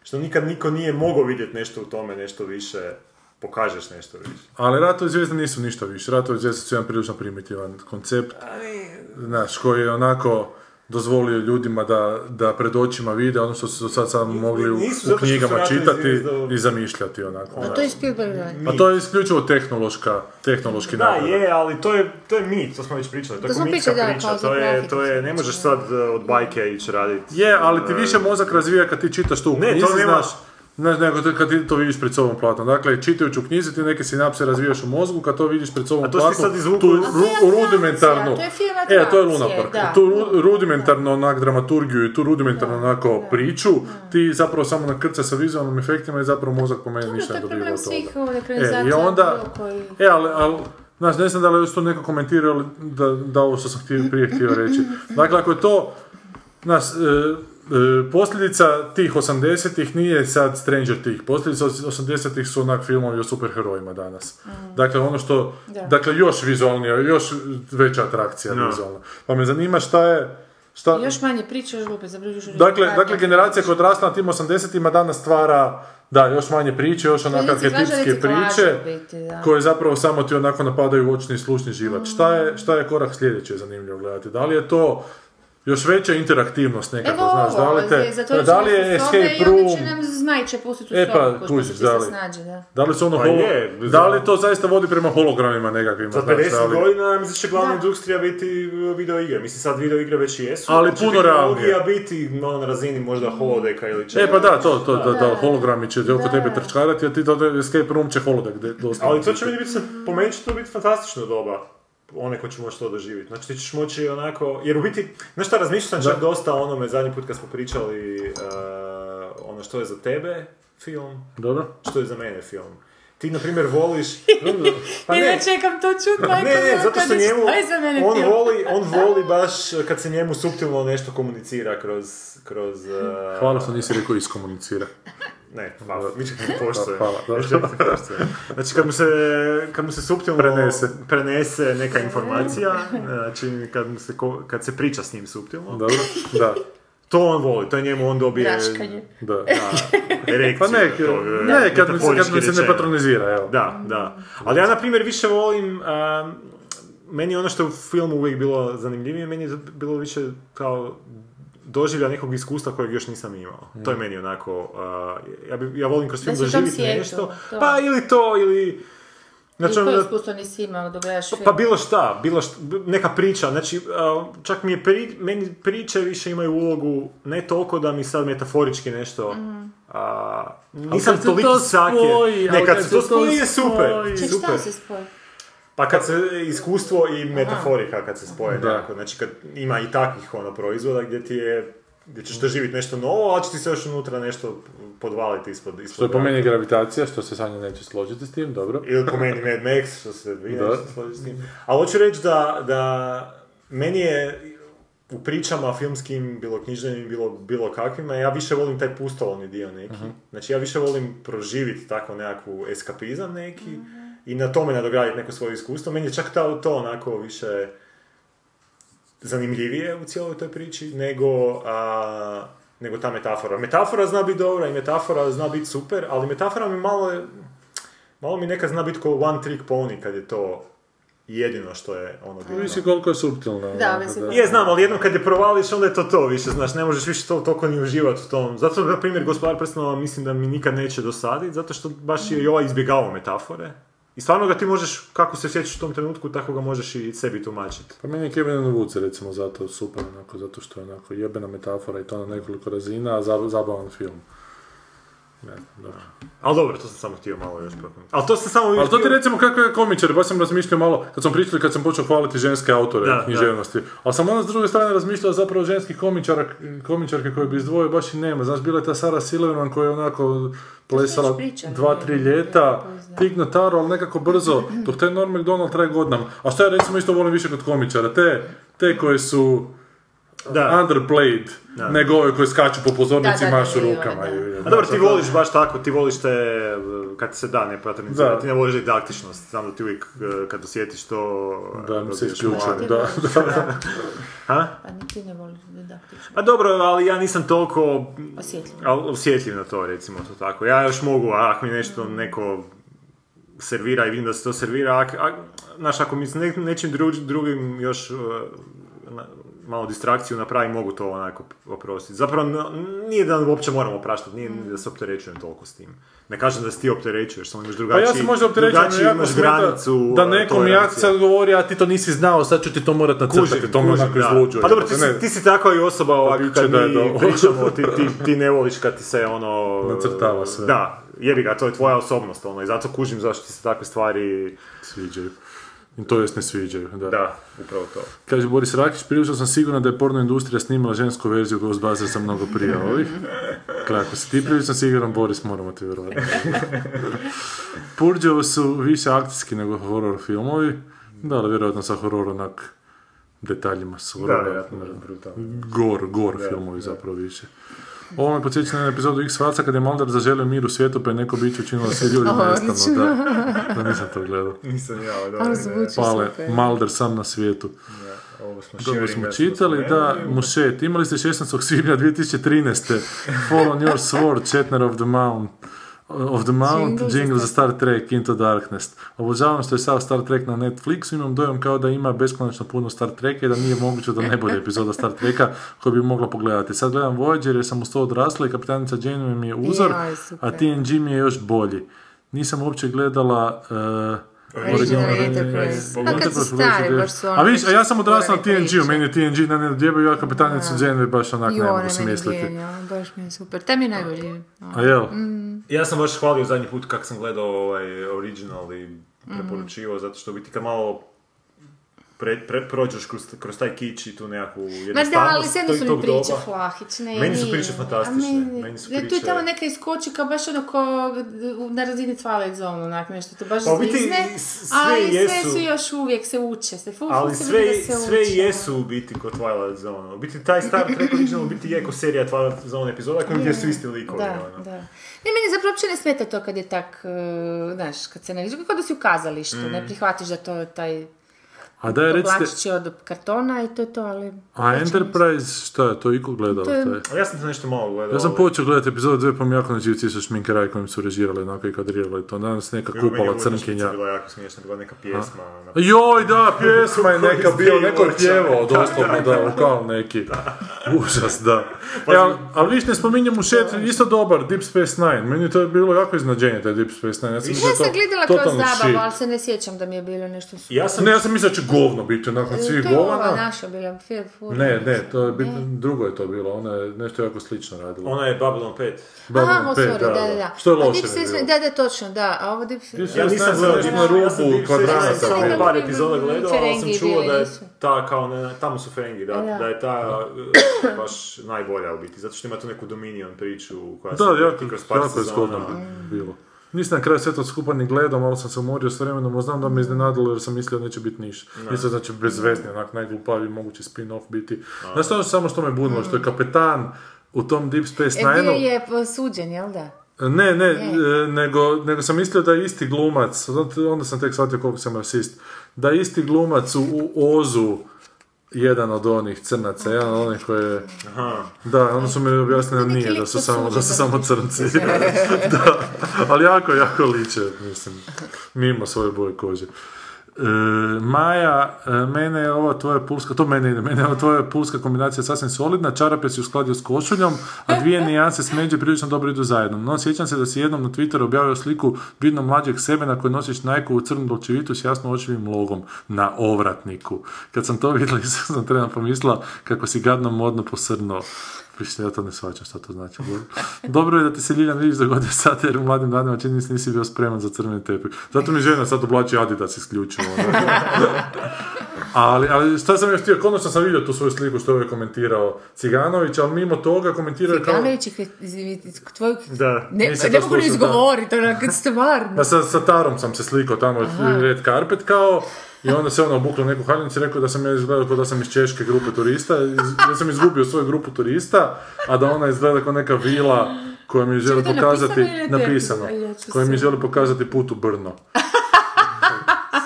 što nikad niko nije mogao vidjeti nešto u tome, nešto više, pokažeš nešto više.
Ali Ratovi zvijezde nisu ništa više. Ratovi zvijezde su jedan prilično primitivan koncept. Znaš, koji je onako dozvolio ljudima da, da pred očima vide ono što su do sad samo mogli u,
nisu zato
u
što su
knjigama
Ratovi
čitati
zvijezda-
i zamišljati onako.
A to je Spielberg radio.
Pa to je isključivo tehnološka, tehnološki
Da,
napredak.
je, ali to je, to je mit, to smo već pričali, to je
To smo
komitska
pričali, da,
priča,
kao za znači,
to je,
grafike
to je, ne možeš sad e, od bajke ići raditi.
E,
Je, ali ti više mozak razvija kad ti čitaš tu u
Ne, to
knjizi,
nema-
znaš, znaš, nego to- kad ti to vidiš pred sobom platno. Dakle, čitajući u knjizi ti neke sinapse razvijaš u mozgu, kad to vidiš pred sobom
to si
platno,
sad izvukao
tu
iz-
A to je
ru-
atrakcija,
rudimentarnu,
to je film
e, to je
atrakcije,
Lunapark,
da.
tu ru- rudimentarnu onak dramaturgiju i tu rudimentarnu onako priču, ti zapravo samo nakrca sa vizualnim efektima i zapravo mozak po meni ništa
To
ne
je
dobiva
problem
od
svih
toga.
ovdje
E, i
ekranizacija
onda,
bilo koji...
e, ali, ali znaš, ne znam da li je još to neko komentirao ili da, da ovo što sam htio, prije htio reći. Dakle, ako je to, znaš, e, e, posljedica tih 80-ih nije sad Stranger tih. Posljedica 80-ih su onak filmovi o superherojima danas.
Mm.
Dakle, ono što, dakle, još vizualnije, još veća atrakcija vizualna. Pa me zanima šta je, šta,
Još manje priče, još glupe, zabriljuš.
Dakle, dakle, generacija koja je odrasla na tim 80-ima danas stvara da, još manje priče, još onak
Ljudi se građani
arhetipske
se
priče
klažu u biti, da.
koje zapravo samo ti onako napadaju u očni i slušni živac. Šta, je, šta je korak sljedeće zanimljivo gledati? Da li je to još veća interaktivnost nekako,
Evo
znaš, da li, te,
zatvorit
da
ćemo
li je
se sobe
escape
i onda će
room,
nam zmajče pustiti u
E, pa,
sobu, ko što
kužiš,
ti se
da li-
snađe, da.
da li su ono
Pa
holo-
je,
da li to zaista vodi prema hologramima nekakvima,
Za
znaš, da
50
li-
godina mislim da će glavna
Da.
industrija biti uh, video igre. Mislim sad video igre već jesu.
Ali
će
puno
tehnologija
realnije.
biti no, na razini možda holodeka ili čega.
E pa da, to, to, to, da, hologrami će oko tebe trčkarati, a ti to escape room će holodek de- doslovno
Ali to će meni biti, po meni će to biti fantastično doba one ko će moći to doživjeti. Znači ti ćeš moći onako, jer u biti, znaš šta, razmišljao sam čak dosta o onome zadnji put kad smo pričali eh, ono što je za tebe film,
Dobro?
što je za mene film. Ti, na primjer, voliš...
Pa ja čekam Pa to čut, majko,
Ne, ne,
moja,
zato
kad
što
je-
njemu,
Aj, za mene
on
film.
voli, on voli baš kad se njemu suptilno nešto komunicira kroz, kroz... eh,
Hvala što nisi rekao iskomunicira.
Ne, hvala, mi ćemo ti poštujem.
Hvala, dobro.
Mi ćemo ti poštujem. Znači, kad mu se, kad mu se suptilno
Prenese.
prenese neka informacija, znači, kad, mu se, ko- kad se priča s njim suptilno,
Dobro? Da,
to on voli, to je njemu, on dobije
Račkanje.
da.
erekciju.
Pa ne,
tog, eh,
ne kad, mi se, kad
metaforički
mi se ne
rečeno.
patronizira, evo.
Da,
Mm.
da. Ali ja, na primjer, više volim... um, meni je ono što je u filmu uvijek bilo zanimljivije, meni je bilo više kao doživlja nekog iskustva kojeg još nisam imao. To
Mm.
je meni onako... uh, ja, bi, ja volim kroz film
si u tom
doživjeti
svijetu,
nešto.
to.
Pa ili to, ili... Znači,
I
ono
koje
da-
iskustvo nisi imao dok gledaš film?
pa bilo šta, bilo šta, b- neka priča, znači a, čak mi je, pri- meni priče više imaju ulogu, ne toliko da mi sad metaforički nešto,
Mhm.
a, nisam
kad se
toliki
to spoji,
sake,
ali
ne kad se to spoji je
spoji.
super,
Ček,
super.
šta se spoji?
Pa kad se iskustvo i metaforika kad se spoje
Da.
nekako, znači kad ima i takvih ono proizvoda gdje ti je, gdje ćeš doživjeti nešto novo, ali će ti se još unutra nešto podvaliti ispod, ispod
Što je po
vrata.
meni gravitacija, što se Sanja neće složiti s tim, dobro.
Ili po meni Mad Max, što se vi
Da.
nešto složite s tim. Ali hoću reći da, da meni je u pričama filmskim, bilo književnim, bilo, bilo kakvima, ja više volim taj pustolovni dio neki.
Mhm.
Znači ja više volim proživiti tako nekakvu eskapizam neki i na tome nadograditi neko svoje iskustvo. Meni je čak ta, to onako više zanimljivije u cijeloj toj priči nego, a, nego ta metafora. Metafora zna biti dobra i metafora zna biti super, ali metafora mi malo, je- malo mi nekad zna biti ko one trick pony kad je to jedino što je ono bitno.
Visi koliko je suptilna.
Da,
onako,
mislim,
Je, znam, ali jednom kad je provališ, onda je to to više, znaš, ne možeš više to toliko ni uživati u tom. Zato, na primjer, gospodar prstenova mislim da mi nikad neće dosaditi, zato što baš je i ovaj izbjegavao metafore. I stvarno ga ti možeš, kako se sjećaš u tom trenutku, tako ga možeš i sebi tumačiti.
Pa meni je Kevin and Woods recimo zato super, onako, zato što je onako jebena metafora i to na nekoliko razina, a zab- zabavan film. Ne, dobro.
Ali dobro, to sam samo htio malo još prokomentirati. Ali to sam samo...
Ali to ti
htio-
recimo kako je komičar, baš sam razmišljao malo, kad sam pričali, kad sam počeo hvaliti ženske autore
Da,
književnosti. Ali sam onda s druge strane razmišljao zapravo ženskih komičara, komičarke koje bi izdvojio baš i nema. Znaš, bila je ta Sara Silverman koja je onako plesala
već pričali,
dva,
ne,
tri
ne,
ljeta,
ne, ne znam.
Tig Notaro, ali nekako brzo, dok taj Norm MacDonald traje godinama. A što ja recimo isto volim više kod komičara, te, te koje su
Da.
underplayed, nego ove koje skaču po pozornici
Da,
i
da,
mašu
da, i
rukama.
ove, da.
i-
A dobro, ti
zato-
voliš baš tako, ti voliš te, eh, kad se da ne patronizirati,
Da.
ti ne voliš didaktičnost, znam da ti uvijek eh, kad osjetiš to... eh,
Da, mi se
dobiješ
isključuje,
mlade.
Ti
da.
voliš,
Ha?
Pa ni ti ne voliš didaktično.
Pa dobro, ali ja nisam toliko
Osjetljiv.
al- osjetljiv na to, recimo to tako. Ja još mogu, a ako mi nešto neko servira i vidim da se to servira, ak, ak, znaš, ako mi s ne, nečim druž- drugim još uh, na- malo distrakciju napravi, mogu to onako oprostiti. Zapravo, n- nije da uopće moram opraštati, nije
Mm.
da se opterećujem toliko s tim. Ne kažem da se ti opterećuješ, samo imaš
Pa
drugačiji,
ja se možda opterećujem, ali
drugačiji
jako
imaš
smeta
granicu
da
uh,
nekom jak
tolerancije.
sad govori, a ti to nisi znao, sad ću ti to morat nacrtati, to me onako
da.
izluđuje.
Pa dobro, ti,
Ne, pa
si, ti si takva i osoba ovako
biće
kad
da je
mi
dobro.
pričamo, ti, ti, ti ne voliš kad ti se ono...
Nacrtava sve.
Da, jebi ga, to je tvoja osobnost, ono, i zato kužim zašto ti se takve stvari...
Sviđaju. I to jest ne sviđaju, da.
Da, upravo to.
Kaže Boris Rakić, prilično sam siguran da je porno industrija snimila žensku verziju Ghostbusters sa mnogo prije ovih. Dakle, ako si ti prilično siguran, Boris, moramo ti vjerovati. Purđevo su više akcijski nego horror filmovi. Da, ali vjerojatno sa horor onak detaljima su. horora.
brutalno.
Gor, gor filmovi zapravo više. Ovo me podsjeća na epizodu x Facca kad je Mulder zaželio mir u svijetu pa je neko biće učinilo da svi ljudi nestanu. Da, da nisam to gledao.
Nisam ja, ovaj, dobro.
Ali zvuči
Pale,
super.
Mulder sam na svijetu.
Ovo smo
Dobro smo čitali, da, Mušet, imali ste 16. svibnja 2013. Fall on your sword, Chetner of the Mount. Of the Mount,
Jingle
jingle,
za
za Star Trek, Into Darkness. Obožavam što je sav Star Trek na Netflixu, imam dojam kao da ima beskonačno puno Star Treka i da nije moguće da ne bude epizoda Star Treka koju bi mogla pogledati. Sad gledam Voyager jer sam uz to odrasla i kapitanica Janeway mi je uzor,
Jaj, super.
a TNG mi je još bolji. Nisam uopće gledala... eh,
Original
original
Enterprise.
Original
Pa kad su
Enterprise
stari,
Voyager.
baš su ono...
A viš, a ja sam odrasla na
stvorene
TNG-u,
priče.
meni je TNG na nedodjebaju, ja kapitanicu Janeway baš onak ne
Jo, ona
mogu
je meni
smisliti.
genijalna, baš mi je super. Taj mi je najbolji. ono.
A jel?
Mm.
Ja sam baš hvalio zadnji put kako sam gledao ovaj original i
Mhm.
preporučivao, zato što u biti kad malo pre, pre- prođeš kroz, kroz taj kič i tu nekakvu
Ma
jednostavnost
da, ali sve
tog-
su
tog
mi priče
doba.
flahične. i
Meni su
nije.
priče fantastične,
A
meni su
Tu je
priče-
tamo neka iskočika, baš ono ko na razini Twilight Zone, onak nešto, to baš
Pa u biti
zvisne,
s- sve
ali sve
jesu-
su još uvijek se uče, se ful,
Ali
ful se
sve,
vidi da se
sve
uče.
jesu u biti kod Twilight Zone. U biti taj Star Trek original u biti je ko serija Twilight Zone epizoda koji gdje su isti likovi.
Da,
ono.
da. Ne, meni zapravo uopće ne smeta to kad je tak, e, znaš, kad se ne vidiš, kako da si u kazalištu,
Mm.
ne prihvatiš da to je taj
A da je Pa recite,
oblačić je od kartona i to je to, ali...
a Enterprise, šta je to, iko gledala?
To je-
taj?
Ali ja sam to nešto malo gledao. ovaj,
Ja sam
ali-
počeo gledati epizodu dvije, pa mi jako na živci su šminkeraj kojim su režirali onako i kadrirali to. Danas neka
Meni je
kupala
uvodna špica
crnkinja.
Bila jako smiješna, bila neka pjesma. ono.
Pa Joj, da, pjesma je neka bio, neko je
Koji
pjevao,
izbjegovač.
doslovno, da, vokal neki. Užas, da.
Pa
E, al- ali viš ne spominjem u šet, isto dobar, Deep Space Nine. Meni to je bilo jako iznađenje, taj Deep Space Nine. Ja sam mislio
Ja
da
sam
je to
gledala kao
totalni
zabavu,
shit.
ali se ne sjećam da mi je bilo nešto super.
Ja sam
Ne, ja sam mislio da će govno biti nakon svih
E, to je ova
Pa govana.
naša bila, Fear Fur.
Ne, ne, to je bit, drugo je to bilo, ona je nešto jako slično radila.
Ona je Babylon 5.
Babylon
Aha,
5,
sorry, da, da, da.
Što je
A
loše
Deep
ne
Space-
bilo.
Da, da, točno, da. A ovo Deep Space-
Ja nisam
gledao
gledao
Deep
Deep
na
Space Nine,
rubu
ja sam Deep Space Nine
kvadrata.
Space
samo
Nine.
bio.
par epizoda gledao, ali sam
Ferengi
čuo da je
bili, nisu.
ta kao, ne, tamo su Ferengi, da,
Da.
da je ta eh, baš najbolja u biti, zato što ima tu neku Dominion priču koja
Da,
se
jako,
kroz par
jako je
sezona.
zgodno bilo. Nisam na kraju sve to skupa ni gledao, malo sam se umorio s vremenom, ali znam da me iznenadilo jer sam mislio da neće biti ništa. Mislim da će bezvezni, onak najglupavi mogući spin-off biti. Znaš to je ono samo što me budilo, što je kapetan u tom Deep Space
E, bio
Nine-u,
je p- suđen, jel da?
ne, ne, e, nego, nego sam mislio da je isti glumac, zato- onda sam tek shvatio koliko sam rasist, da je isti glumac u, u Ozu jedan od onih crnaca, jedan od onih koji je... Da, onda su mi objasnili da
Neki
nije,
lik
da su
to
samo, da
služi za
su samo crnci. da, ali jako, jako liče, mislim, mimo svoje boje kože. E, Maja, e, mene je ova tvoja pulska, to mene ide, mene je ova tvoja pulska kombinacija sasvim solidna, čarape si uskladio s košuljom, a dvije nijanse smeđe prilično dobro idu zajedno. No, sjećam se da si jednom na Twitteru objavio sliku vidno mlađeg sebe na kojoj nosiš najku u crnu dolčevitu s jasno očivim logom na ovratniku. Kad sam to vidjela, sam trebam pomislila kako si gadno modno posrnuo. Više, ja to ne shvaćam šta to znači. Dobro. Dobro je da ti se Ljiljan Vidić dogodio sad, jer u mladim danima čini se nisi bio spreman za crveni tepih. Zato mi žena sad oblači Adidas isključivo. ono. ali, ali šta sam još htio, konačno sam vidio tu svoju sliku što je ovaj komentirao Ciganović, ali mimo toga komentirao je kao...
Ciganović je kri- izvi- tvoju...
Da,
Ne,
nisam
ne
to
mogu ni
slušao, da.
izgovoriti, onak, stvarno.
Pa sa, sa Tarom sam se slikao tamo, red carpet kao, i onda se ono obuklo u neku haljnicu i rekao da sam ja izgledao kao da sam iz češke grupe turista, iz- da sam izgubio svoju grupu turista, a da ona izgleda kao neka vila koja mi želi
to je
pokazati,
napisano ili je
napisano,
tekstilno? Ja ću
koja mi
se-
želi pokazati put u Brno.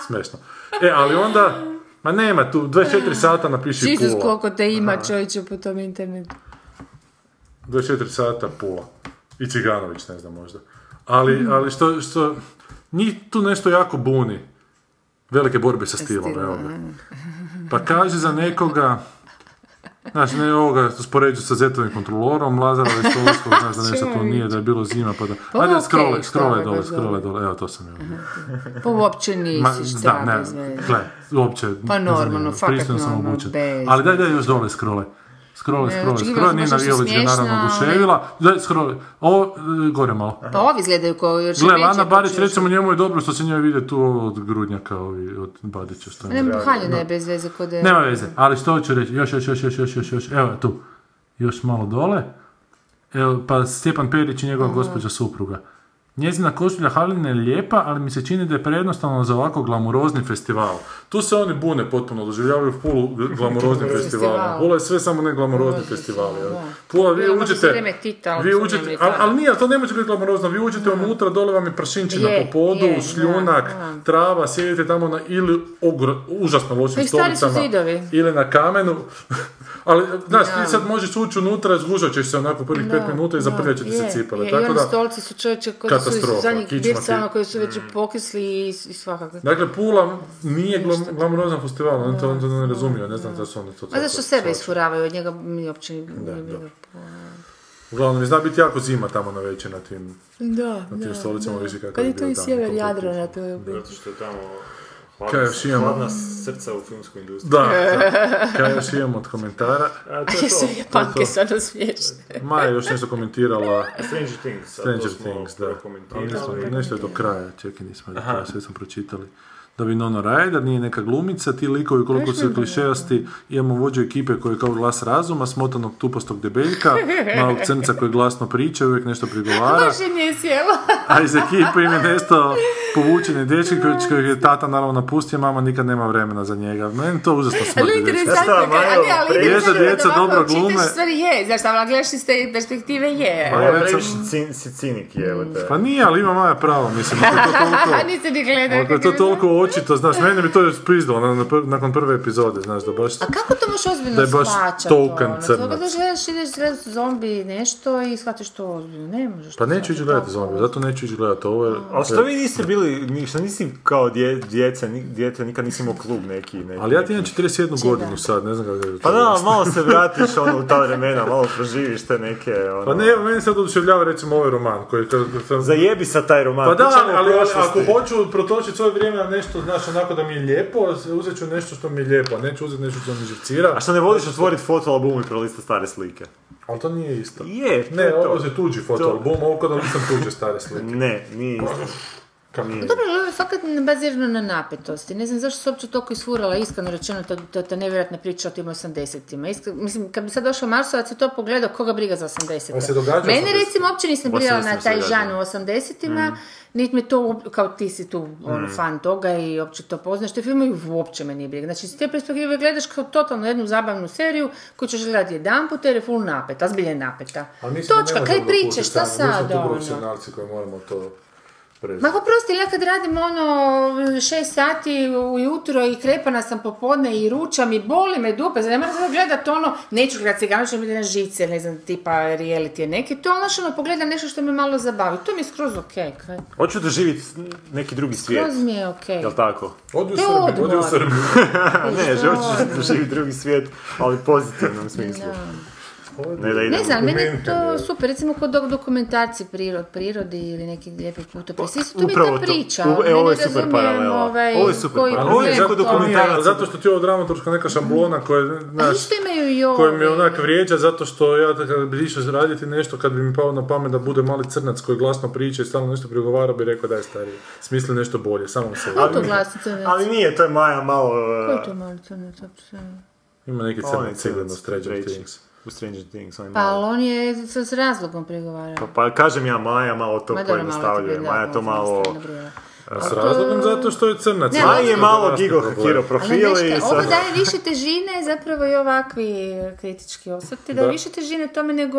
Smešno. E, ali onda, ma nema tu, 24 sata napiši
Jesus,
Pula.
koliko te ima čovječe po tom internetu.
24 sata Pula. I Ciganović, ne znam možda. Ali,
Mm.
ali što, što, njih tu nešto jako buni. Velike borbe sa stilom,
Stilom,
evo ga. Pa kaže za nekoga, znaš, ne ovoga, uspoređu sa Zetovim kontrolorom, Lazara Vestovskog, znaš da nešto tu nije, da je bilo zima, pa da...
Pa
Ajde,
okej,
scrollaj,
šta
scrollaj
me
dole,
baš
scrollaj
dobro.
dole, evo to sam ja.
Pa uopće
Ma,
nisi,
da,
šta
ne,
bez veze. Pa
gle, uopće, ne
normalno,
zanima me,
fakat
pristojno sam
normalno,
obučen.
bez
Ali daj, daj još dole scrollaj. Scrollaj,
Ne,
scrollaj,
očekivala
scrollaj,
sam
Nina
baš nešto
Violić je naravno
smiješno, ali-
oduševila. Daj, scrollaj, ovo, e, gore malo.
Pa ovi izgledaju kao još
Gle,
veći,
Lana
pa
Barić,
čuješ-
recimo njemu je dobro što se njoj vide tu ovo od grudnjaka, ovi, od Badića, što
Ne,
je.
haljina je bez veze kod... e,
Nema veze, ali što hoću reći, još, još, još, još, još, još, još, evo je tu, još malo dole, evo, pa Stjepan Perić i njegova gospođa supruga. Njezina košulja haline je lijepa, ali mi se čini da je prejednostavno za ovako glamurozni festival. Tu se oni bune potpuno, doživljavaju pulu glamuroznim festivalom.
Festival.
Pula je sve samo ne glamurozni
Glamurozni
festival.
festival,
jel?
da. ono
Pula, vi
Bilo možda za
uđete,
vrijeme Tita, ali
vi
su nam
uđete,
rekli,
ali,
da.
ali nije, ali to ne može biti glamurozno. Vi uđete unutra, dole vam je pršinčina
Je,
po podu,
je, da,
šljunak,
da.
trava, sjedite tamo na ili ogr- užasno lošim
Pa i stari su
stolicama
zidovi.
ili na kamenu. Ali, znaš, ti sad možeš ući unutra, zgužat ćeš se onako prvih pet minuta i zaprljat će ti se
je,
cipele.
je, I
Tako
oni
da,
stolci su čovječe koji su
Katastrofa,
iz zadnjih
kičma Mm.
birca,
ti-
ono koji su već pokisli i, i svakakve.
dakle, Pula nije glam, glamurozan festival, oni to, oni to ne razumiju, ne znam da su oni to
Ma
tako
zato što sebe
shvaćaju.
isfuravaju, od njega mi uopće nije bilo...
Uglavnom, i Ono, zna biti jako zima tamo na večer na tim,
Da,
na tim stolicama, više kako
Kad je
bio
to i
dan,
sjever
kako je to.
Jadrana, to je bilo.
Zato što je tamo
Kaj
hladna,
još imamo?
hladna srca u filmskoj industriji.
Da, da. Kaj još imamo od komentara?
A, to je
Jesu
to. Pa,
japanke sada smiješne.
Maja je još nešto komentirala.
Stranger Things. a to
Stranger
smo
Things, da. Ali nismo,
prokomentirali.
nešto je do kraja, čekaj, nismo do kraja, sve smo pročitali. Da bi Nono Ryder nije neka glumica, ti likovi koliko su klišejasti, imamo vođu ekipe koji je kao glas razuma, smotanog tupostog debeljka, malog crnca koji glasno priča i uvijek nešto prigovara,
Baš je nije sjelo.
a iz ekipe im je nešto povučeni dječki koji kojeg je tata naravno napustio, mama nikad nema vremena za njega. Meni to užasno
Ali
smrdi. već.
interesantno,
Znaš
kad,
šta, Majo,
ali, ali
prije-
interesantno
Djeca, djeca
da ovako
dobro
čitaš
glume.
stvari je, znaš, ali gledaš iz te perspektive je.
Pa
Ja,
ja sam-
previše cin- si cinik je, evo te.
Pa nije, ali ima Maja pravo, mislim, ako je to toliko...
A niste ni gledali.
Ako je to toliko očito, znaš, mene bi to još prizdalo na, na pr- nakon prve epizode, znaš, da baš...
A kako to možeš
Da
ozbiljno
je baš
shvaćati?
token
ono?
crnac.
Toga da gledaš, ideš gledat zombi nešto i shvatiš to ozbiljno. Ne možeš.
Pa
to
neću
shvatiti
ići gledati
tako.
zombiju, zato neću ići gledati ovo. Jer...
Ali što vi niste bili, ni- što nisi kao dje, djece, ni- dijete, nikad nisi imao klub neki, neki.
Ali ja ti
neki-
imam 41 godinu sad, ne znam kako je to.
Pa da, malo se vratiš ono, u ta vremena, malo proživiš te neke, ono...
Pa ne, evo, meni sad oduševljava recimo ovaj roman koji... Kad, kad sam...
Zajebi sa taj roman,
Pa da,
pričamo
ali,
o
ali
prošlosti.
ako hoću protočiti svoje vrijeme na nešto, znaš, onako da mi je lijepo, uzet ću nešto što mi je lijepo, a neću uzeti nešto što mi živcira.
A što ne voliš otvoriti fotoalbum i prolistati stare slike?
Ali to nije isto.
Je, to
Ne,
je to.
ovo je tuđi fotoalbum, ovo kod da nisam tuđe stare slike.
Ne, nije isto.
Kamijenje.
Pa Dobro, ali ovo je fakat bazirano na napetosti. Ne znam zašto se uopće toliko isfurala, iskreno rečeno, ta, ta, ta nevjerojatna priča o tim 80-ima. Iskre- mislim, kad bi sad došao Marsovac i to pogledao, koga briga za 80
Ali se događa
Mene
80-te?
recimo uopće nisam brila na
80-te
taj
se događa. Mm.
žan u 80-ima, niti me to, uop- kao ti si tu ono, fan toga i uopće to poznaš, te filmove uopće me nije briga. Znači, s te perspektive gledaš kao totalno jednu zabavnu seriju koju ćeš gledati jedan put jer je full napeta, zbilje je napeta.
A mi smo-
Točka,
ne
kaj
možemo
pričaš, šta
dokučiti sami, Mi
sad?
smo tu
ono?
profesionalci koji moramo to
Ma
prezati.
oprosti, ja kad radim ono šest sati ujutro i krepana sam popodne i ručam i boli me dupe, znači ne moram sad gledat ono, neću gledat ciganu, će mi na živce, ne znam, tipa reality je neki, to ono što ono pogledam nešto što me malo zabavi, to mi je skroz okej, kaj.
Hoću doživjeti neki drugi svijet,
skroz mi je okej.
jel tako?
Odi u
To je
Srbiju, odi u
odmor.
Srbiju.
A ne,
Što?
hoću doživjeti drugi svijet, ali u pozitivnom smislu. Ne da idemo.
Ne znam, meni je to super, recimo kod dok dokumentarci prirod, prirodi ili neki lijepi putopis, isto to mi je
Pa, Upravo
ta
to.
priča,
U- e,
ne
ovo je super
razumijem,
paralela.
ovaj,
Ovo je super
koji
paralela. Ovo je
problem
neko
to-
dokumentarac.
Ali zato što ti je ovo dramaturška neka šablona koja,
A
znaš,
isto imaju i ovi.
koja mi onak vrijeđa zato što ja da kad bi išao raditi nešto, kad bi mi pao na pamet da bude mali crnac koji glasno priča i stalno nešto prigovara, bi rekao da je stariji. Smisli nešto bolje, samo se.
Ko to glasi crnac?
Ali nije, to je Maja malo...
Ko je
eh,
to mali crnac
Pa,
uopće?
Ima neki
onaj
crnac sigurno
crnac,
Stranger
treći,
Things.
U Stranger Things, on je
Pa ali
malo...
on je s, s razlogom prigovarao.
Pa, pa kažem ja Maja malo to
Ma dobro, malo
pojednostavljuje,
prigovarao,
Maja to malo...
stvarno brije.
A e, s razlogom zato što je crnac.
Ne,
Maja
ali-
je malo
Raste
gigo
problem.
hakirao
Ali
profil i
nešto, ovo
sad...
daje više težine zapravo i ovakvi kritički osvrti, da,
Da.
više težine tome nego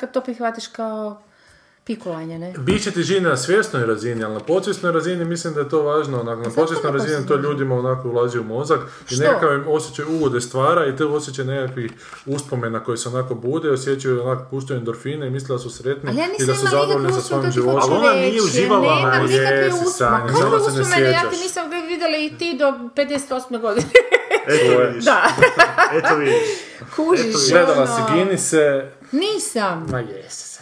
kad to prihvatiš kao pikulanje, ne?
Biće težine na svjesnoj razini, ali na podsvjesnoj razini mislim da je to važno. Onak, na
Zašto
podsvjesnoj
na
razini to
podsvjesnoj?
ljudima onako ulazi u mozak i
Što?
nekakav im osjećaj uvode stvara i te osjećaj nekakvih uspomena koji se onako bude, osjećaju onako puštaju endorfine i misle da su sretni
Ali ja
i
nisam
da
imala
su
nikakvu
zadovoljni sa
uslugu, to
svojim
ti hoću
životom.
Ali ona
reći,
nije uživala,
ja nemam
ma
nikakve
jesi,
uspomene.
Sanja,
Kakve
samo se ne
uspomene? Ja ti
sjećaš.
nisam vidjela i ti do 58. godine.
Eto vidiš,
da,
eto vidiš.
kužiš.
Gledala
ono.
si Gini se,
Nisam.
ma jesi se.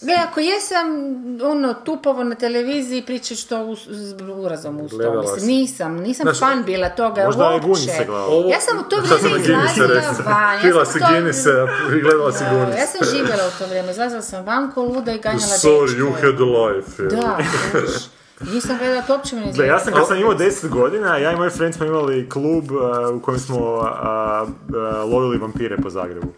Gle, ako jesam ono tupovo na televiziji pričat što u, s urazom uz to,
Gledala
mislim,
si.
nisam, nisam
Znaš,
fan bila toga
Možda je Gunji
uopće.
se gledala.
Ja sam u to
Šta sam
vrijeme
Gini se
izlazila van.
Pila
Pa Ja
si
sam, u to-
Gini se i gledala si Guni.
ja sam živjela u to vrijeme, izlazila sam van ko luda i ganjala
Sorry,
dečke.
you had a life. je.
Da, kužiš. nisam gledala, to uopće me ne
Gle,
zanima.
ja sam kad sam imao 10 godina, ja i moji friend smo imali klub uh, u kojem smo uh, uh, lovili vampire po Zagrebu.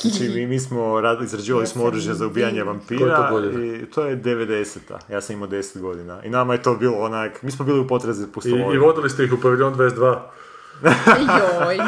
Znači, mi, mi smo radili, izrađivali smo oružje za ubijanje
Koje je
vampira
to godine?
i to je 90-a, ja sam imao 10 godina. I nama je to bilo onak, mi smo bili u potrazi za
I, I
pustolovima.
vodili ste ih u paviljon 22.
Joj, nemoj.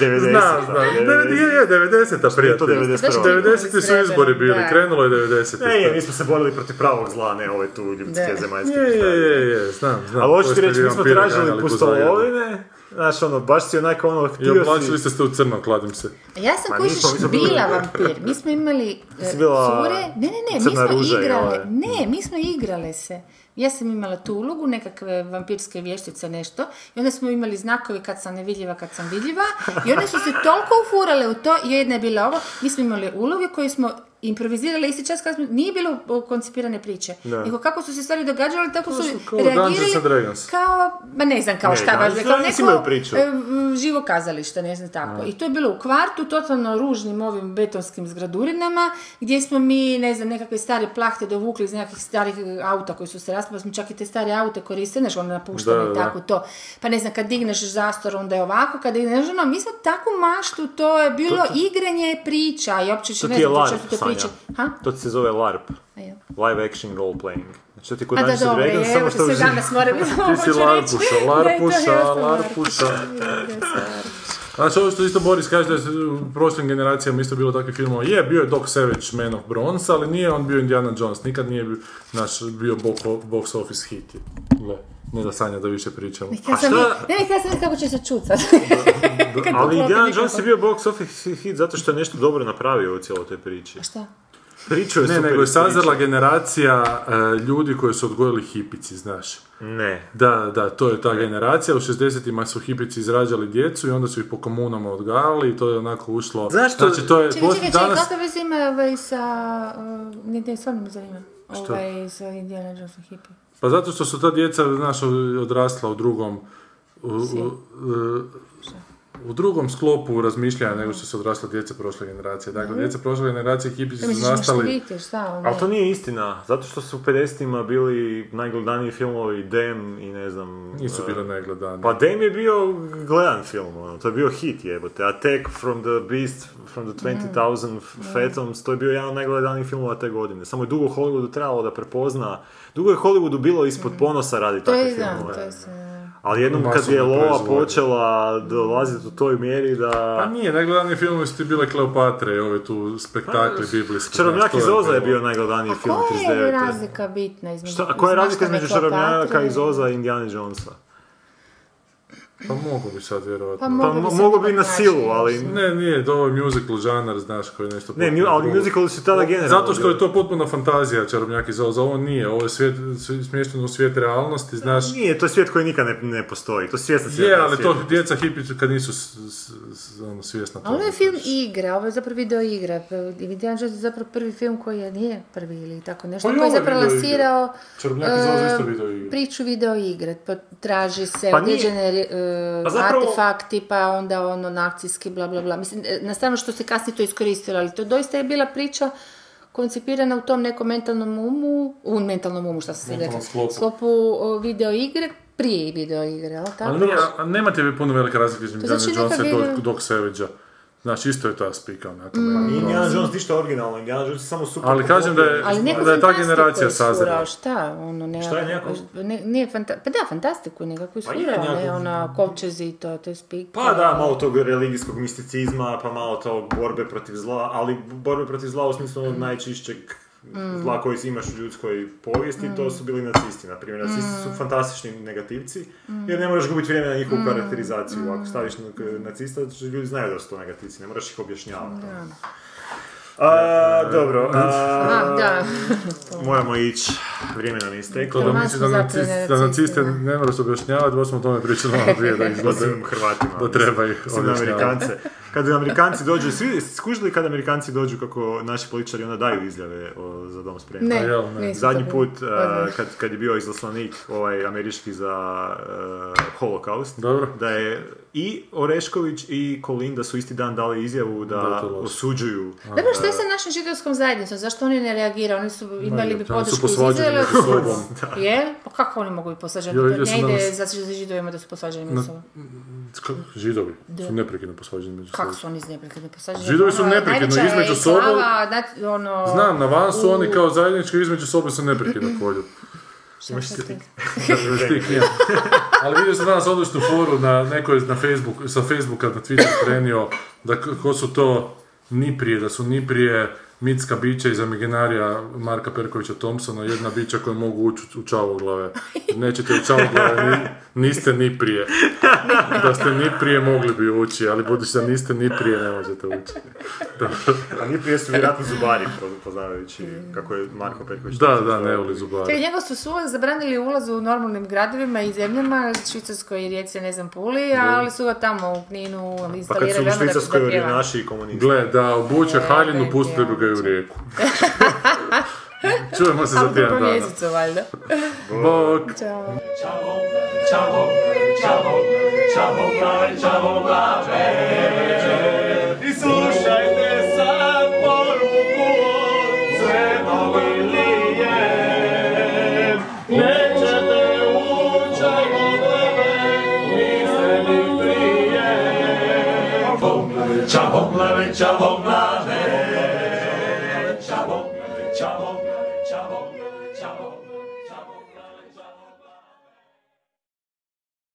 90-a.
Znam, znam. 90, je, je, 90-a
To
prijatelj.
91.
90. su izbori bili,
Da.
krenulo je 90.
Ne, je, mi smo se borili protiv pravog zla, ne ove tu ljubske
Da.
zemaljske.
Je, je,
pištolje.
je, je, znam, znam.
Ali
Koji
hoću ti
ste
reći,
vi
mi smo
vampire
tražili
ganjali ko zajebe.
pustolovine, znaš ono, baš si onako ono,
I
htio si...
oblačili ste se u crno, kladim se.
Ja sam,
Ma
kužiš,
nismo, mi smo bili-
bila vampir. Mi smo imali e,
Jesi bila
cure. Ne, ne, ne, mi
crna ruža
smo
i
igrale.
ove?
Ne, mi smo igrale se. Ja sam imala tu ulogu, nekakve vampirske vještice, nešto. I onda smo imali znakove kad sam nevidljiva, kad sam vidljiva. I one su se toliko ufurale u to. I jedna je bila ovo. Mi smo imali uloge koje smo improvizirali isti čas kad smo, nije bilo o, koncipirane priče.
Da.
Nego kako su se stvari događale, tako su,
su kao Dungeons and
reagirali
Dragons.
kao, ma ne znam kao
Ne,
šta baš,
Dungeons and
kao
Dragons
neko
imaju priču.
e, m, živo kazalište, ne znam tako. I to je bilo u kvartu, totalno ružnim ovim betonskim zgradurinama, gdje smo mi, ne znam, nekakve stare plahte dovukli iz nekakvih starih e, auta koji su se raspali, smo čak i te stare aute koristili, znaš, ono napuštene
Da,
i
da.
tako to. Pa ne znam, kad digneš zastor, onda je ovako, kad digneš, ono, mi smo takvu maštu, to je bilo igranje priča i uopće
To
što
ti
ne
je
znam
LARP,
što su te
Sanja.
priče. Ha?
To ti se zove LARP.
A jel?
Live action role playing. Znači to ti kod
A da,
Dungeons and
dobro,
Dragons,
je,
samo
evo
što
što se
uživaš.
danas moram
Ti si
hoću reći. Da,
larpuša, larpuša,
ja sam
larpuša.
larpuša.
Znači ovo što isto Boris kaže da je u prošlim generacijama isto bilo takvih filmova. Je, bio je Doc Savage, Man of Bronze, ali nije on bio Indiana Jones. Nikad nije bio, naš, bio boko- box office hit. je. Gle, ne da Sanja da više pričamo.
Ja sam,
šta-
ne, ne, ja sam ne kako će se čut sad. Kad
Ali
poklopi
Indiana
mikrofon.
Jones je bio box office hit zato što je nešto dobro napravio u cijeloj toj priči.
Šta?
Priču je
Ne,
super
nego je
ispričao.
sazrela generacija e, ljudi koji su odgojili hipici, znaš.
Ne.
Da, da, to je ta generacija. U 60-ima su hipici izrađali djecu i onda su ih po komunama odgajali i to je onako ušlo...
Zašto?
Znači, to je...
Čekaj,
poslije
čekaj, čekaj,
danas...
kakve veze ima ovaj sa... Uh, ne, ne, stvarno me zanima. Ovaj sa Indiana Jonesom hippie.
Pa zato što su ta djeca, znaš, odrasla u drugom... U, u,
Svijetu.
u- u drugom sklopu razmišljanja nego što su odrasla djeca prošle generacije. Dakle, djeca prošle generacije hipici su
Misliš, možeš
nastali...
biti, šta ono?
Ali to nije istina, zato što su u 50-ima bili najgledaniji filmovi Dem i ne znam...
Nisu
e,
bile najgledane.
Pa Dem je bio gledan film, ono, to je bio hit jebote. Attack from the Beast, from the 20,000 f- Phantoms, to je bio jedan od najgledanijih filmova te godine. Samo je dugo Hollywoodu trebalo da prepozna, dugo je Hollywoodu bilo ispod ponosa radi
Mm. To
takve
je, da,
filmove.
to je sve.
Ali jednom kad
Masovna
je lova
proizvodnja.
počela dolaziti u toj mjeri da...
Pa nije, najgledaniji filmovi su ti bile Kleopatra i ove tu spektakli biblijski.
Pa, Čarobnjak
znaš,
iz
to
Oza je
bilo.
bio najgledaniji film
A
39.
koja je razlika bitna između...
Šta, koja je razlika
znaš,
između
Kleopatre?
čarobnjaka iz Oza i Indiana Jonesa?
Pa mogu bi sad vjerovatno.
Pa
Pa
moglo bi
mo-
se
moglo
to
bi na
naći.
silu, ali...
Ne, nije, to je ovaj musical žanar, znaš, koji je nešto...
Ne,
potpuno
mu- ali
drugo.
musicali su tada generalno
Zato što je
bili.
to potpuna fantazija čarobnjak iz Oza, ovo nije, ovo je svijet, smješteno u svijet realnosti, znaš,
Nije, to je svijet koji nikad ne, ne postoji, to je svjesna
je,
svijeta.
ali to djeca hipići kad nisu s, s, s, ono, svjesna
A ovo je
toga.
ovaj film igra, ovo je zapravo video igra. Indiana Jones je zapravo prvi film koji je, nije prvi ili tako nešto,
Pa i
koji je
ovo je
zapravo
video igra.
lansirao
Čarobnjak iz Oza
e,
isto video igra.
priču video igre. Pa traži se
Pa nije-
određene e,
Pa zapravo-
artefakti, pa onda ono akcijski, bla bla bla. Mislim, e, na stranu što se kasnije to iskoristilo, ali to doista je bila priča koncipirana u tom nekom mentalnom umu, u mentalnom umu, šta sam se
Mentalnom
rekla,
sklopu.
o, video igre, prije video igre, jel tako?
Ali nije, a nema tebi puno velike razlike između
To
Indiana
znači
Jonesa i
neka
Doc,
video-
Doc Savage-a. Znaš, isto je ta spika, ono, na
Mm,
tome.
Indiana Jones ništa originalno, Indiana Jones je samo super.
Ali kažem da je-
Ali neku
Da je ta
fantastiku
generacija
je isfurao,
sazrela.
Šta? Ono, ne,
Šta je nekako?
Ne, nije fanta- pa da, fantastiku nekako
je
isfurao, ne,
nekako-
ono, kovčezi i to, to je spik.
Pa da, malo tog religijskog misticizma, pa malo tog borbe protiv zla, ali borbe protiv zla u smislu onog najčišćeg zla koji imaš u ljudskoj povijesti, to su bili nacisti, na primjer. Nacisti su fantastični negativci, jer ne moraš gubiti vrijeme na njihovu karakterizaciju. Ako staviš na- nacista, ljudi znaju da su to negativci, ne moraš ih objašnjavati. A, dobro, a,
A, da.
moramo ići, vrijeme nam je isteklo.
To da
Hrvatsko
misliš da,
zapravo je
nacist- da
naciste,
naciste
da.
ne moraš objašnjavati, baš smo o tome pričali malo prije da izlaze.
Osim Hrvatima.
Da treba ih
Osim na
objašnjavati.
Amerikance. Kada Amerikanci dođu, svi skužili kada Amerikanci dođu kako naši političari onda daju izjave o, za dom spremni.
Ne,
jel, ne.
nisam
Zadnji
to
put
bila.
eh, kad, kad je bio izaslanik ovaj američki za eh, holokaust,
Dobro.
da je i Orešković i Kolinda su isti dan dali izjavu da,
Da, to je loše.
osuđuju.
Dobro, što je sa našom židovskom zajednicom? Zašto oni ne reagiraju? Oni su imali bi
Oni su
podršku iz
posvađani
Izraela.
među sobom.
Je? Pa kako oni mogu biti posvađani?
Jo,
To
ja sam
ne ide
danas-
za za židovima da su posvađani među sobom.
Kako? Židovi su neprekidno posvađeni među
Kako
sobom.
su oni iz neprekidno posvađani?
Židovi su
Ono,
neprekidno
najveća je
između sobom.
slava, znate, ono...
Znam, na van su oni
u-
kao zajednički između sobe se neprekidno kolju.
Šta sad ti-
Još tih nije. Ali vidio sam danas odličnu foru na neko je na Facebook, sa Facebooka na Twitter prenio da k- ko su to niprije, da su niprije mitska bića iz imaginarija Marka Perkovića Thompsona, jedna bića koja mogu ući u čavoglave. Nećete u čavoglave, ni, niste ni prije. Da ste ni prije mogli bi ući, ali budući da niste ni prije ne možete ući.
A nije prije su vjerojatno zubari, po- poznavajući kako je Marko Perković.
Da, da, ne voli zubari.
Čekaj, njega su su uvijek zabranili ulaz u normalnim gradovima i zemljama, Švicarskoj i Rijeci, ne znam, Puli, ali su ga tamo u Kninu
Pa kad
instalirali
su u
ono da- da
Švicarskoj
pjeva.
orjenaši i komunisti.
Gle, da obuče haljinu,
da,
pustili bi ga i u rijeku. Čujemo se za
Ali u
tjedan
drugom
dana.
mjesecu, valjda.
Bok!
Ćao.
Čavo glave, čavo glave,